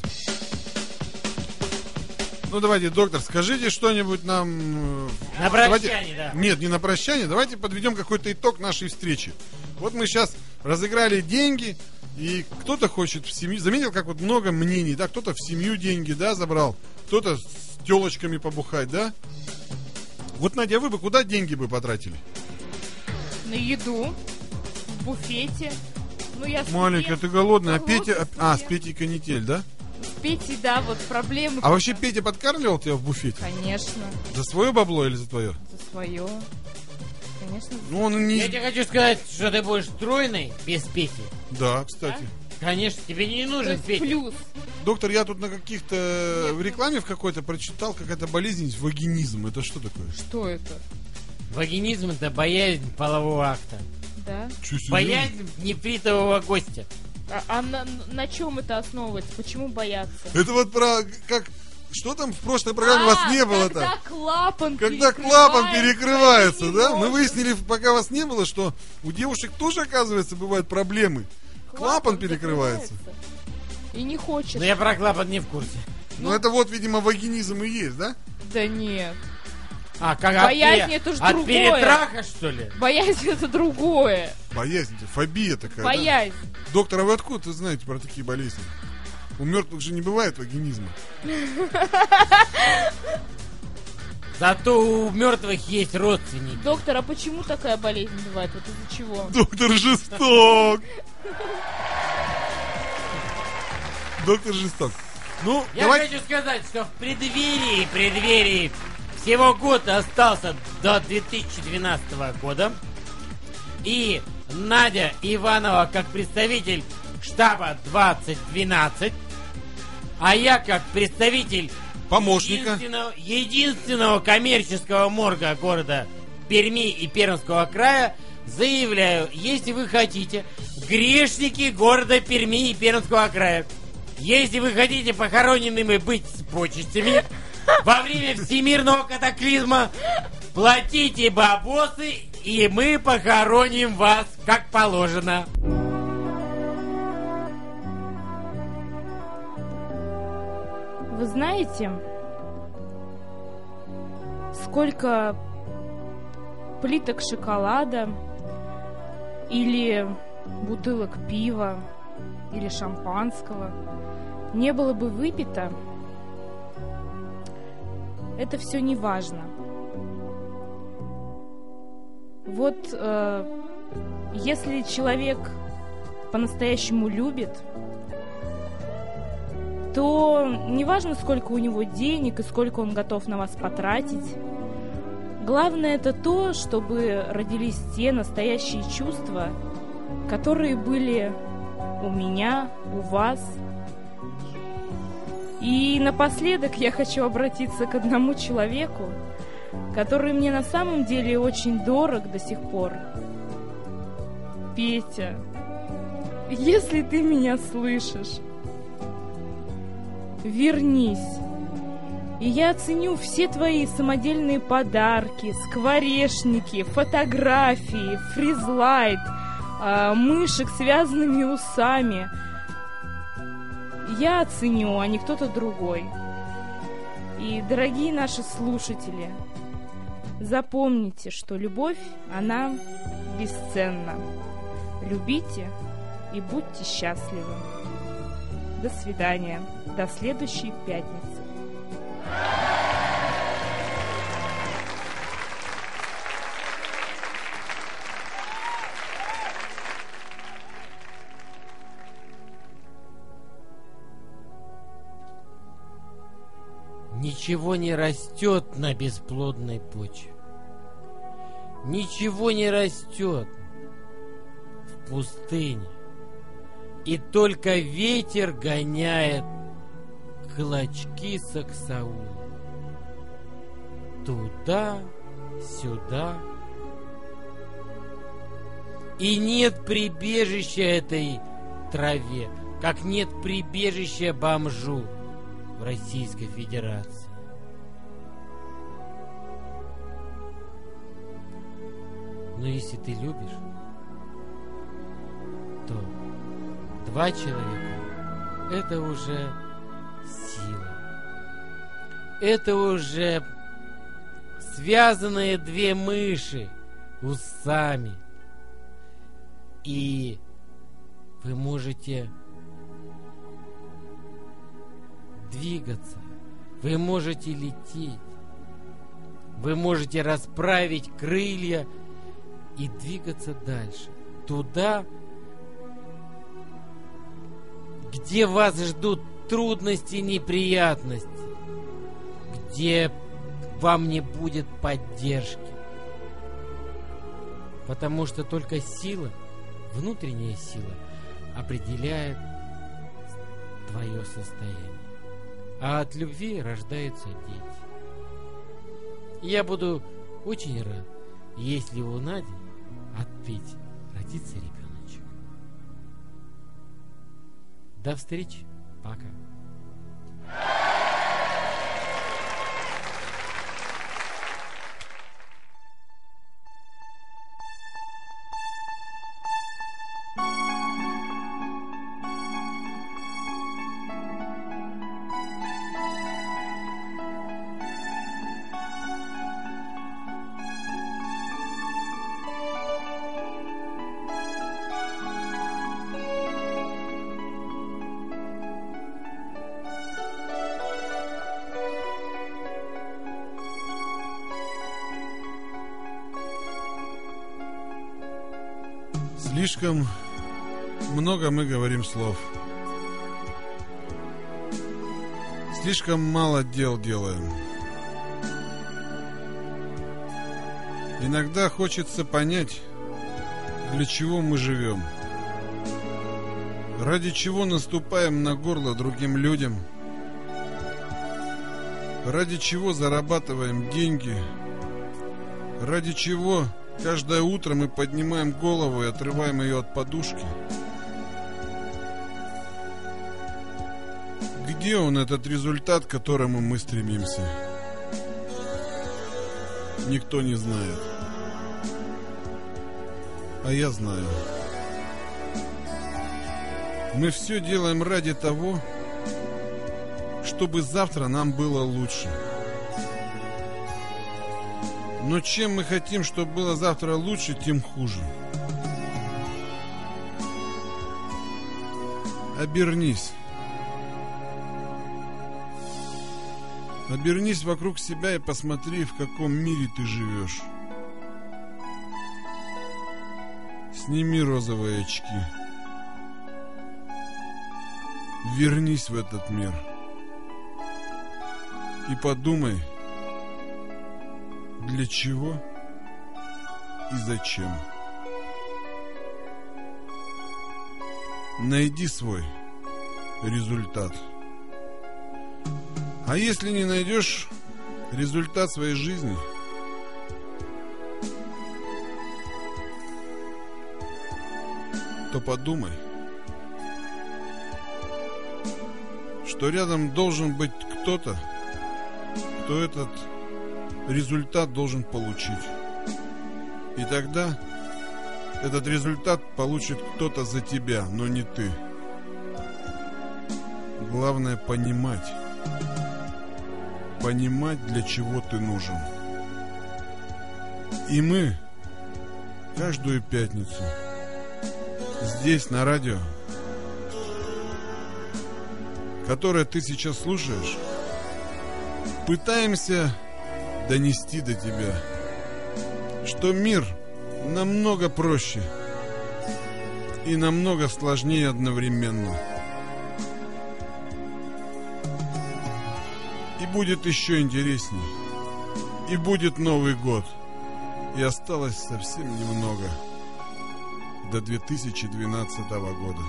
Ну давайте, доктор, скажите что-нибудь нам. э,
На
давайте-
прощание, да.
Нет, не на прощание. Давайте подведем какой-то итог нашей встречи. Вот мы сейчас разыграли деньги, и кто-то хочет в семью. Заметил, как вот много мнений, да? Кто-то в семью деньги, да, забрал, кто-то с телочками побухать, да? Вот, Надя, вы бы куда деньги бы потратили?
На еду, в буфете. Ну, я с
Маленькая, ты
Петей-
голодная, а
голодная,
Петя... А, с Петей канитель, да?
с Петей, да, вот проблемы.
А вообще Петя подкармливал тебя в буфете?
Конечно,
За свое бабло или за твое?
за свое. Конечно,
Ну, он не...
Я тебе хочу сказать, что ты будешь стройной без Пети.
Да, кстати.
Конечно, тебе не
то
нужен
есть
Петя.
Э, плюс.
Доктор, я тут на каких-то... В рекламе в какой-то прочитал какая-то болезнь, вагинизм. Это что такое?
Что это?
Вагинизм это боязнь полового акта.
Да.
Чё, серьёзно?
Боязнь нефритового гостя.
А, а на, на чем это основывается? Почему бояться?
Это вот про... Как... Что там в прошлой программе вас не было
когда
там?
клапан
Когда клапан
А, и
перекрывается,
не
да? Мы
может.
выяснили, пока вас не было, что у девушек тоже, оказывается, бывают проблемы. Клапан перекрывается.
И не хочет.
Но я про клапан не в курсе.
Но это вот, видимо, вагинизм и есть, да?
Да нет.
А, как от
Боязнь
пере-
это ж
От
другое.
перетраха, что ли?
Боязнь это другое.
Боязнь, это фобия такая. да?
Боязнь.
Доктор, а вы откуда вы знаете про такие болезни? У мертвых же не бывает вагинизма.
Зато у мертвых есть родственники.
Доктор, а почему такая болезнь бывает? Вот из-за чего?
Доктор жесток. Доктор жесток. Ну,
Я
давай-
хочу сказать, что в преддверии, преддверии всего год остался до 2012 года. И Надя Иванова как представитель штаба 2012, а я как представитель
помощника.
единственного, единственного коммерческого морга города Перми и Пермского края заявляю, если вы хотите, грешники города Перми и Пермского края, если вы хотите похороненными быть с почестями во время всемирного катаклизма, платите бабосы, и мы похороним вас как положено.
Вы знаете, сколько плиток шоколада или бутылок пива или шампанского не было бы выпито, это все не важно. Вот э, если человек по-настоящему любит, то неважно, сколько у него денег и сколько он готов на вас потратить. Главное это то, чтобы родились те настоящие чувства, которые были у меня, у вас. И напоследок я хочу обратиться к одному человеку, который мне на самом деле очень дорог до сих пор. Петя, если ты меня слышишь, вернись И я ценю все твои самодельные подарки, скворешники, фотографии, фризлайт, а, мышек с связанными усами. Я ценю, а не кто-то другой. И, дорогие наши слушатели, запомните, что любовь, она бесценна. Любите и будьте счастливы. До свидания. До следующей пятницы.
Ничего не растет на бесплодной почве. Ничего не растет в пустыне. И только ветер гоняет клочки саксаула. Туда, сюда. И нет прибежища этой траве, как нет прибежища бомжу в Российской Федерации. Но если ты любишь, то два человека – это уже сила. Это уже связанные две мыши усами. И вы можете двигаться, вы можете лететь, вы можете расправить крылья и двигаться дальше, туда, где вас ждут трудности и неприятности, где вам не будет поддержки. Потому что только сила, внутренняя сила, определяет твое состояние. А от любви рождаются дети. Я буду очень рад, если у Нади от Пети родится ребеночек. До встречи. Пока.
Слишком много мы говорим слов. Слишком мало дел делаем. Иногда хочется понять, для чего мы живем. Ради чего наступаем на горло другим людям. Ради чего зарабатываем деньги. Ради чего Каждое утро мы поднимаем голову и отрываем ее от подушки. Где он, этот результат, к которому мы стремимся? Никто не знает. А я знаю. Мы все делаем ради того, чтобы завтра нам было лучше. Но чем мы хотим, чтобы было завтра лучше, тем хуже. Обернись. Обернись вокруг себя и посмотри, в каком мире ты живешь. Сними розовые очки. Вернись в этот мир. И подумай, для чего и зачем. Найди свой результат. А если не найдешь результат своей жизни, то подумай, что рядом должен быть кто-то, то этот результат должен получить. И тогда этот результат получит кто-то за тебя, но не ты. Главное понимать. Понимать, для чего ты нужен. И мы каждую пятницу здесь на радио, которое ты сейчас слушаешь, пытаемся донести до тебя, что мир намного проще и намного сложнее одновременно. И будет еще интересней. И будет Новый год. И осталось совсем немного до 2012 года.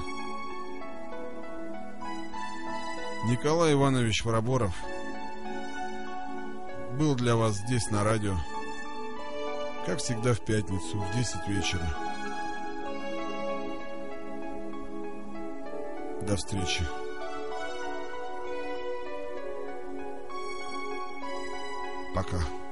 Николай Иванович Вороборов был для вас здесь на радио, как всегда в пятницу в 10 вечера. До встречи. Пока.